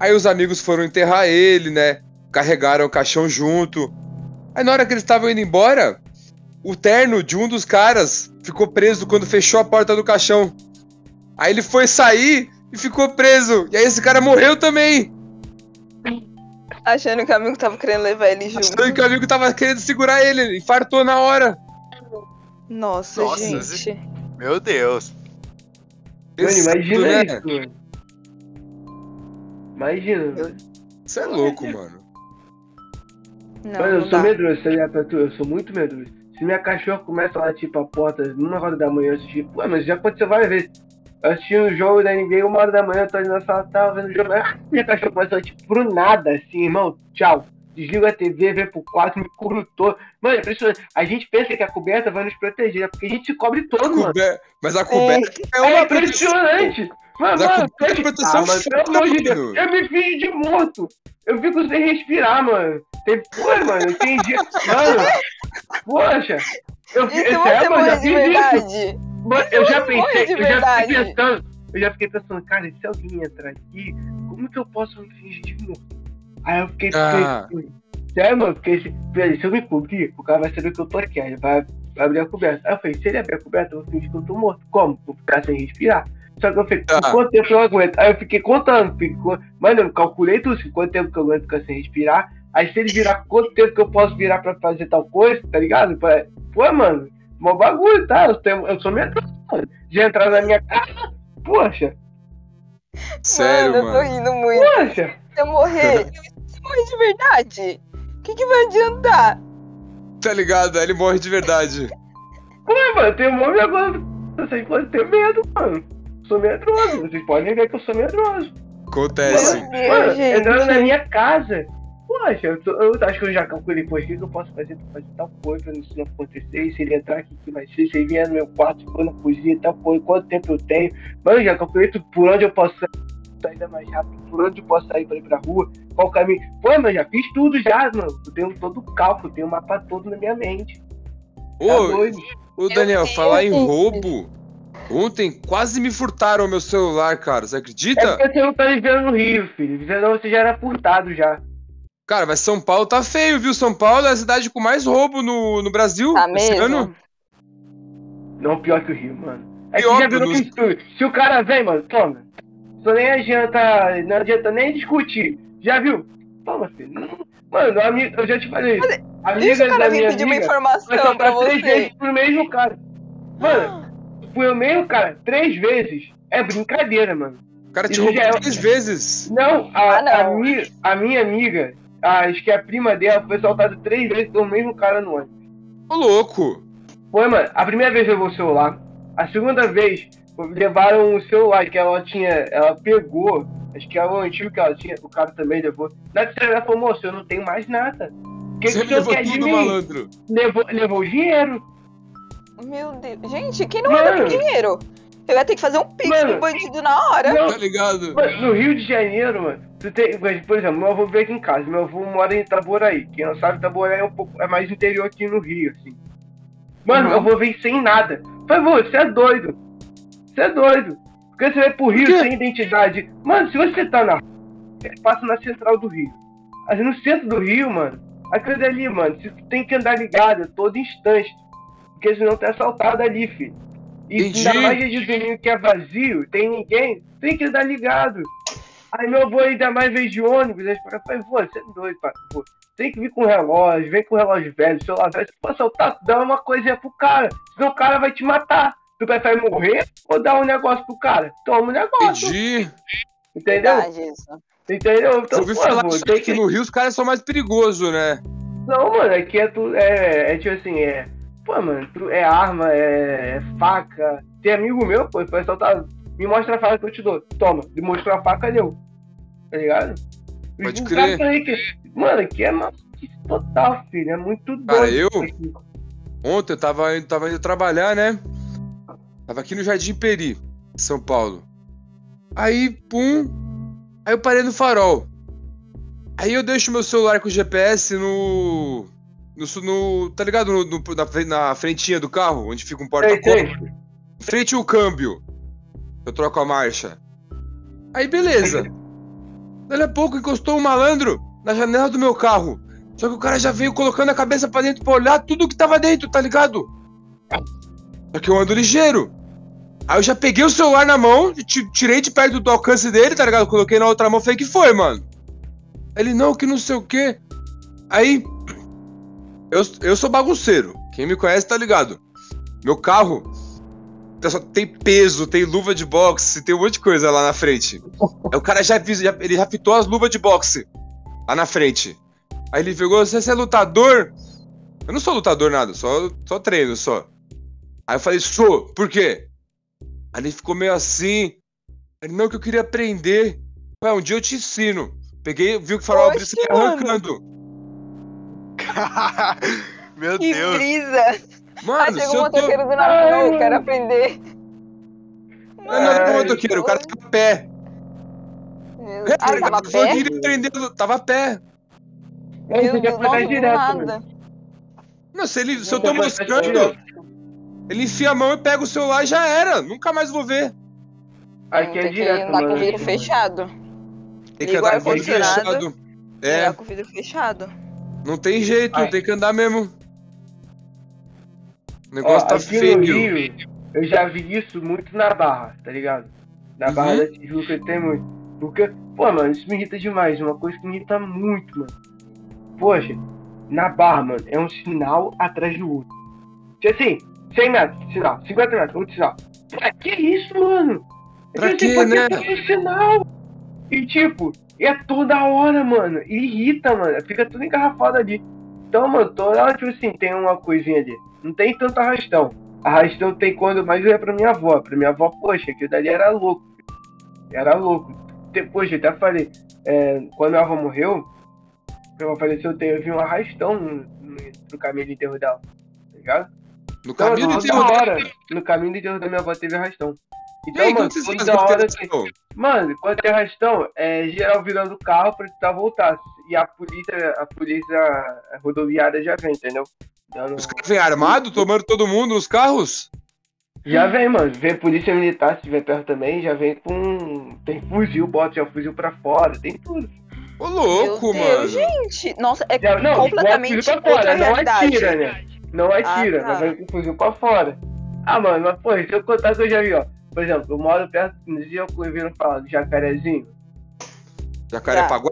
[SPEAKER 1] Aí os amigos foram enterrar ele, né? Carregaram o caixão junto. Aí na hora que eles estavam indo embora, o terno de um dos caras ficou preso quando fechou a porta do caixão. Aí ele foi sair e ficou preso. E aí esse cara morreu também.
[SPEAKER 2] Achando que o amigo tava querendo levar ele junto.
[SPEAKER 1] Achando que o amigo tava querendo segurar ele, ele infartou na hora.
[SPEAKER 2] Nossa,
[SPEAKER 3] Nossa,
[SPEAKER 2] gente.
[SPEAKER 3] Meu Deus.
[SPEAKER 4] Mano, imagina
[SPEAKER 1] Isso, né?
[SPEAKER 4] isso, mano. Imagina. mano.
[SPEAKER 1] Isso é louco, mano.
[SPEAKER 2] Não,
[SPEAKER 4] Mano,
[SPEAKER 2] não
[SPEAKER 4] eu sou
[SPEAKER 2] dá.
[SPEAKER 4] medroso, tá ligado? pra tu? Eu sou muito medroso. Se minha cachorra começa a latir pra porta numa hora da manhã, eu assisti. Pô, mas já aconteceu várias vezes. Eu assisti um jogo da NBA, uma hora da manhã, eu tô ali na sala, tava vendo o jogo. Ah, minha cachorra começa a latir pro nada, assim, irmão. Tchau. Desliga a TV, vem pro quarto, me cubro todo. Mano, é impressionante. A gente pensa que a coberta vai nos proteger, é porque a gente se cobre todo, mano.
[SPEAKER 1] Cober- Mas a coberta é,
[SPEAKER 4] É
[SPEAKER 1] uma proteção.
[SPEAKER 4] impressionante! Mano,
[SPEAKER 1] Mas a
[SPEAKER 4] mano,
[SPEAKER 1] coberta é proteção
[SPEAKER 4] ah, mas, pelo
[SPEAKER 1] foda,
[SPEAKER 4] amor de Deus,
[SPEAKER 1] mano.
[SPEAKER 4] eu me finjo de morto! Eu fico sem respirar, mano. Tem... Pô, mano, eu entendi. Mano, poxa! Eu,
[SPEAKER 2] E se
[SPEAKER 4] eu-
[SPEAKER 2] você
[SPEAKER 4] é, mano,
[SPEAKER 2] morrer
[SPEAKER 4] já
[SPEAKER 2] de
[SPEAKER 4] fiz isso.
[SPEAKER 2] verdade?
[SPEAKER 4] Mano, eu já pensei,
[SPEAKER 2] morre de
[SPEAKER 4] eu já
[SPEAKER 2] verdade?
[SPEAKER 4] fiquei pensando, eu já fiquei pensando, cara, e se alguém entrar aqui, como que eu posso me fingir de morto? Aí eu fiquei
[SPEAKER 1] Ah.
[SPEAKER 4] pensando, sério, mano, porque se, peraí, se eu me cobrir, o cara vai saber que eu tô aqui, aí ele vai abrir a coberta. Aí eu falei, se ele abrir a coberta, eu vou fingir que eu tô morto. Como? Vou ficar sem respirar. Só que eu falei,
[SPEAKER 1] Ah.
[SPEAKER 4] quanto tempo eu aguento? Aí eu fiquei contando, ficou, mano, eu calculei tudo, assim, quanto tempo que eu aguento ficar sem respirar. Aí se ele virar, quanto tempo que eu posso virar pra fazer tal coisa, tá ligado? Pra- Pô, mano, mó bagulho, tá? Eu, tenho, eu sou medroso, mano. De entrar na minha casa, poxa,
[SPEAKER 1] Sério,
[SPEAKER 2] mano,
[SPEAKER 1] mano.
[SPEAKER 2] Eu tô rindo muito.
[SPEAKER 4] poxa.
[SPEAKER 2] Se eu morrer, se eu morrer de verdade, o que, que vai adiantar?
[SPEAKER 1] Tá ligado? Aí Ele morre de verdade.
[SPEAKER 4] Pô, mano, eu tenho mó vergonha. Vocês podem ter medo, mano. Sou medroso, vocês podem ver que eu sou medroso.
[SPEAKER 1] Acontece.
[SPEAKER 2] Meu
[SPEAKER 4] Mano,
[SPEAKER 2] Deus,
[SPEAKER 4] entrando na
[SPEAKER 2] gente.
[SPEAKER 4] minha casa, poxa, eu, tô- eu acho que eu já calculei, poxa, o que que eu posso fazer pra fazer tal coisa, pra isso não acontecer, E se ele entrar aqui, o que vai ser, se ele vier no meu quarto, se for na cozinha, tal coisa, quanto tempo eu tenho. Mano, eu já calculei tudo, por onde eu posso sair Tá ainda mais rápido, por onde eu posso sair pra ir pra rua, qual caminho. Pô, mano, eu já fiz tudo já, mano. Eu tenho todo o cálculo, tenho o mapa todo na minha mente. Tá
[SPEAKER 1] Ô,
[SPEAKER 4] doido?
[SPEAKER 1] ô Daniel,
[SPEAKER 2] Deus,
[SPEAKER 1] falar em
[SPEAKER 2] gente.
[SPEAKER 1] roubo. Ontem quase me furtaram meu celular, cara. Você
[SPEAKER 4] É
[SPEAKER 1] acredita?
[SPEAKER 4] porque você não tá vivendo no Rio, filho. Senão você já era furtado já.
[SPEAKER 1] Cara, mas São Paulo tá feio, viu? São Paulo é a cidade com mais roubo no, no Brasil
[SPEAKER 2] Tá
[SPEAKER 1] esse ano.
[SPEAKER 2] mesmo?
[SPEAKER 4] Não, pior que o Rio, mano. É que
[SPEAKER 1] Pior
[SPEAKER 4] já
[SPEAKER 1] que o
[SPEAKER 4] virou
[SPEAKER 1] dos-
[SPEAKER 4] que isso- Se o cara vem, mano, toma. Só nem adianta. Não adianta nem discutir. Já viu? Toma, filho. Não- Mano, a mi- eu já te falei isso. A
[SPEAKER 2] E se
[SPEAKER 4] Amiga
[SPEAKER 2] o
[SPEAKER 4] da
[SPEAKER 2] cara vir
[SPEAKER 4] minha
[SPEAKER 2] pedir uma
[SPEAKER 4] amiga vai
[SPEAKER 2] informação pra
[SPEAKER 4] comprar três
[SPEAKER 2] você?
[SPEAKER 4] vezes pro mesmo cara. Mano, pro mesmo cara, três vezes. É brincadeira, mano.
[SPEAKER 1] O cara te
[SPEAKER 4] Isso
[SPEAKER 1] roubou
[SPEAKER 4] já é-
[SPEAKER 1] três vezes.
[SPEAKER 4] Não, a,
[SPEAKER 2] Ah, não.
[SPEAKER 4] a mi- a minha amiga, acho que é a prima dela foi soltada três vezes pelo mesmo cara no ônibus.
[SPEAKER 1] Ô, louco.
[SPEAKER 4] Foi, mano, a primeira vez levou o celular. A segunda vez levaram o celular que ela tinha. Ela pegou. Acho que era o antigo que ela tinha. O cara também levou. Na terceira ela falou, moço, eu não tenho mais nada. O que, que
[SPEAKER 1] Você
[SPEAKER 4] o senhor
[SPEAKER 1] levou
[SPEAKER 4] quer de
[SPEAKER 1] tudo,
[SPEAKER 4] mim?
[SPEAKER 1] malandro.
[SPEAKER 4] Levou, levou o dinheiro.
[SPEAKER 2] Meu Deus. Gente, quem não
[SPEAKER 4] Mano.
[SPEAKER 2] anda com dinheiro? Eu ia ter que fazer um pix
[SPEAKER 4] Mano.
[SPEAKER 2] pro bandido na hora.
[SPEAKER 4] Não,
[SPEAKER 1] Tá ligado?
[SPEAKER 4] mano, no Rio de Janeiro, mano, tu tem. mas, Por exemplo, meu avô veio aqui em casa. Meu avô mora em Itaboraí. Quem não sabe, Itaboraí é um pouco. é mais interior aqui no Rio, assim. Mano, meu avô veio sem nada. Falei, vô, você é doido. Você é doido. Porque você vai pro Rio
[SPEAKER 1] quê?
[SPEAKER 4] sem identidade. Mano, se você tá na. Passa na central do Rio. Ali no centro do Rio, mano. Aquilo ali, mano. Você tem que andar ligado a todo instante. Porque senão tá assaltado ali, filho. E
[SPEAKER 1] Entendi.
[SPEAKER 4] ainda mais dia de domingo que é vazio, tem ninguém, tem que andar ligado. Aí meu avô ainda mais veio de ônibus. Aí eu falei, vô, você é doido, pai. Pô, tem que vir com relógio, vem com relógio velho, celular velho. Se for assaltar, dá uma coisinha pro cara, senão o cara vai te matar. Tu prefere morrer ou dar um negócio pro cara? Toma um negócio.
[SPEAKER 1] Entendi.
[SPEAKER 4] Entendeu?
[SPEAKER 2] Verdade, isso.
[SPEAKER 4] Entendeu?
[SPEAKER 1] Você
[SPEAKER 4] Então,
[SPEAKER 1] ouviu
[SPEAKER 4] por
[SPEAKER 1] falar
[SPEAKER 4] favor,
[SPEAKER 1] que
[SPEAKER 4] tem
[SPEAKER 1] aqui no Rio os caras são mais perigosos, né?
[SPEAKER 4] Não, mano, aqui é tudo. É, é tipo assim, é. Pô, mano, tu- é arma, é, é faca. Tem amigo meu, pô, o pessoal tá. Me mostra a faca que eu te dou. Toma, ele mostrou a faca, deu. Tá ligado? Os-
[SPEAKER 1] Pode
[SPEAKER 4] os
[SPEAKER 1] crer.
[SPEAKER 4] caras aí que- Mano, aqui é maluquice total, filho. É muito doido.
[SPEAKER 1] Cara, eu-
[SPEAKER 4] isso aqui.
[SPEAKER 1] Ontem eu tava, indo- tava indo trabalhar, né? Tava aqui no Jardim Peri, em São Paulo. Aí, pum. Aí eu parei no farol. Aí eu deixo meu celular com o GPS no. No, su- no- tá ligado? No- no- na, fre- na frentinha do carro, onde fica um
[SPEAKER 4] Sei,
[SPEAKER 1] porta-copo.
[SPEAKER 4] sei.
[SPEAKER 1] Em frente ao câmbio. Eu troco a marcha. Aí beleza. Dali a pouco encostou um malandro na janela do meu carro. Só que o cara já veio colocando a cabeça pra dentro pra olhar tudo que tava dentro, tá ligado? Só que eu ando ligeiro. Aí eu já peguei o celular na mão, ti- tirei de perto do alcance dele, tá ligado? Coloquei na outra mão, falei que foi, mano. Ele, não, que não sei o quê. Aí. Eu, eu sou bagunceiro. Quem me conhece tá ligado. Meu carro Tá só- tem peso, tem luva de boxe, tem um monte de coisa lá na frente. Aí o cara já, vis- já- ele já fitou as luvas de boxe lá na frente. Aí ele pegou, você você é lutador? Eu não sou lutador nada, só, só treino só. Aí eu falei, sou, por quê? Aí ele ficou meio assim. Ele, não, que eu queria aprender. Ué, um dia eu te ensino. Peguei, viu que o farol
[SPEAKER 2] Poxa,
[SPEAKER 1] abriu e saí
[SPEAKER 2] mano.
[SPEAKER 1] arrancando.
[SPEAKER 3] Meu
[SPEAKER 2] Que
[SPEAKER 3] Deus.
[SPEAKER 2] brisa! Aí
[SPEAKER 1] Mano,
[SPEAKER 2] chegou
[SPEAKER 1] se
[SPEAKER 2] o
[SPEAKER 1] eu tô.
[SPEAKER 2] motoqueiro do nada,
[SPEAKER 4] Ai,
[SPEAKER 2] não, eu quero aprender.
[SPEAKER 1] Não,
[SPEAKER 2] É,
[SPEAKER 1] não, não,
[SPEAKER 4] Ai,
[SPEAKER 1] não, motoqueiro, o cara tá a pé.
[SPEAKER 2] Meu-
[SPEAKER 1] É,
[SPEAKER 2] Ah, tava
[SPEAKER 1] a pessoa
[SPEAKER 2] perto?
[SPEAKER 1] queria aprender, tava a pé.
[SPEAKER 4] Eu
[SPEAKER 2] Meu
[SPEAKER 4] sei que é
[SPEAKER 2] Deus,
[SPEAKER 4] pra dar
[SPEAKER 2] nossa, do
[SPEAKER 4] direto. mano. é
[SPEAKER 2] nada.
[SPEAKER 1] Não, se, ele, se eu
[SPEAKER 4] Nunca
[SPEAKER 1] tô
[SPEAKER 4] mais vai te
[SPEAKER 1] moscando, ele enfia a mão e pega o celular e já era. Nunca mais vou ver.
[SPEAKER 4] Aqui
[SPEAKER 2] Tem
[SPEAKER 4] é
[SPEAKER 2] que
[SPEAKER 4] direto,
[SPEAKER 2] andar
[SPEAKER 4] mano.
[SPEAKER 2] com o vidro fechado.
[SPEAKER 1] Tem que
[SPEAKER 2] Liga o
[SPEAKER 1] andar com o vidro
[SPEAKER 2] ar-condicionado.
[SPEAKER 1] fechado.
[SPEAKER 2] Andar
[SPEAKER 1] É,
[SPEAKER 2] com o vidro fechado.
[SPEAKER 1] não tem jeito,
[SPEAKER 4] Ai.
[SPEAKER 1] tem que andar mesmo. O
[SPEAKER 4] Ó,
[SPEAKER 1] negócio tá
[SPEAKER 4] aqui no
[SPEAKER 1] feio.
[SPEAKER 4] Rio, eu já vi isso muito na Barra, tá ligado? Na
[SPEAKER 1] Uhum.
[SPEAKER 4] Barra da Tijuca tem muito. Porque, pô, mano, isso me irrita demais. Uma coisa que me irrita muito, mano. Poxa, na Barra, mano, é um sinal atrás do outro. Tipo assim, 100 metros, sinal. 50 metros, outro sinal. Pra que isso, mano?
[SPEAKER 1] Pra
[SPEAKER 4] Tipo
[SPEAKER 1] quê,
[SPEAKER 4] assim,
[SPEAKER 1] né?
[SPEAKER 4] que tem sinal? E tipo, é toda hora, mano. E irrita, mano. Fica tudo engarrafado ali. Então, mano, toda hora, tipo assim, tem uma coisinha ali. Não tem tanto arrastão. Arrastão tem quando mais é pra minha avó. Pra minha avó, poxa, aquilo dali era louco. Era louco. Te- Poxa, eu até falei, é, quando minha avó morreu, minha avó faleceu, teve um arrastão no, no- no caminho de enterro dela. Tá ligado?
[SPEAKER 1] No caminho um do
[SPEAKER 4] toda
[SPEAKER 1] enterro dela.
[SPEAKER 4] hora, no caminho de enterro da minha avó teve arrastão.
[SPEAKER 1] E tá
[SPEAKER 4] Então,
[SPEAKER 1] aí,
[SPEAKER 4] mano,
[SPEAKER 1] como vocês assim. fazem
[SPEAKER 4] toda
[SPEAKER 1] pra
[SPEAKER 4] hora
[SPEAKER 1] ter
[SPEAKER 4] tem-
[SPEAKER 1] noção?
[SPEAKER 4] Mano, quando tem arrastão, é geral virando o carro pra tentar voltar. E a polícia, a polícia rodoviária já vem, entendeu? Dando-
[SPEAKER 1] Os caras vêm armados, tomando todo mundo nos carros?
[SPEAKER 4] Já vem, mano. Vem polícia militar, se tiver perto também, já vem com. Tem fuzil, bota já fuzil pra fora, tem tudo.
[SPEAKER 1] Ô,
[SPEAKER 2] Meu
[SPEAKER 1] louco, mano.
[SPEAKER 2] Deus, gente. Nossa, é
[SPEAKER 4] Já, não,
[SPEAKER 2] completamente
[SPEAKER 4] bota fuzil pra
[SPEAKER 2] outra
[SPEAKER 4] fora, não
[SPEAKER 2] realidade.
[SPEAKER 4] atira, né? Não atira, né?
[SPEAKER 2] tá.
[SPEAKER 4] mas vem com fuzil pra fora. Ah, mano, mas pô, se eu contar que eu já vi, ó. Por exemplo, eu moro perto, no dia eu viram falar do jacarezinho.
[SPEAKER 1] Jacarepaguá?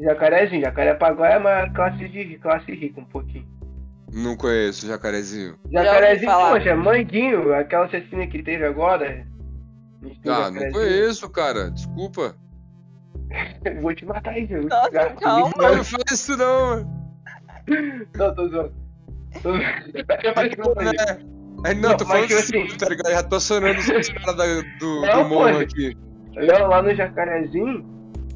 [SPEAKER 4] Jacarezinho, jacarepaguá é uma classe de classe rica um pouquinho.
[SPEAKER 1] Não conheço, jacarezinho.
[SPEAKER 4] Jacarezinho,
[SPEAKER 2] falar.
[SPEAKER 4] poxa, é manguinho, aquela assassina que teve agora.
[SPEAKER 1] Ah, não
[SPEAKER 4] Jacarezinho.
[SPEAKER 1] conheço, cara. Desculpa.
[SPEAKER 4] Vou te matar aí, viu?
[SPEAKER 2] Nossa,
[SPEAKER 4] Já-
[SPEAKER 2] calma.
[SPEAKER 1] Eu não faço isso, não.
[SPEAKER 4] Não, tô zoando. Tô zoando. Eu falei que não
[SPEAKER 1] Né?
[SPEAKER 4] foi.
[SPEAKER 1] Aí não,
[SPEAKER 4] Não,
[SPEAKER 1] tô
[SPEAKER 4] mas
[SPEAKER 1] falando
[SPEAKER 4] tipo
[SPEAKER 1] assim,
[SPEAKER 4] assim-
[SPEAKER 1] tá ligado? Já tô acionando os caras da- do,
[SPEAKER 4] Não,
[SPEAKER 1] do morro
[SPEAKER 4] pô.
[SPEAKER 1] aqui.
[SPEAKER 4] Lá- lá no Jacarezinho,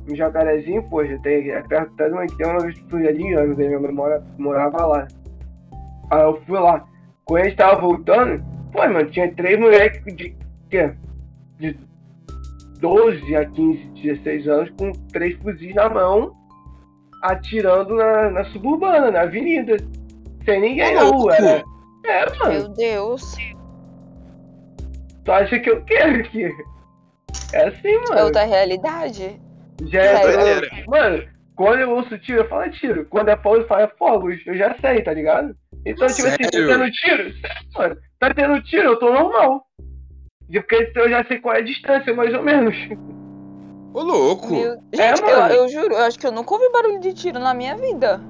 [SPEAKER 4] no Jacarezinho, poxa, tem, é perto até de uma, tem uma vez que eu fui ali, anos aí, minha mãe mora, morava lá. Aí eu fui lá. Quando a gente tava voltando, pô, mano, tinha três moleques de, quê? de 12 a 15, 16 anos com três fuzis na mão, atirando na, na suburbana, na avenida. Sem ninguém na rua. Era... É, mano.
[SPEAKER 2] Meu Deus.
[SPEAKER 4] Tu acha que eu quero aqui? É assim, mano.
[SPEAKER 2] É outra realidade.
[SPEAKER 4] Já é
[SPEAKER 3] Doideira.
[SPEAKER 4] doido. Mano, quando eu ouço tiro, eu falo é tiro. Quando é fogo, eu falo é fogos. Eu já sei, tá ligado? Então, tipo assim, tá
[SPEAKER 1] Sério?
[SPEAKER 4] tendo tiro? Sério, mano. Tá tendo tiro, eu tô normal. E Porque eu já sei qual é a distância, mais ou menos.
[SPEAKER 1] Ô, louco.
[SPEAKER 2] Meu-
[SPEAKER 4] É,
[SPEAKER 2] Gente, eu,
[SPEAKER 4] mano.
[SPEAKER 2] eu juro, eu acho que eu nunca ouvi barulho de tiro na minha vida.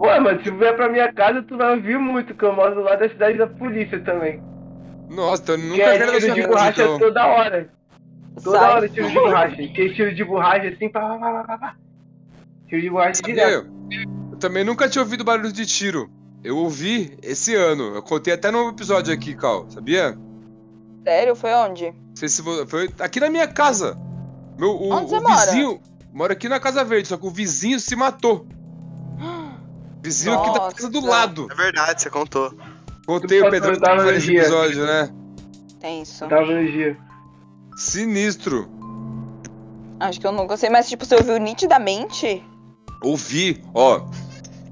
[SPEAKER 4] Ué, mano, se vier pra minha casa, tu vai ouvir muito, que eu moro lá da cidade da polícia também.
[SPEAKER 1] Nossa, eu nunca
[SPEAKER 4] Que é
[SPEAKER 1] vi nada
[SPEAKER 4] tiro de
[SPEAKER 1] dessa
[SPEAKER 4] borracha
[SPEAKER 1] coisa, então.
[SPEAKER 4] toda hora. Toda
[SPEAKER 2] Sai.
[SPEAKER 4] hora tiro de borracha. Que tiro de borracha assim, pá, pá, pá, pá, pá. Tiro de borracha direto.
[SPEAKER 1] Eu, eu também nunca tinha ouvido barulho de tiro. Eu ouvi esse ano. Eu contei até num episódio aqui, Cal, sabia? Não
[SPEAKER 2] Sério? Foi onde?
[SPEAKER 1] sei se vo- foi aqui na minha casa. Meu, o,
[SPEAKER 2] Onde você
[SPEAKER 1] o
[SPEAKER 2] mora?
[SPEAKER 1] vizinho. Moro aqui na Casa Verde, só que o vizinho se matou. Vizinho aqui da casa do
[SPEAKER 2] Nossa.
[SPEAKER 1] lado.
[SPEAKER 3] É verdade, você contou.
[SPEAKER 1] Contei o
[SPEAKER 4] Tudo
[SPEAKER 1] Pedrão
[SPEAKER 4] pra dar
[SPEAKER 1] nesse
[SPEAKER 4] energia.
[SPEAKER 1] episódio, né?
[SPEAKER 2] Tem isso.
[SPEAKER 4] Eu tava no dia.
[SPEAKER 1] Sinistro.
[SPEAKER 2] Acho que eu nunca sei, mas tipo, você ouviu nitidamente?
[SPEAKER 1] ouvi, ó.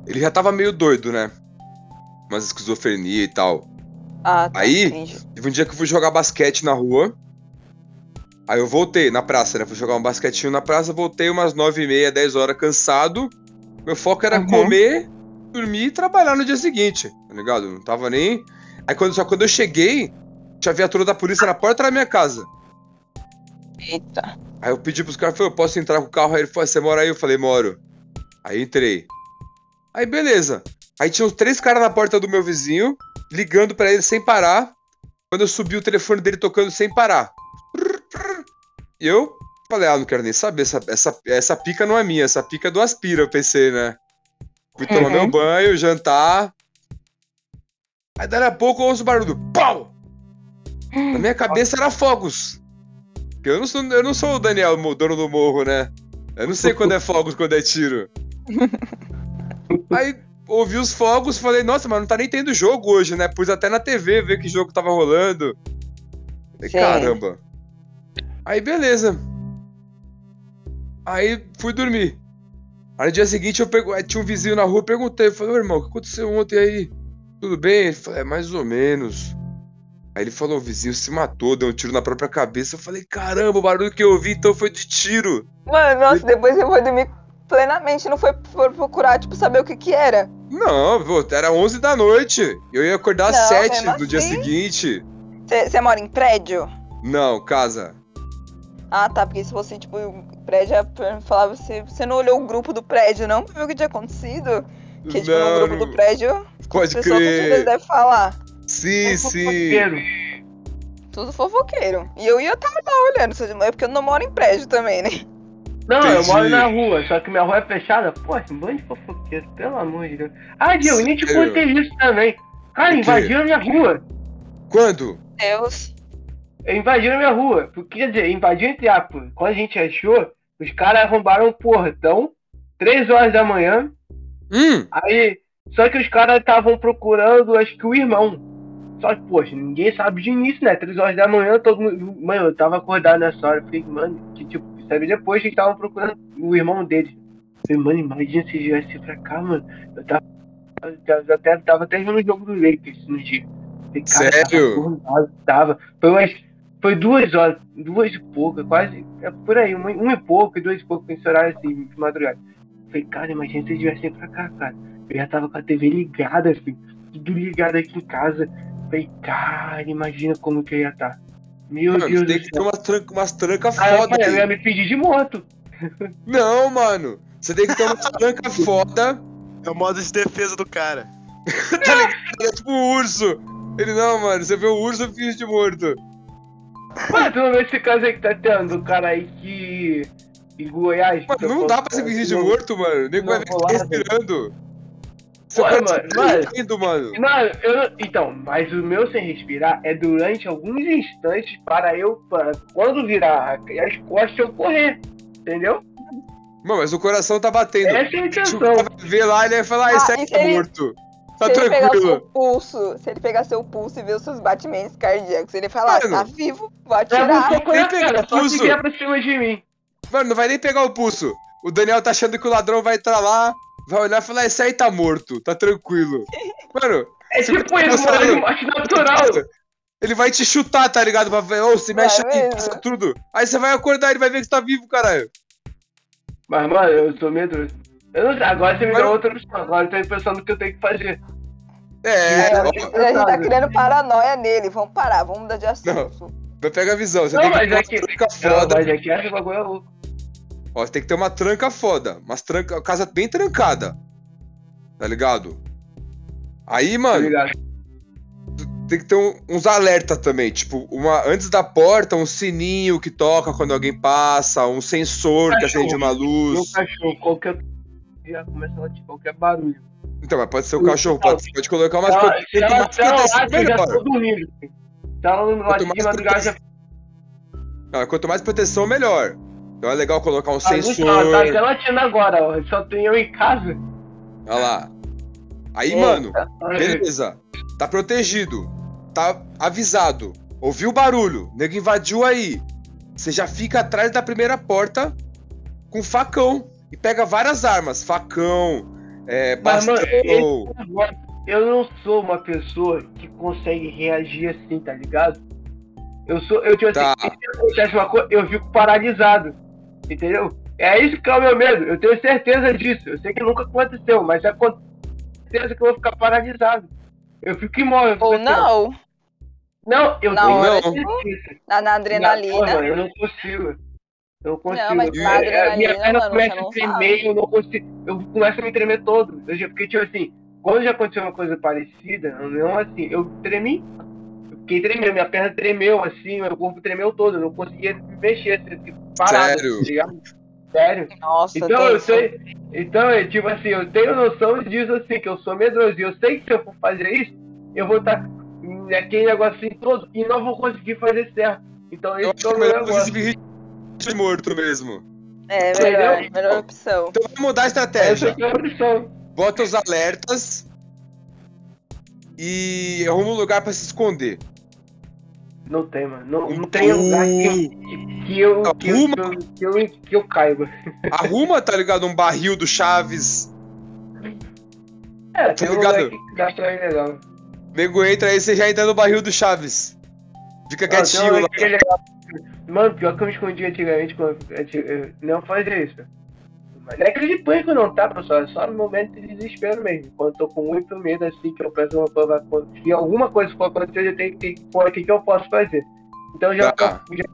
[SPEAKER 1] Ele já tava meio doido, né? Umas esquizofrenia e tal.
[SPEAKER 2] Ah, tá,
[SPEAKER 1] Aí?
[SPEAKER 2] entendi.
[SPEAKER 1] Teve um dia que eu fui jogar basquete na rua. Aí eu voltei na praça, né? Fui jogar um basquetinho na praça, voltei umas 9h30, 10 horas cansado. Meu foco era
[SPEAKER 2] Uhum.
[SPEAKER 1] comer, dormir e trabalhar no dia seguinte, tá ligado? Não tava nem. Aí quando, só quando eu cheguei, tinha a viatura da polícia na porta da minha casa.
[SPEAKER 2] Eita.
[SPEAKER 1] Aí eu pedi pros caras, falei, eu posso entrar com o carro? Aí ele falou, você mora aí? Eu falei, moro. Aí entrei. Aí beleza. Aí tinha os três caras na porta do meu vizinho, ligando pra ele sem parar. Quando eu subi o telefone dele tocando sem parar. E eu falei, ah, não quero nem saber, essa, essa, essa pica não é minha, essa pica é do Aspira, eu pensei, né? Fui tomar
[SPEAKER 4] Uhum.
[SPEAKER 1] meu banho, jantar. Aí dali a pouco eu ouço o barulho do pau! Na minha cabeça era fogos. Porque Eu não sou, eu não sou o Daniel, o dono do morro, né? Eu não sei quando é fogos, quando é tiro. Aí ouvi os fogos, falei, nossa, mas não tá nem tendo jogo hoje, né? Pus até na TV ver que jogo tava rolando. Falei,
[SPEAKER 2] Sim.
[SPEAKER 1] caramba. Aí beleza. Aí fui dormir. Aí no dia seguinte eu pego, aí tinha um vizinho na rua, eu perguntei, eu falei, ô irmão, o que aconteceu ontem aí? Tudo bem? Ele falou, é mais ou menos. Aí ele falou, o vizinho se matou, deu um tiro na própria cabeça. Eu falei, caramba, o barulho que eu ouvi então foi de tiro.
[SPEAKER 2] Mano, nossa, depois eu vou dormir plenamente, não foi por procurar, tipo, saber o que que era.
[SPEAKER 1] Não, pô, era 11 da noite. Eu ia acordar às
[SPEAKER 2] Não,
[SPEAKER 1] 7
[SPEAKER 2] mesmo
[SPEAKER 1] do dia
[SPEAKER 2] assim.
[SPEAKER 1] seguinte.
[SPEAKER 2] Você mora em prédio?
[SPEAKER 1] Não, casa.
[SPEAKER 2] Ah, tá, porque se você, tipo, o prédio é- falava, você, você não olhou o grupo do prédio, não, pra ver o que tinha acontecido? Que, tipo, no
[SPEAKER 1] não,
[SPEAKER 2] grupo
[SPEAKER 1] não-
[SPEAKER 2] do prédio, as
[SPEAKER 1] pode
[SPEAKER 2] pessoas com certeza
[SPEAKER 1] crer.
[SPEAKER 2] devem falar.
[SPEAKER 1] Sim, sim.
[SPEAKER 4] Fofoqueiro.
[SPEAKER 2] Tudo fofoqueiro. E eu ia estar olhando, se- é porque eu não moro em prédio também, né?
[SPEAKER 4] Não, eu
[SPEAKER 1] Entendi.
[SPEAKER 4] moro na rua, só que minha rua é fechada. Pô, esse bando de fofoqueiro, pelo amor de Deus. Ah, Diego, nem te
[SPEAKER 1] Sério?
[SPEAKER 4] contei isso também. Cara,
[SPEAKER 1] O quê?
[SPEAKER 4] invadiram minha rua.
[SPEAKER 1] Quando?
[SPEAKER 2] Deus.
[SPEAKER 4] Invadiram minha rua. Quer dizer, invadiram entre aspas. Quando a gente achou, os caras arrombaram o portão, 3 horas da manhã.
[SPEAKER 1] Hum,
[SPEAKER 4] Aí, só que os caras estavam procurando, acho que o irmão. Só que, poxa, ninguém sabe de início, né? Três horas da manhã, todo mundo. Mano, eu tava acordado nessa hora. Eu falei, mano, que tipo, sabe depois que estavam procurando o irmão deles. Eu falei, mano, imagina se viesse pra cá, mano. Eu tava. Eu tava- eu até, tava até vendo o jogo do Lakers no dia. Eu Falei,
[SPEAKER 1] Sério?
[SPEAKER 4] Tava, acordado, tava. Foi umas. Foi duas horas, duas e pouca, quase. É por aí, uma, uma e pouco, duas e pouco, esse horário assim, de madrugada. Eu Falei, cara, imagina se eles viessem pra cá, cara. Eu já tava com a TV ligada, filho. Tudo ligado aqui em casa. Falei, cara, imagina como que eu ia estar. Meu
[SPEAKER 1] mano, tem
[SPEAKER 4] Deus do
[SPEAKER 1] que ter
[SPEAKER 4] céu.
[SPEAKER 1] umas trancas umas tranca
[SPEAKER 4] Aí eu
[SPEAKER 1] foda.
[SPEAKER 4] falei, eu ia
[SPEAKER 1] aí.
[SPEAKER 4] me pedir de morto.
[SPEAKER 1] Não, mano. Você tem que ter umas tranca foda.
[SPEAKER 3] É o modo de defesa do cara.
[SPEAKER 1] tá ligado? Ele é tipo um urso. Ele, não, mano, você vê o urso, eu fiz de morto.
[SPEAKER 4] Mano, tu não vê esse caso aí que tá tendo, o cara aí que. Em Goiás.
[SPEAKER 1] Mano, não dá pra você fingir de morto, mano. O nego vai
[SPEAKER 4] não,
[SPEAKER 1] ver que tá
[SPEAKER 4] bolado.
[SPEAKER 1] respirando.
[SPEAKER 4] Pô,
[SPEAKER 1] cara
[SPEAKER 4] mano,
[SPEAKER 1] tá
[SPEAKER 4] mano.
[SPEAKER 1] dormindo, mano.
[SPEAKER 4] Não, eu não... Então, mas o meu sem respirar é durante alguns instantes para eu. pra- Quando virar as costas, eu correr. Entendeu?
[SPEAKER 1] Mano, mas o coração tá batendo.
[SPEAKER 4] Essa é a
[SPEAKER 1] Se o
[SPEAKER 4] intenção.
[SPEAKER 1] cara ver lá, ele vai falar, ah,
[SPEAKER 2] Ah,
[SPEAKER 1] esse
[SPEAKER 2] e
[SPEAKER 1] aqui
[SPEAKER 2] se
[SPEAKER 1] tá
[SPEAKER 2] ele-
[SPEAKER 1] morto. Tá
[SPEAKER 2] se ele pegar seu
[SPEAKER 1] tranquilo.
[SPEAKER 2] pulso, se ele pegar seu pulso e ver os seus batimentos cardíacos, ele fala, ah,
[SPEAKER 1] Mano.
[SPEAKER 2] tá vivo, vou
[SPEAKER 4] Leva um
[SPEAKER 2] atirar.
[SPEAKER 4] soco
[SPEAKER 1] Ele
[SPEAKER 4] na
[SPEAKER 1] pegou
[SPEAKER 4] cara,
[SPEAKER 1] o
[SPEAKER 4] só se
[SPEAKER 1] pulso.
[SPEAKER 4] vier pra cima de mim.
[SPEAKER 1] Mano, não vai nem pegar o pulso. O Daniel tá achando que o ladrão vai entrar lá, vai olhar e falar, esse aí tá morto, tá tranquilo. Mano,
[SPEAKER 4] É
[SPEAKER 1] Você
[SPEAKER 4] tipo
[SPEAKER 1] tá
[SPEAKER 4] isso,
[SPEAKER 1] pensando-
[SPEAKER 4] mano, morte
[SPEAKER 1] tá
[SPEAKER 4] natural.
[SPEAKER 1] ele vai te chutar, tá ligado? Pra ver, ô, se mexe
[SPEAKER 2] É
[SPEAKER 1] aqui,
[SPEAKER 2] mesmo?
[SPEAKER 1] passa tudo. Aí você vai acordar, ele vai ver que você tá vivo, caralho.
[SPEAKER 4] Mas, mano, eu sou medroso. Eu não sei, agora você me
[SPEAKER 1] Mas-
[SPEAKER 4] deu outra opção. Agora eu tô pensando o que eu tenho que fazer.
[SPEAKER 1] É,
[SPEAKER 2] É,
[SPEAKER 1] ó,
[SPEAKER 4] eu-
[SPEAKER 2] a gente tá criando paranoia nele, vamos parar, vamos mudar de assunto.
[SPEAKER 1] vai pegar a visão. Você
[SPEAKER 4] Não,
[SPEAKER 1] tem que
[SPEAKER 4] mas
[SPEAKER 1] ter uma
[SPEAKER 4] é que-
[SPEAKER 1] tranca
[SPEAKER 4] Não,
[SPEAKER 1] foda.
[SPEAKER 4] mas aqui essa bagulho é louco.
[SPEAKER 1] Ó, você tem que ter uma tranca foda. Mas tranca, casa bem trancada. Tá ligado? Aí,
[SPEAKER 4] Tá
[SPEAKER 1] mano,
[SPEAKER 4] ligado?
[SPEAKER 1] tem que ter um- uns alerta também, tipo, uma, antes da porta, um sininho que toca quando alguém passa, um sensor que
[SPEAKER 4] Cachorro.
[SPEAKER 1] acende uma
[SPEAKER 4] Meu
[SPEAKER 1] luz.
[SPEAKER 4] cachorro, qualquer. Já começa a latir qualquer barulho. Tá,
[SPEAKER 1] Então, mas pode ser o cachorro, pode, pode colocar umas
[SPEAKER 4] Ela-
[SPEAKER 1] coisas.
[SPEAKER 4] se ela-
[SPEAKER 1] mais
[SPEAKER 4] se ela
[SPEAKER 1] proteção,
[SPEAKER 4] late, eu tá, já
[SPEAKER 1] melhor.
[SPEAKER 4] tô dormindo. Tá Se ela não
[SPEAKER 1] Quanto
[SPEAKER 4] late de
[SPEAKER 1] mais
[SPEAKER 4] madrugada, já
[SPEAKER 1] proteção- Não, Ah, Quanto mais proteção, melhor. Então é legal colocar um
[SPEAKER 4] tá
[SPEAKER 1] sensor.
[SPEAKER 4] Ela tá até latindo agora, ó. Só tem eu em casa.
[SPEAKER 1] Olha lá. Aí, mano,
[SPEAKER 4] Olha,
[SPEAKER 1] beleza. Tá protegido. Tá avisado. Ouviu o barulho. O nego invadiu aí. Você já fica atrás da primeira porta com facão. E pega várias armas. Facão, é,
[SPEAKER 4] Mas,
[SPEAKER 1] bastão.
[SPEAKER 4] mano, ele- Eu não sou uma pessoa que consegue reagir assim, tá ligado? Eu sou. Eu, tipo,
[SPEAKER 1] Tá.
[SPEAKER 4] assim, se acontece uma coisa, eu fico paralisado. Entendeu? É isso que é o meu medo. Eu tenho certeza disso. Eu sei que nunca aconteceu, mas é com certeza que eu vou ficar paralisado. Eu fico imóvel. eu fico
[SPEAKER 2] Ou
[SPEAKER 4] assim, ó.
[SPEAKER 2] não,
[SPEAKER 4] Não, eu
[SPEAKER 2] Na
[SPEAKER 4] tenho
[SPEAKER 1] hora,
[SPEAKER 4] certeza.
[SPEAKER 2] na, na
[SPEAKER 4] Não,
[SPEAKER 2] adrenalina.
[SPEAKER 4] eu não consigo. Eu não consigo.
[SPEAKER 2] mas
[SPEAKER 4] cara.
[SPEAKER 1] na
[SPEAKER 4] É, minha
[SPEAKER 2] adrenalina,
[SPEAKER 4] perna
[SPEAKER 2] mano, você
[SPEAKER 4] começa
[SPEAKER 2] não
[SPEAKER 4] a tremer, eu não consigo. Eu começo a me tremer todo. Eu já, porque, tipo assim, quando já aconteceu uma coisa parecida, não assim, eu tremi. Eu fiquei tremendo, minha perna tremeu assim, meu corpo tremeu todo. Eu não conseguia me mexer, assim, eu fiquei parado.
[SPEAKER 1] Sério?
[SPEAKER 4] tá ligado? Sério.
[SPEAKER 2] Nossa,
[SPEAKER 4] Então eu
[SPEAKER 2] tenso.
[SPEAKER 4] sei. Então, é tipo assim, eu tenho noção disso assim, que eu sou medroso. E eu sei que se eu for fazer isso, eu vou estar naquele negocinho todo e não vou conseguir fazer certo. Então
[SPEAKER 1] Eu
[SPEAKER 4] esse
[SPEAKER 1] acho que
[SPEAKER 4] é o
[SPEAKER 1] é
[SPEAKER 4] meu
[SPEAKER 1] melhor você
[SPEAKER 4] negócio.
[SPEAKER 1] se vir de morto mesmo.
[SPEAKER 2] É, melhor,
[SPEAKER 4] Entendeu?
[SPEAKER 2] melhor opção.
[SPEAKER 1] Então vamos mudar a
[SPEAKER 4] Essa
[SPEAKER 1] estratégia.
[SPEAKER 4] é a opção.
[SPEAKER 1] Bota os alertas. E arruma um lugar pra se esconder.
[SPEAKER 4] Não tem, mano. Não,
[SPEAKER 1] Um
[SPEAKER 4] não tem lugar que, que, eu,
[SPEAKER 1] então,
[SPEAKER 4] que, eu, que, eu, que, eu, que eu caiba.
[SPEAKER 1] Arruma, tá ligado? Um barril do Chaves.
[SPEAKER 4] É,
[SPEAKER 1] Tá
[SPEAKER 4] tem um lugar
[SPEAKER 1] ligado?
[SPEAKER 4] que dá pra ir legal.
[SPEAKER 1] Nego entra aí, você já entra no barril do Chaves. Fica
[SPEAKER 4] Não, tem um
[SPEAKER 1] quietinho
[SPEAKER 4] lugar
[SPEAKER 1] lá.
[SPEAKER 4] que é legal. Mano, pior que eu me escondi antigamente quando anti- é, não fazia isso. Mas não é crise de pânico não, tá, pessoal? É só no momento de desespero mesmo. Quando eu tô com muito medo, assim, que eu penso uma coisa vai acontecer. Se alguma coisa for acontecer, eu já tenho que ter o que que eu posso fazer. Então já,
[SPEAKER 1] Tá.
[SPEAKER 4] já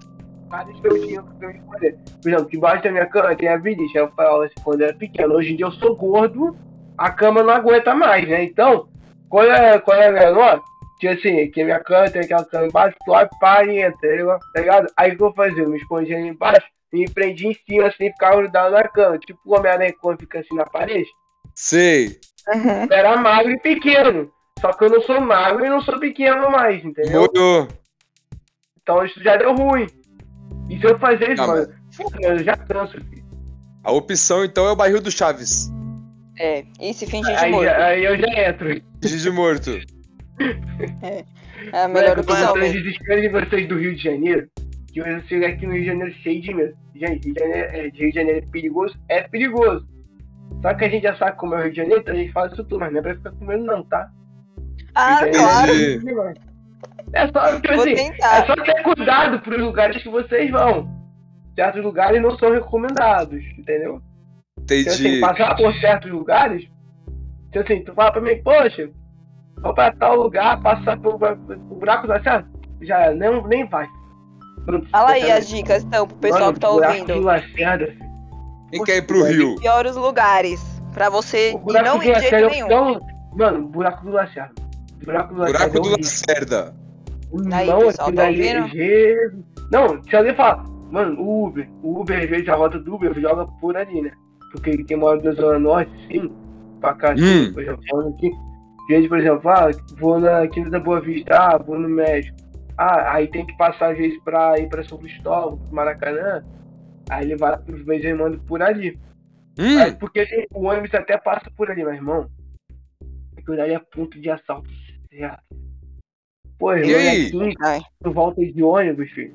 [SPEAKER 4] vários que eu tinha pra eu escolher. Por exemplo, debaixo da minha cama tem a beliche. Eu falava assim quando eu era pequeno. Hoje em dia eu sou gordo, a cama não aguenta mais, né? Então, quando eu, era- quando eu era menor, tinha assim, que minha cama tem aquela cama embaixo, tu abre, para e entra, tá ligado? Aí o que eu fazia? Eu me escondia ali embaixo e me prendia em cima, assim, ficava grudado na cama. Tipo o Homem-Aranha quando fica assim na parede.
[SPEAKER 1] Sei.
[SPEAKER 2] Uhum.
[SPEAKER 4] Eu era magro e pequeno. Só que eu não sou magro e não sou pequeno mais, entendeu?
[SPEAKER 1] Molhou.
[SPEAKER 4] Então isso já deu ruim. E se eu fazer isso,
[SPEAKER 1] Ah,
[SPEAKER 4] mano, porra, eu já canso, filho.
[SPEAKER 1] A opção então é o barril do Chaves.
[SPEAKER 2] É, e se fingir de
[SPEAKER 4] Aí,
[SPEAKER 2] morto.
[SPEAKER 4] já- aí eu já entro.
[SPEAKER 1] Finge de morto.
[SPEAKER 2] É a melhor
[SPEAKER 4] Moleque, eu
[SPEAKER 2] opção
[SPEAKER 4] tô
[SPEAKER 2] mesmo.
[SPEAKER 4] desespero de vocês do Rio de Janeiro, que eu chego aqui no Rio de Janeiro cheio de medo. Gente, Rio de Janeiro, é, Rio de Janeiro é perigoso? É perigoso. Só que a gente já sabe como é o Rio de Janeiro, então a gente faz isso tudo, mas não é pra ficar com medo não, tá?
[SPEAKER 2] Ah,
[SPEAKER 4] Entendi.
[SPEAKER 2] claro.
[SPEAKER 1] Entendi.
[SPEAKER 4] É só, tipo
[SPEAKER 2] Vou
[SPEAKER 4] assim, é
[SPEAKER 2] tentar.
[SPEAKER 4] só ter cuidado pros lugares que vocês vão. Certos lugares não são recomendados, entendeu? Se assim,
[SPEAKER 1] Entendi.
[SPEAKER 4] passar por certos lugares, se assim, tu fala pra mim, poxa, vou pra tal lugar, passar por, por buraco da serra, já era, nem, nem vai.
[SPEAKER 2] Fala aí as dicas, então, pro pessoal que tá
[SPEAKER 4] O buraco de
[SPEAKER 2] ouvindo.
[SPEAKER 4] Lacerda, filho.
[SPEAKER 1] Quem quer ir pro Rio?
[SPEAKER 2] Pior os lugares, pra você
[SPEAKER 4] O
[SPEAKER 2] e
[SPEAKER 4] buraco
[SPEAKER 2] não
[SPEAKER 4] do
[SPEAKER 2] ir de
[SPEAKER 4] Lacerda
[SPEAKER 2] jeito
[SPEAKER 4] é o
[SPEAKER 2] nenhum.
[SPEAKER 4] pior- Mano, o buraco do Lacerda. O Buraco do Lacerda.
[SPEAKER 1] Buraco
[SPEAKER 4] é
[SPEAKER 1] do
[SPEAKER 4] horrível.
[SPEAKER 1] Lacerda.
[SPEAKER 2] Aí,
[SPEAKER 4] não,
[SPEAKER 2] pessoal,
[SPEAKER 4] aquilo
[SPEAKER 2] tá
[SPEAKER 4] ali é
[SPEAKER 2] ouvindo?
[SPEAKER 4] ligeiro. Não, se alguém falar, mano, o Uber, o Uber, às vezes a rota do Uber joga por ali, né? Porque quem mora na Zona Norte, sim, pra cá, assim,
[SPEAKER 1] Hum.
[SPEAKER 4] por exemplo, falando aqui. Gente, por exemplo, ah, vou na Quinta da Boa Vista, ah, vou no México. Ah, aí tem que passar, às vezes, pra ir pra São Cristóvão, pro Maracanã. Aí ele vai pros Benjamins por ali. Mas
[SPEAKER 1] Hum,
[SPEAKER 4] porque assim, o ônibus até passa por ali, meu irmão. Aquilo ali é ponto de assalto. Já. Pô, é os
[SPEAKER 1] E aí?
[SPEAKER 4] molequinhos,
[SPEAKER 2] Ai.
[SPEAKER 4] tu volta de ônibus, filho.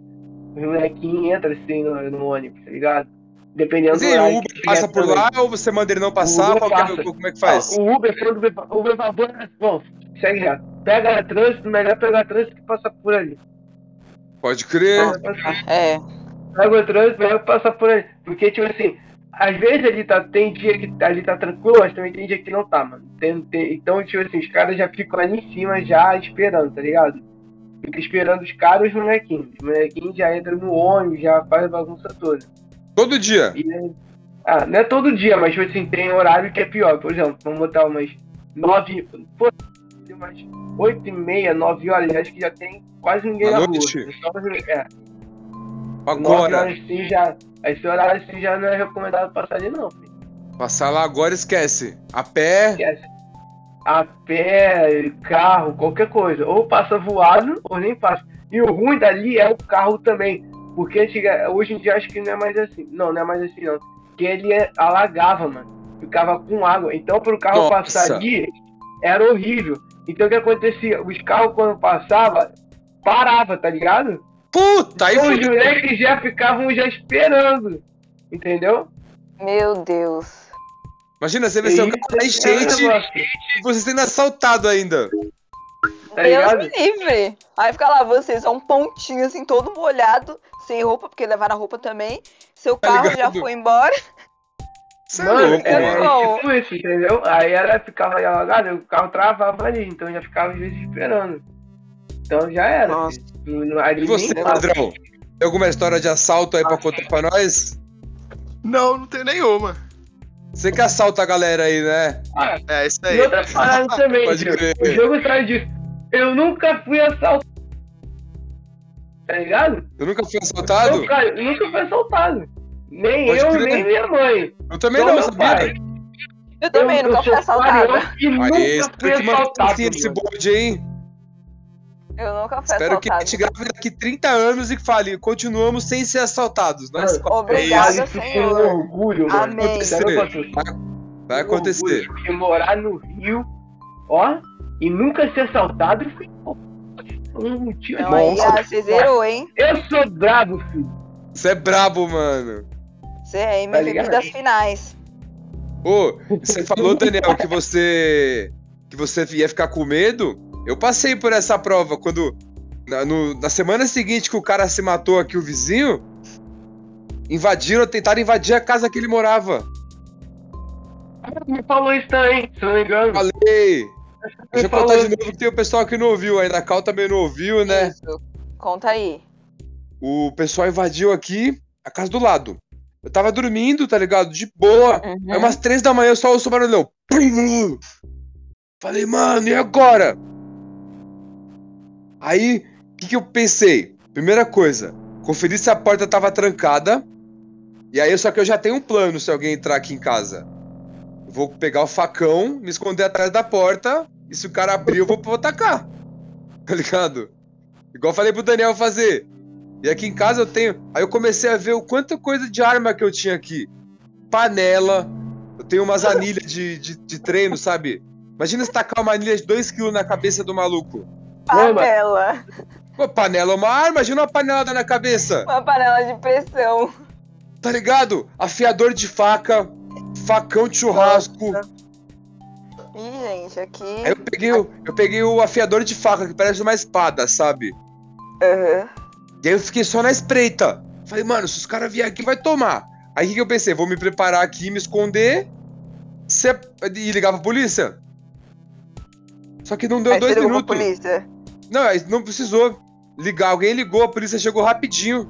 [SPEAKER 4] Os molequinhos entram assim no, no ônibus, tá ligado? Dependendo
[SPEAKER 1] Mas e aí,
[SPEAKER 4] horário
[SPEAKER 1] o
[SPEAKER 4] que
[SPEAKER 1] Uber
[SPEAKER 4] tiver
[SPEAKER 1] passa por
[SPEAKER 4] um também.
[SPEAKER 1] lá ou você manda ele não passar?
[SPEAKER 4] Uber
[SPEAKER 1] Qual que é-
[SPEAKER 4] passa. Ah,
[SPEAKER 1] como é que faz?
[SPEAKER 4] Não, o Uber, quando o Uber, o Uber vai embora, bom, segue já. Pega trânsito, melhor pegar trânsito que passar por ali.
[SPEAKER 1] Pode crer.
[SPEAKER 2] É,
[SPEAKER 4] Pega o trânsito, melhor passar por ali. Porque, tipo assim, às vezes ali tá, tem dia que ali tá tranquilo, mas também tem dia que não tá, mano. Tem- tem- então, tipo assim, os caras já ficam ali em cima já esperando, tá ligado? Fica esperando os caras e os molequinhos. Os molequinhos já entram no ônibus, já faz a bagunça toda.
[SPEAKER 1] Todo dia.
[SPEAKER 4] E, né, ah, não é todo dia, mas tipo assim, tem horário que é pior. Por exemplo, vamos botar umas nove. Pô, ser umas 8 e meia, 9 horas, acho que já tem quase ninguém
[SPEAKER 1] À
[SPEAKER 4] na
[SPEAKER 1] noite?
[SPEAKER 4] rua. É, nove
[SPEAKER 1] Agora,
[SPEAKER 4] horas assim já. Esse horário assim já não é recomendado passar ali não, filho.
[SPEAKER 1] passar lá agora esquece. A pé,
[SPEAKER 4] Esquece. A pé, carro, qualquer coisa. Ou passa voado, ou nem passa. E o ruim dali é o carro também. Porque antiga- hoje em dia acho que não é mais assim. Não, não é mais assim não. Que ele é- alagava, mano. Ficava com água. Então pro
[SPEAKER 1] Nossa.
[SPEAKER 4] carro passar ali era horrível. Então o que acontecia? Os carros quando passava, parava, tá ligado?
[SPEAKER 1] puta, Tá aí
[SPEAKER 4] Então os
[SPEAKER 1] fudeu.
[SPEAKER 4] moleques já ficavam já esperando. Entendeu?
[SPEAKER 2] Meu Deus.
[SPEAKER 1] Imagina, você vê seu
[SPEAKER 4] Isso
[SPEAKER 1] carro na
[SPEAKER 4] é
[SPEAKER 1] enchente
[SPEAKER 4] negócio,
[SPEAKER 1] e você sendo assaltado ainda.
[SPEAKER 4] Tá
[SPEAKER 2] Deus
[SPEAKER 4] ligado?
[SPEAKER 2] me livre. Aí fica lá vocês, é um pontinho assim, todo molhado, sem roupa, porque levaram a roupa também. Seu
[SPEAKER 1] Tá
[SPEAKER 2] carro já
[SPEAKER 1] ligado?
[SPEAKER 2] foi embora.
[SPEAKER 1] Você é
[SPEAKER 4] Mano,
[SPEAKER 1] louco,
[SPEAKER 4] era
[SPEAKER 1] mano.
[SPEAKER 2] mano.
[SPEAKER 4] tipo isso, entendeu? Aí ela ficava aí alagada, o carro travava ali, então já ficava às vezes esperando. Então já era.
[SPEAKER 5] Nossa.
[SPEAKER 4] filho. Não- ali
[SPEAKER 1] E você,
[SPEAKER 4] nem passa.
[SPEAKER 1] ladrão? Tem alguma história de assalto aí pra contar pra nós?
[SPEAKER 5] Não, não tem nenhuma.
[SPEAKER 1] Você que assalta a galera aí, né?
[SPEAKER 4] Ah,
[SPEAKER 3] É, isso aí.
[SPEAKER 4] e outra parada também,
[SPEAKER 1] Pode
[SPEAKER 4] tio.
[SPEAKER 1] crer.
[SPEAKER 4] o jogo traz disso. Eu nunca fui assaltado. Tá ligado?
[SPEAKER 1] Eu nunca fui
[SPEAKER 4] Eu,
[SPEAKER 1] assaltado?
[SPEAKER 4] cara, eu nunca fui assaltado. Nem
[SPEAKER 1] Pode
[SPEAKER 4] eu,
[SPEAKER 1] crer.
[SPEAKER 4] nem minha mãe.
[SPEAKER 1] Eu também
[SPEAKER 4] Só
[SPEAKER 1] não,
[SPEAKER 4] meu
[SPEAKER 1] sabia?
[SPEAKER 4] pai.
[SPEAKER 2] Eu também,
[SPEAKER 4] eu,
[SPEAKER 2] nunca
[SPEAKER 4] eu
[SPEAKER 2] fui
[SPEAKER 4] sou
[SPEAKER 2] assaltada.
[SPEAKER 4] carioca E nunca
[SPEAKER 1] Aí,
[SPEAKER 4] fui
[SPEAKER 1] espero que mantenha
[SPEAKER 4] assaltado.
[SPEAKER 1] assim esse
[SPEAKER 4] mano.
[SPEAKER 1] bonde, hein?
[SPEAKER 2] Eu nunca fui
[SPEAKER 1] Espero que a
[SPEAKER 2] assaltada.
[SPEAKER 1] gente grave daqui 30 anos e fale, continuamos sem ser assaltados. né? Nós
[SPEAKER 4] Mano,
[SPEAKER 2] Obrigada,
[SPEAKER 4] isso foi um
[SPEAKER 2] Senhor.
[SPEAKER 4] orgulho, mano.
[SPEAKER 2] Amém.
[SPEAKER 4] Sabe é o que eu faço?
[SPEAKER 1] vai
[SPEAKER 4] Um
[SPEAKER 1] acontecer.
[SPEAKER 4] orgulho de morar no Rio, ó, e nunca ser assaltado, filho. Pô, Um tio
[SPEAKER 2] Não, aí,
[SPEAKER 4] Nossa,
[SPEAKER 2] ah, você zerou, hein?
[SPEAKER 4] Eu sou brabo, filho.
[SPEAKER 1] Você é brabo, mano.
[SPEAKER 2] Você é
[SPEAKER 1] Tá
[SPEAKER 2] MVP
[SPEAKER 4] ligado?
[SPEAKER 2] das finais.
[SPEAKER 1] Ô, você falou, Daniel, que você que você ia ficar com medo. Eu passei por essa prova quando na, no- na semana seguinte que o cara se matou aqui, o vizinho, invadiram, tentaram invadir a casa que ele morava.
[SPEAKER 4] Me falou isso também, se eu não me engano.
[SPEAKER 1] Falei. Deixa eu
[SPEAKER 4] falou
[SPEAKER 1] contar de
[SPEAKER 4] isso.
[SPEAKER 1] novo que tem o pessoal que não ouviu ainda. A Cal também não ouviu, né?
[SPEAKER 2] Isso. Conta aí.
[SPEAKER 1] O pessoal invadiu aqui a casa do lado. Eu tava dormindo, tá ligado? De boa.
[SPEAKER 4] Uhum.
[SPEAKER 1] Aí umas três da manhã eu só ouço o barulhão. Pum! Falei, mano, e agora? Aí, o que, que eu pensei? Primeira coisa, conferir se a porta tava trancada. E aí, só que eu já tenho um plano se alguém entrar aqui em casa. Eu vou pegar o facão, me esconder atrás da porta. E se o cara abrir, eu vou, vou tacar. Tá ligado? Igual eu falei pro Daniel fazer. E aqui em casa eu tenho. Aí eu comecei a ver o quanta coisa de arma que eu tinha aqui. Panela. Eu tenho umas anilhas de, de, de treino, sabe? Imagina se tacar uma anilha de 2kg na cabeça do maluco.
[SPEAKER 4] Toma.
[SPEAKER 2] Panela.
[SPEAKER 1] Pô, panela é uma arma, imagina uma panelada na cabeça.
[SPEAKER 2] Uma panela de pressão.
[SPEAKER 1] Tá ligado? Afiador de faca, facão de churrasco.
[SPEAKER 2] Ih, gente, aqui.
[SPEAKER 1] Aí eu peguei, o- eu peguei o afiador de faca, que parece uma espada, sabe?
[SPEAKER 2] Aham.
[SPEAKER 1] E aí eu fiquei só na espreita. Falei, mano, se os caras vierem aqui, vai tomar. Aí o que, que eu pensei? Vou me preparar aqui, me esconder se- e ligar pra polícia. Só que não deu
[SPEAKER 2] Aí você
[SPEAKER 1] dois
[SPEAKER 2] ligou pra
[SPEAKER 1] minutos.
[SPEAKER 2] polícia.
[SPEAKER 1] Não, aí não precisou ligar. Alguém ligou, a polícia chegou rapidinho.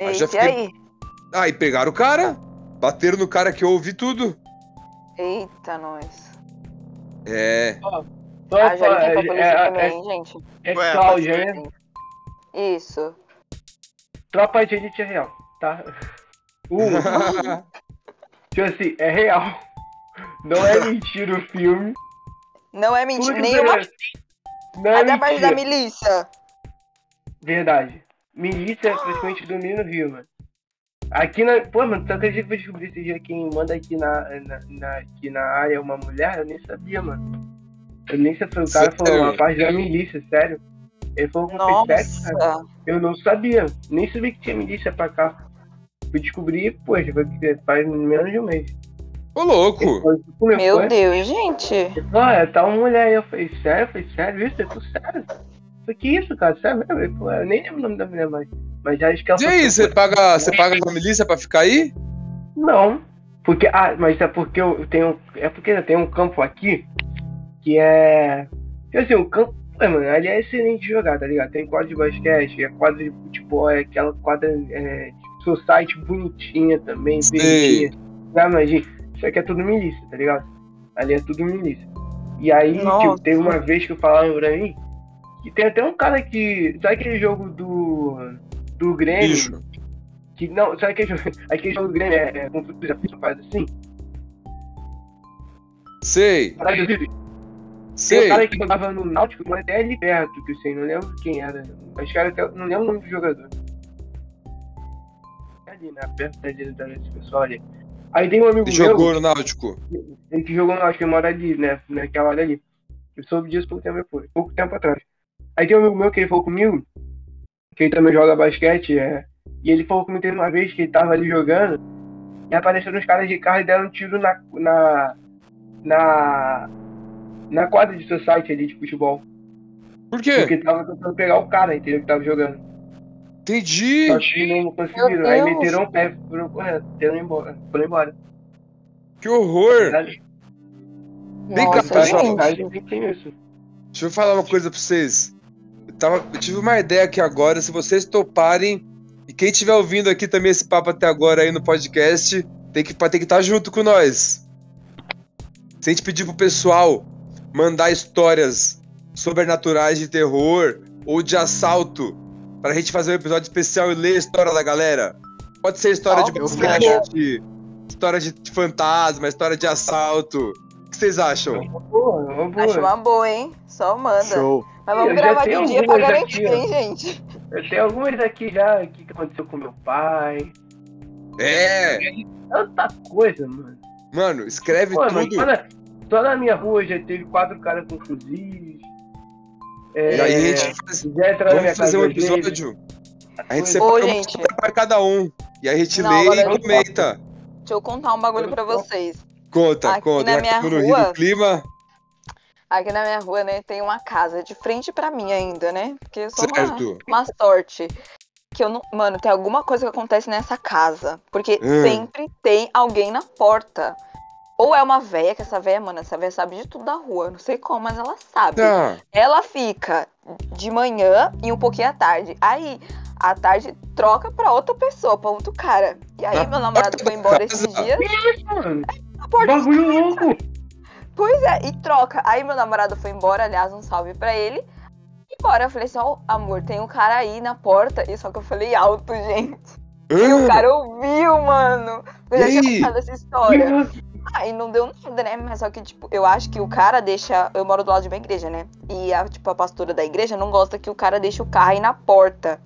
[SPEAKER 1] Ah, já
[SPEAKER 2] Eita, e
[SPEAKER 1] fiquei-
[SPEAKER 2] aí?
[SPEAKER 1] Aí pegaram o cara, bateram no cara que eu ouvi tudo.
[SPEAKER 2] Eita, nós.
[SPEAKER 1] É.
[SPEAKER 4] Só
[SPEAKER 2] Ah, já
[SPEAKER 4] pra-
[SPEAKER 2] liguei pra
[SPEAKER 4] é,
[SPEAKER 2] polícia
[SPEAKER 4] é-
[SPEAKER 2] também,
[SPEAKER 4] é-
[SPEAKER 2] hein, gente.
[SPEAKER 4] é
[SPEAKER 3] Ué,
[SPEAKER 4] Cláudia, né?
[SPEAKER 2] Isso.
[SPEAKER 4] Tropa de elite é real, tá? Um, tipo assim, é real. Não é mentira o filme.
[SPEAKER 2] Não é
[SPEAKER 4] Tudo
[SPEAKER 2] mentira.
[SPEAKER 4] que
[SPEAKER 2] Nenhuma.
[SPEAKER 4] merece. Não é
[SPEAKER 2] Até a parte da
[SPEAKER 4] mentira.
[SPEAKER 2] milícia.
[SPEAKER 4] Verdade. Milícia praticamente domina o Rio, mano. Aqui na. Pô, mano, tu acredita que eu descobri esse dia quem manda aqui na, na, na- aqui na área é uma mulher? Eu nem sabia, mano. Eu nem sabia. O cara
[SPEAKER 1] Sério?
[SPEAKER 4] falou uma parte da milícia, sério. Ele falou com sete, cara.
[SPEAKER 2] Nossa.
[SPEAKER 4] Eu não sabia. Nem sabia que tinha milícia pra cá. Fui descobrir, poxa, foi que faz menos de um mês.
[SPEAKER 1] Ô, louco.
[SPEAKER 4] Foi, foi,
[SPEAKER 2] Meu
[SPEAKER 4] foi.
[SPEAKER 2] Deus, gente.
[SPEAKER 4] Ele falou, ah, é tal mulher aí. Eu falei, sério? Eu falei, sério isso? Ele falou, sério? Eu falei, que isso, cara? Sério mesmo? Ele falou, "É, eu nem lembro o nome da mulher mais. Mas já acho que ela
[SPEAKER 1] E
[SPEAKER 4] falou,
[SPEAKER 1] aí, você paga, você paga pra milícia pra ficar aí?
[SPEAKER 4] Não. Porque, ah, mas é porque eu tenho. É porque eu tenho um campo aqui que é. Tipo assim, um campo. É, mano, ali é excelente de jogar, tá ligado? Tem quadra de basquete, é quadra de futebol, é aquela quadra é, tipo, society bonitinha também, Ah,
[SPEAKER 1] Sei.
[SPEAKER 4] verdinha. Não, imagina. Isso aqui é tudo milícia, tá ligado? Ali é tudo milícia. E aí,
[SPEAKER 6] Nossa.
[SPEAKER 4] tipo, teve uma vez que falaram pra mim que tem até um cara que. Sabe aquele jogo do. do Grêmio?
[SPEAKER 1] Bicho.
[SPEAKER 4] Que, não, sabe aquele jogo, aquele jogo do Grêmio é, é com tudo já faz assim?
[SPEAKER 1] Sei,
[SPEAKER 4] Parada do Tem um
[SPEAKER 1] sei.
[SPEAKER 4] cara que jogava no Náutico, mas até ali perto, que eu sei, não lembro quem era. Mas cara até não lembro o nome do jogador. Ali, né? Perto dele, desse pessoal ali. Aí tem um amigo
[SPEAKER 1] Ele
[SPEAKER 4] meu,
[SPEAKER 1] jogou no Náutico.
[SPEAKER 4] ele que jogou no Náutico, ele mora ali, né? Naquela área ali. Eu soube disso pouco tempo depois, pouco tempo atrás. Aí tem um amigo meu que ele falou comigo, que ele também joga basquete, é. E ele falou comigo teve uma vez que ele tava ali jogando, e apareceram uns caras de carro e deram um tiro na. na. na, na quadra de society ali de futebol.
[SPEAKER 1] Por quê?
[SPEAKER 2] É.
[SPEAKER 4] Porque tava tentando pegar o cara, entendeu? Que tava jogando.
[SPEAKER 1] Entendi.
[SPEAKER 4] Só que não conseguiram. Aí
[SPEAKER 2] Deus.
[SPEAKER 4] meteram o pé, foram correndo, deram embora. Foram embora.
[SPEAKER 1] Que horror. Vem cá,
[SPEAKER 2] É. Nossa,
[SPEAKER 1] tá,
[SPEAKER 2] gente.
[SPEAKER 4] Aí não tem isso.
[SPEAKER 1] Deixa eu falar uma coisa pra vocês. Eu, tava- eu tive uma ideia aqui agora, se vocês toparem, e quem estiver ouvindo aqui também esse papo até agora aí no podcast, tem que estar tem que tá junto com nós. Se a gente pedir pro pessoal mandar histórias sobrenaturais de terror ou de assalto, pra gente fazer um episódio especial e ler a história da galera. Pode ser história de
[SPEAKER 3] Ó, eu
[SPEAKER 1] basquete, história de de fantasma, história de assalto. O que vocês acham?
[SPEAKER 4] Porra, uma
[SPEAKER 1] tá,
[SPEAKER 4] boa.
[SPEAKER 2] Acho uma boa, hein? Só manda.
[SPEAKER 6] Show.
[SPEAKER 2] Mas
[SPEAKER 4] Eu
[SPEAKER 2] vamos
[SPEAKER 4] já
[SPEAKER 2] gravar
[SPEAKER 4] tenho
[SPEAKER 2] de dia pra
[SPEAKER 4] algumas
[SPEAKER 2] garantir,
[SPEAKER 4] aqui, ó.
[SPEAKER 2] hein, gente?
[SPEAKER 4] Eu tenho algumas aqui já, o que que aconteceu com meu pai.
[SPEAKER 1] É!
[SPEAKER 4] Tanta coisa, mano.
[SPEAKER 1] Mano, escreve
[SPEAKER 4] Pô, mano,
[SPEAKER 1] tudo.
[SPEAKER 4] só, na, só na minha rua já teve quatro caras com fuzis. É,
[SPEAKER 1] E aí a gente faz,
[SPEAKER 4] já entraram na minha
[SPEAKER 1] vamos fazer
[SPEAKER 4] casa
[SPEAKER 1] um
[SPEAKER 4] duas vezes.
[SPEAKER 1] episódio. A gente
[SPEAKER 4] Ô,
[SPEAKER 1] separa
[SPEAKER 2] Ô,
[SPEAKER 1] uma
[SPEAKER 2] gente,
[SPEAKER 1] história pra cada um. E aí a gente
[SPEAKER 2] Não,
[SPEAKER 1] lê
[SPEAKER 2] agora
[SPEAKER 1] e
[SPEAKER 2] eu não
[SPEAKER 1] comenta.
[SPEAKER 2] deixa eu contar um bagulho pra vocês.
[SPEAKER 1] Conta,
[SPEAKER 2] Aqui
[SPEAKER 1] conta.
[SPEAKER 2] na
[SPEAKER 1] Já que
[SPEAKER 2] minha
[SPEAKER 1] estamos no Rio
[SPEAKER 2] rua-
[SPEAKER 1] do Clima.
[SPEAKER 2] Aqui na minha rua, né, tem uma casa de frente pra mim ainda, né? Porque eu sou uma,
[SPEAKER 1] Certo.
[SPEAKER 2] uma sorte. Que eu não. Mano, tem alguma coisa que acontece nessa casa. Porque
[SPEAKER 1] Hum.
[SPEAKER 2] sempre tem alguém na porta. Ou é uma véia, que essa véia, mano, essa véia sabe de tudo da rua. Não sei como, mas ela sabe.
[SPEAKER 1] Tá.
[SPEAKER 2] Ela fica de manhã e um pouquinho à tarde. Aí, à tarde, troca pra outra pessoa, pra outro cara. E aí,
[SPEAKER 1] Na
[SPEAKER 2] meu namorado
[SPEAKER 1] porta
[SPEAKER 2] foi
[SPEAKER 1] Tá da
[SPEAKER 2] embora
[SPEAKER 1] casa?
[SPEAKER 2] esses dias.
[SPEAKER 4] Mano,
[SPEAKER 2] A porta
[SPEAKER 4] bagulho louco.
[SPEAKER 2] Pois é, e troca. Aí meu namorado foi embora, aliás, um salve pra ele. E bora, eu falei assim, ó, amor, tem um cara aí na porta. E só que eu falei alto, gente. E o
[SPEAKER 1] Ah,
[SPEAKER 2] cara ouviu, mano. Eu
[SPEAKER 1] E
[SPEAKER 2] já
[SPEAKER 1] aí?
[SPEAKER 2] tinha contado essa história. Aí Ah, não deu nada, né? Mas só que, tipo, eu acho que o cara deixa. Eu moro do lado de uma igreja, né? E a, tipo, a pastora da igreja não gosta que o cara deixe o carro aí na porta.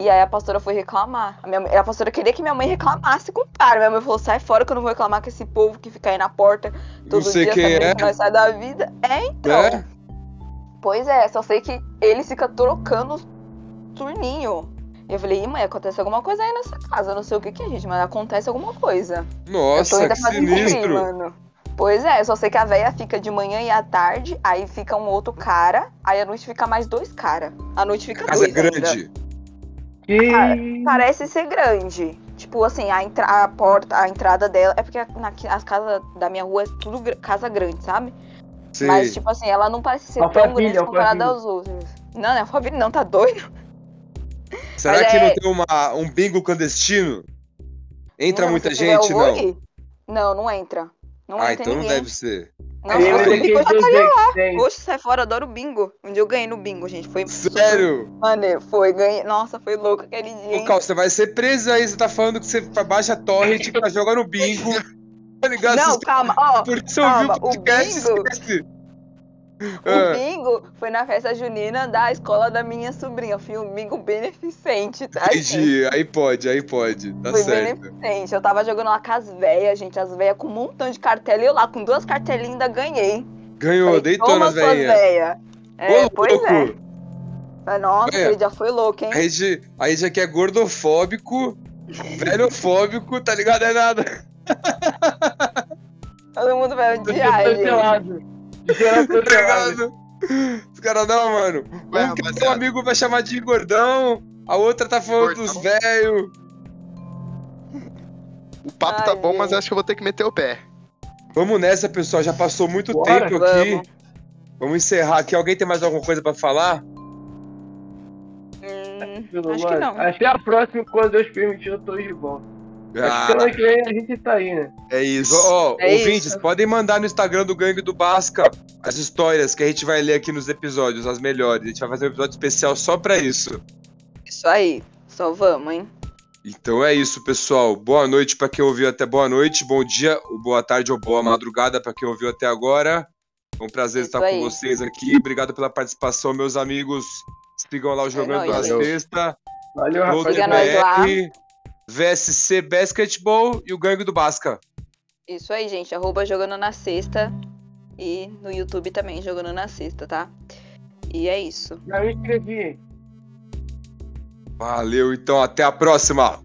[SPEAKER 2] E aí a pastora foi reclamar. A, minha mãe- a pastora queria que minha mãe reclamasse com o cara. Minha mãe falou: sai fora que eu não vou reclamar com esse povo que fica aí na porta todo
[SPEAKER 1] não sei
[SPEAKER 2] dia
[SPEAKER 1] quem
[SPEAKER 2] sabendo
[SPEAKER 1] é.
[SPEAKER 2] que nós sai da vida. É, então.
[SPEAKER 1] É?
[SPEAKER 2] Pois é, só sei que ele fica trocando os turninho. E eu falei, "Ih, mãe, acontece alguma coisa aí nessa casa. Eu não sei o que que é, gente, mas acontece alguma coisa. Eu tô
[SPEAKER 1] Nossa,
[SPEAKER 2] ainda
[SPEAKER 1] que
[SPEAKER 2] fazendo cumprir,
[SPEAKER 1] sinistro.
[SPEAKER 2] mano. Pois é, eu só sei que a véia fica de manhã e à tarde, aí fica um outro cara, aí à noite fica mais dois cara. À noite fica
[SPEAKER 1] Casa
[SPEAKER 2] dois ainda.
[SPEAKER 1] grande.
[SPEAKER 4] Que...
[SPEAKER 2] Cara, Parece ser grande. Tipo assim, a, entra a porta, a entrada dela. É porque na- as casas da minha rua é tudo gr- casa grande, sabe?
[SPEAKER 1] Sei.
[SPEAKER 2] Mas, tipo assim, ela não parece ser tão
[SPEAKER 4] Alphaville,
[SPEAKER 2] grande comparada
[SPEAKER 4] Alphaville.
[SPEAKER 2] aos outros. Não, não é Alphaville não, tá doido?
[SPEAKER 1] Será
[SPEAKER 2] mas
[SPEAKER 1] que
[SPEAKER 2] é-
[SPEAKER 1] não tem uma, um bingo clandestino? Entra
[SPEAKER 2] Mano,
[SPEAKER 1] muita
[SPEAKER 2] se tiver, eu
[SPEAKER 1] gente,
[SPEAKER 2] vou
[SPEAKER 1] não?
[SPEAKER 2] ir. Não, não entra. Não
[SPEAKER 1] Ah,
[SPEAKER 2] entra
[SPEAKER 1] então não
[SPEAKER 2] ninguém.
[SPEAKER 1] deve ser.
[SPEAKER 2] Não,
[SPEAKER 1] Ele
[SPEAKER 2] se fosse
[SPEAKER 1] deve-
[SPEAKER 2] bingo, eu já estaria
[SPEAKER 4] tem.
[SPEAKER 2] Poxa, sai fora, adoro bingo. Um dia eu ganhei no bingo, gente. Foi
[SPEAKER 1] Sério?
[SPEAKER 2] maneiro. Foi, ganhei. Nossa, foi louco aquele dia.
[SPEAKER 1] Ô,
[SPEAKER 2] hein?
[SPEAKER 1] Cal, você vai ser preso aí, você tá falando que você baixa a torre, tipo, tá jogando bingo. Tá ligado?
[SPEAKER 2] Não, calma, ó.
[SPEAKER 1] Por isso eu vi
[SPEAKER 2] Calma,
[SPEAKER 1] o
[SPEAKER 2] o
[SPEAKER 1] podcast.
[SPEAKER 2] bingo-
[SPEAKER 1] esquece.
[SPEAKER 2] O
[SPEAKER 1] Ah,
[SPEAKER 2] bingo foi na festa junina da escola da minha sobrinha. Foi um bingo beneficente, tá? gente?
[SPEAKER 1] entendi. Aí pode, aí pode. Tá
[SPEAKER 2] Foi
[SPEAKER 1] certo.
[SPEAKER 2] beneficente. Eu tava jogando lá com as véias, gente. As véias com um montão de cartela. E eu lá com duas cartelinhas ainda ganhei.
[SPEAKER 1] Ganhou,
[SPEAKER 2] Falei,
[SPEAKER 1] deitou
[SPEAKER 2] toma
[SPEAKER 1] nas
[SPEAKER 2] suas
[SPEAKER 1] velhinhas.
[SPEAKER 2] véia. É,
[SPEAKER 1] Ô,
[SPEAKER 2] pois é.
[SPEAKER 1] louco!
[SPEAKER 2] Mas, Nossa,
[SPEAKER 1] Véia.
[SPEAKER 2] aquele dia foi louco, hein?
[SPEAKER 1] A gente, a gente aqui é gordofóbico, velhofóbico, tá ligado? É nada.
[SPEAKER 2] Todo mundo vai odiar, gente.
[SPEAKER 4] Geral
[SPEAKER 1] Tá
[SPEAKER 4] cancelado.
[SPEAKER 1] ligado? Os caras, não, mano.
[SPEAKER 3] Ué,
[SPEAKER 1] Um que é teu
[SPEAKER 3] rapaziada.
[SPEAKER 1] amigo vai chamar de gordão, a outra tá falando
[SPEAKER 3] Gordão.
[SPEAKER 1] dos velhos.
[SPEAKER 3] O papo tá
[SPEAKER 2] Ai,
[SPEAKER 3] bom, mas
[SPEAKER 2] gente.
[SPEAKER 3] acho que eu vou ter que meter o pé.
[SPEAKER 1] Vamos nessa, pessoal. Já passou muito
[SPEAKER 4] Bora,
[SPEAKER 1] tempo aqui.
[SPEAKER 2] Vamos.
[SPEAKER 1] Vamos encerrar aqui. Alguém tem mais alguma coisa pra falar?
[SPEAKER 2] Hum,
[SPEAKER 4] Mano,
[SPEAKER 2] acho que não.
[SPEAKER 4] Até a próxima, quando Deus permitir, eu tô de volta. Acho que
[SPEAKER 1] Ah,
[SPEAKER 4] semana que vem a gente tá aí, né?
[SPEAKER 3] É isso.
[SPEAKER 1] Ó,
[SPEAKER 2] É
[SPEAKER 1] ouvintes,
[SPEAKER 2] isso.
[SPEAKER 1] podem mandar no Instagram do Gangue do Basca as histórias que a gente vai ler aqui nos episódios, as melhores. A gente vai fazer um episódio especial só pra isso.
[SPEAKER 2] Isso aí. Só vamos, hein?
[SPEAKER 1] Então é isso, pessoal. Boa noite pra quem ouviu até boa noite, bom dia, ou boa tarde ou boa madrugada pra quem ouviu até agora. Foi um prazer
[SPEAKER 2] É Isso
[SPEAKER 1] estar com
[SPEAKER 2] aí.
[SPEAKER 1] vocês aqui. Obrigado pela participação, meus amigos. Sigam lá o Jogando
[SPEAKER 2] É nóis,
[SPEAKER 1] pela
[SPEAKER 3] gente.
[SPEAKER 1] Sexta,
[SPEAKER 4] Valeu,
[SPEAKER 1] no
[SPEAKER 2] Siga
[SPEAKER 4] rapaziada.
[SPEAKER 2] É nós lá.
[SPEAKER 1] TBR, VSC Basketball e o Gangue do Basca.
[SPEAKER 2] Isso aí, gente. Arroba jogando na sexta. E no YouTube também, jogando na sexta, tá? E é isso.
[SPEAKER 4] Já me inscrevi, hein?
[SPEAKER 1] Valeu, então, até a próxima!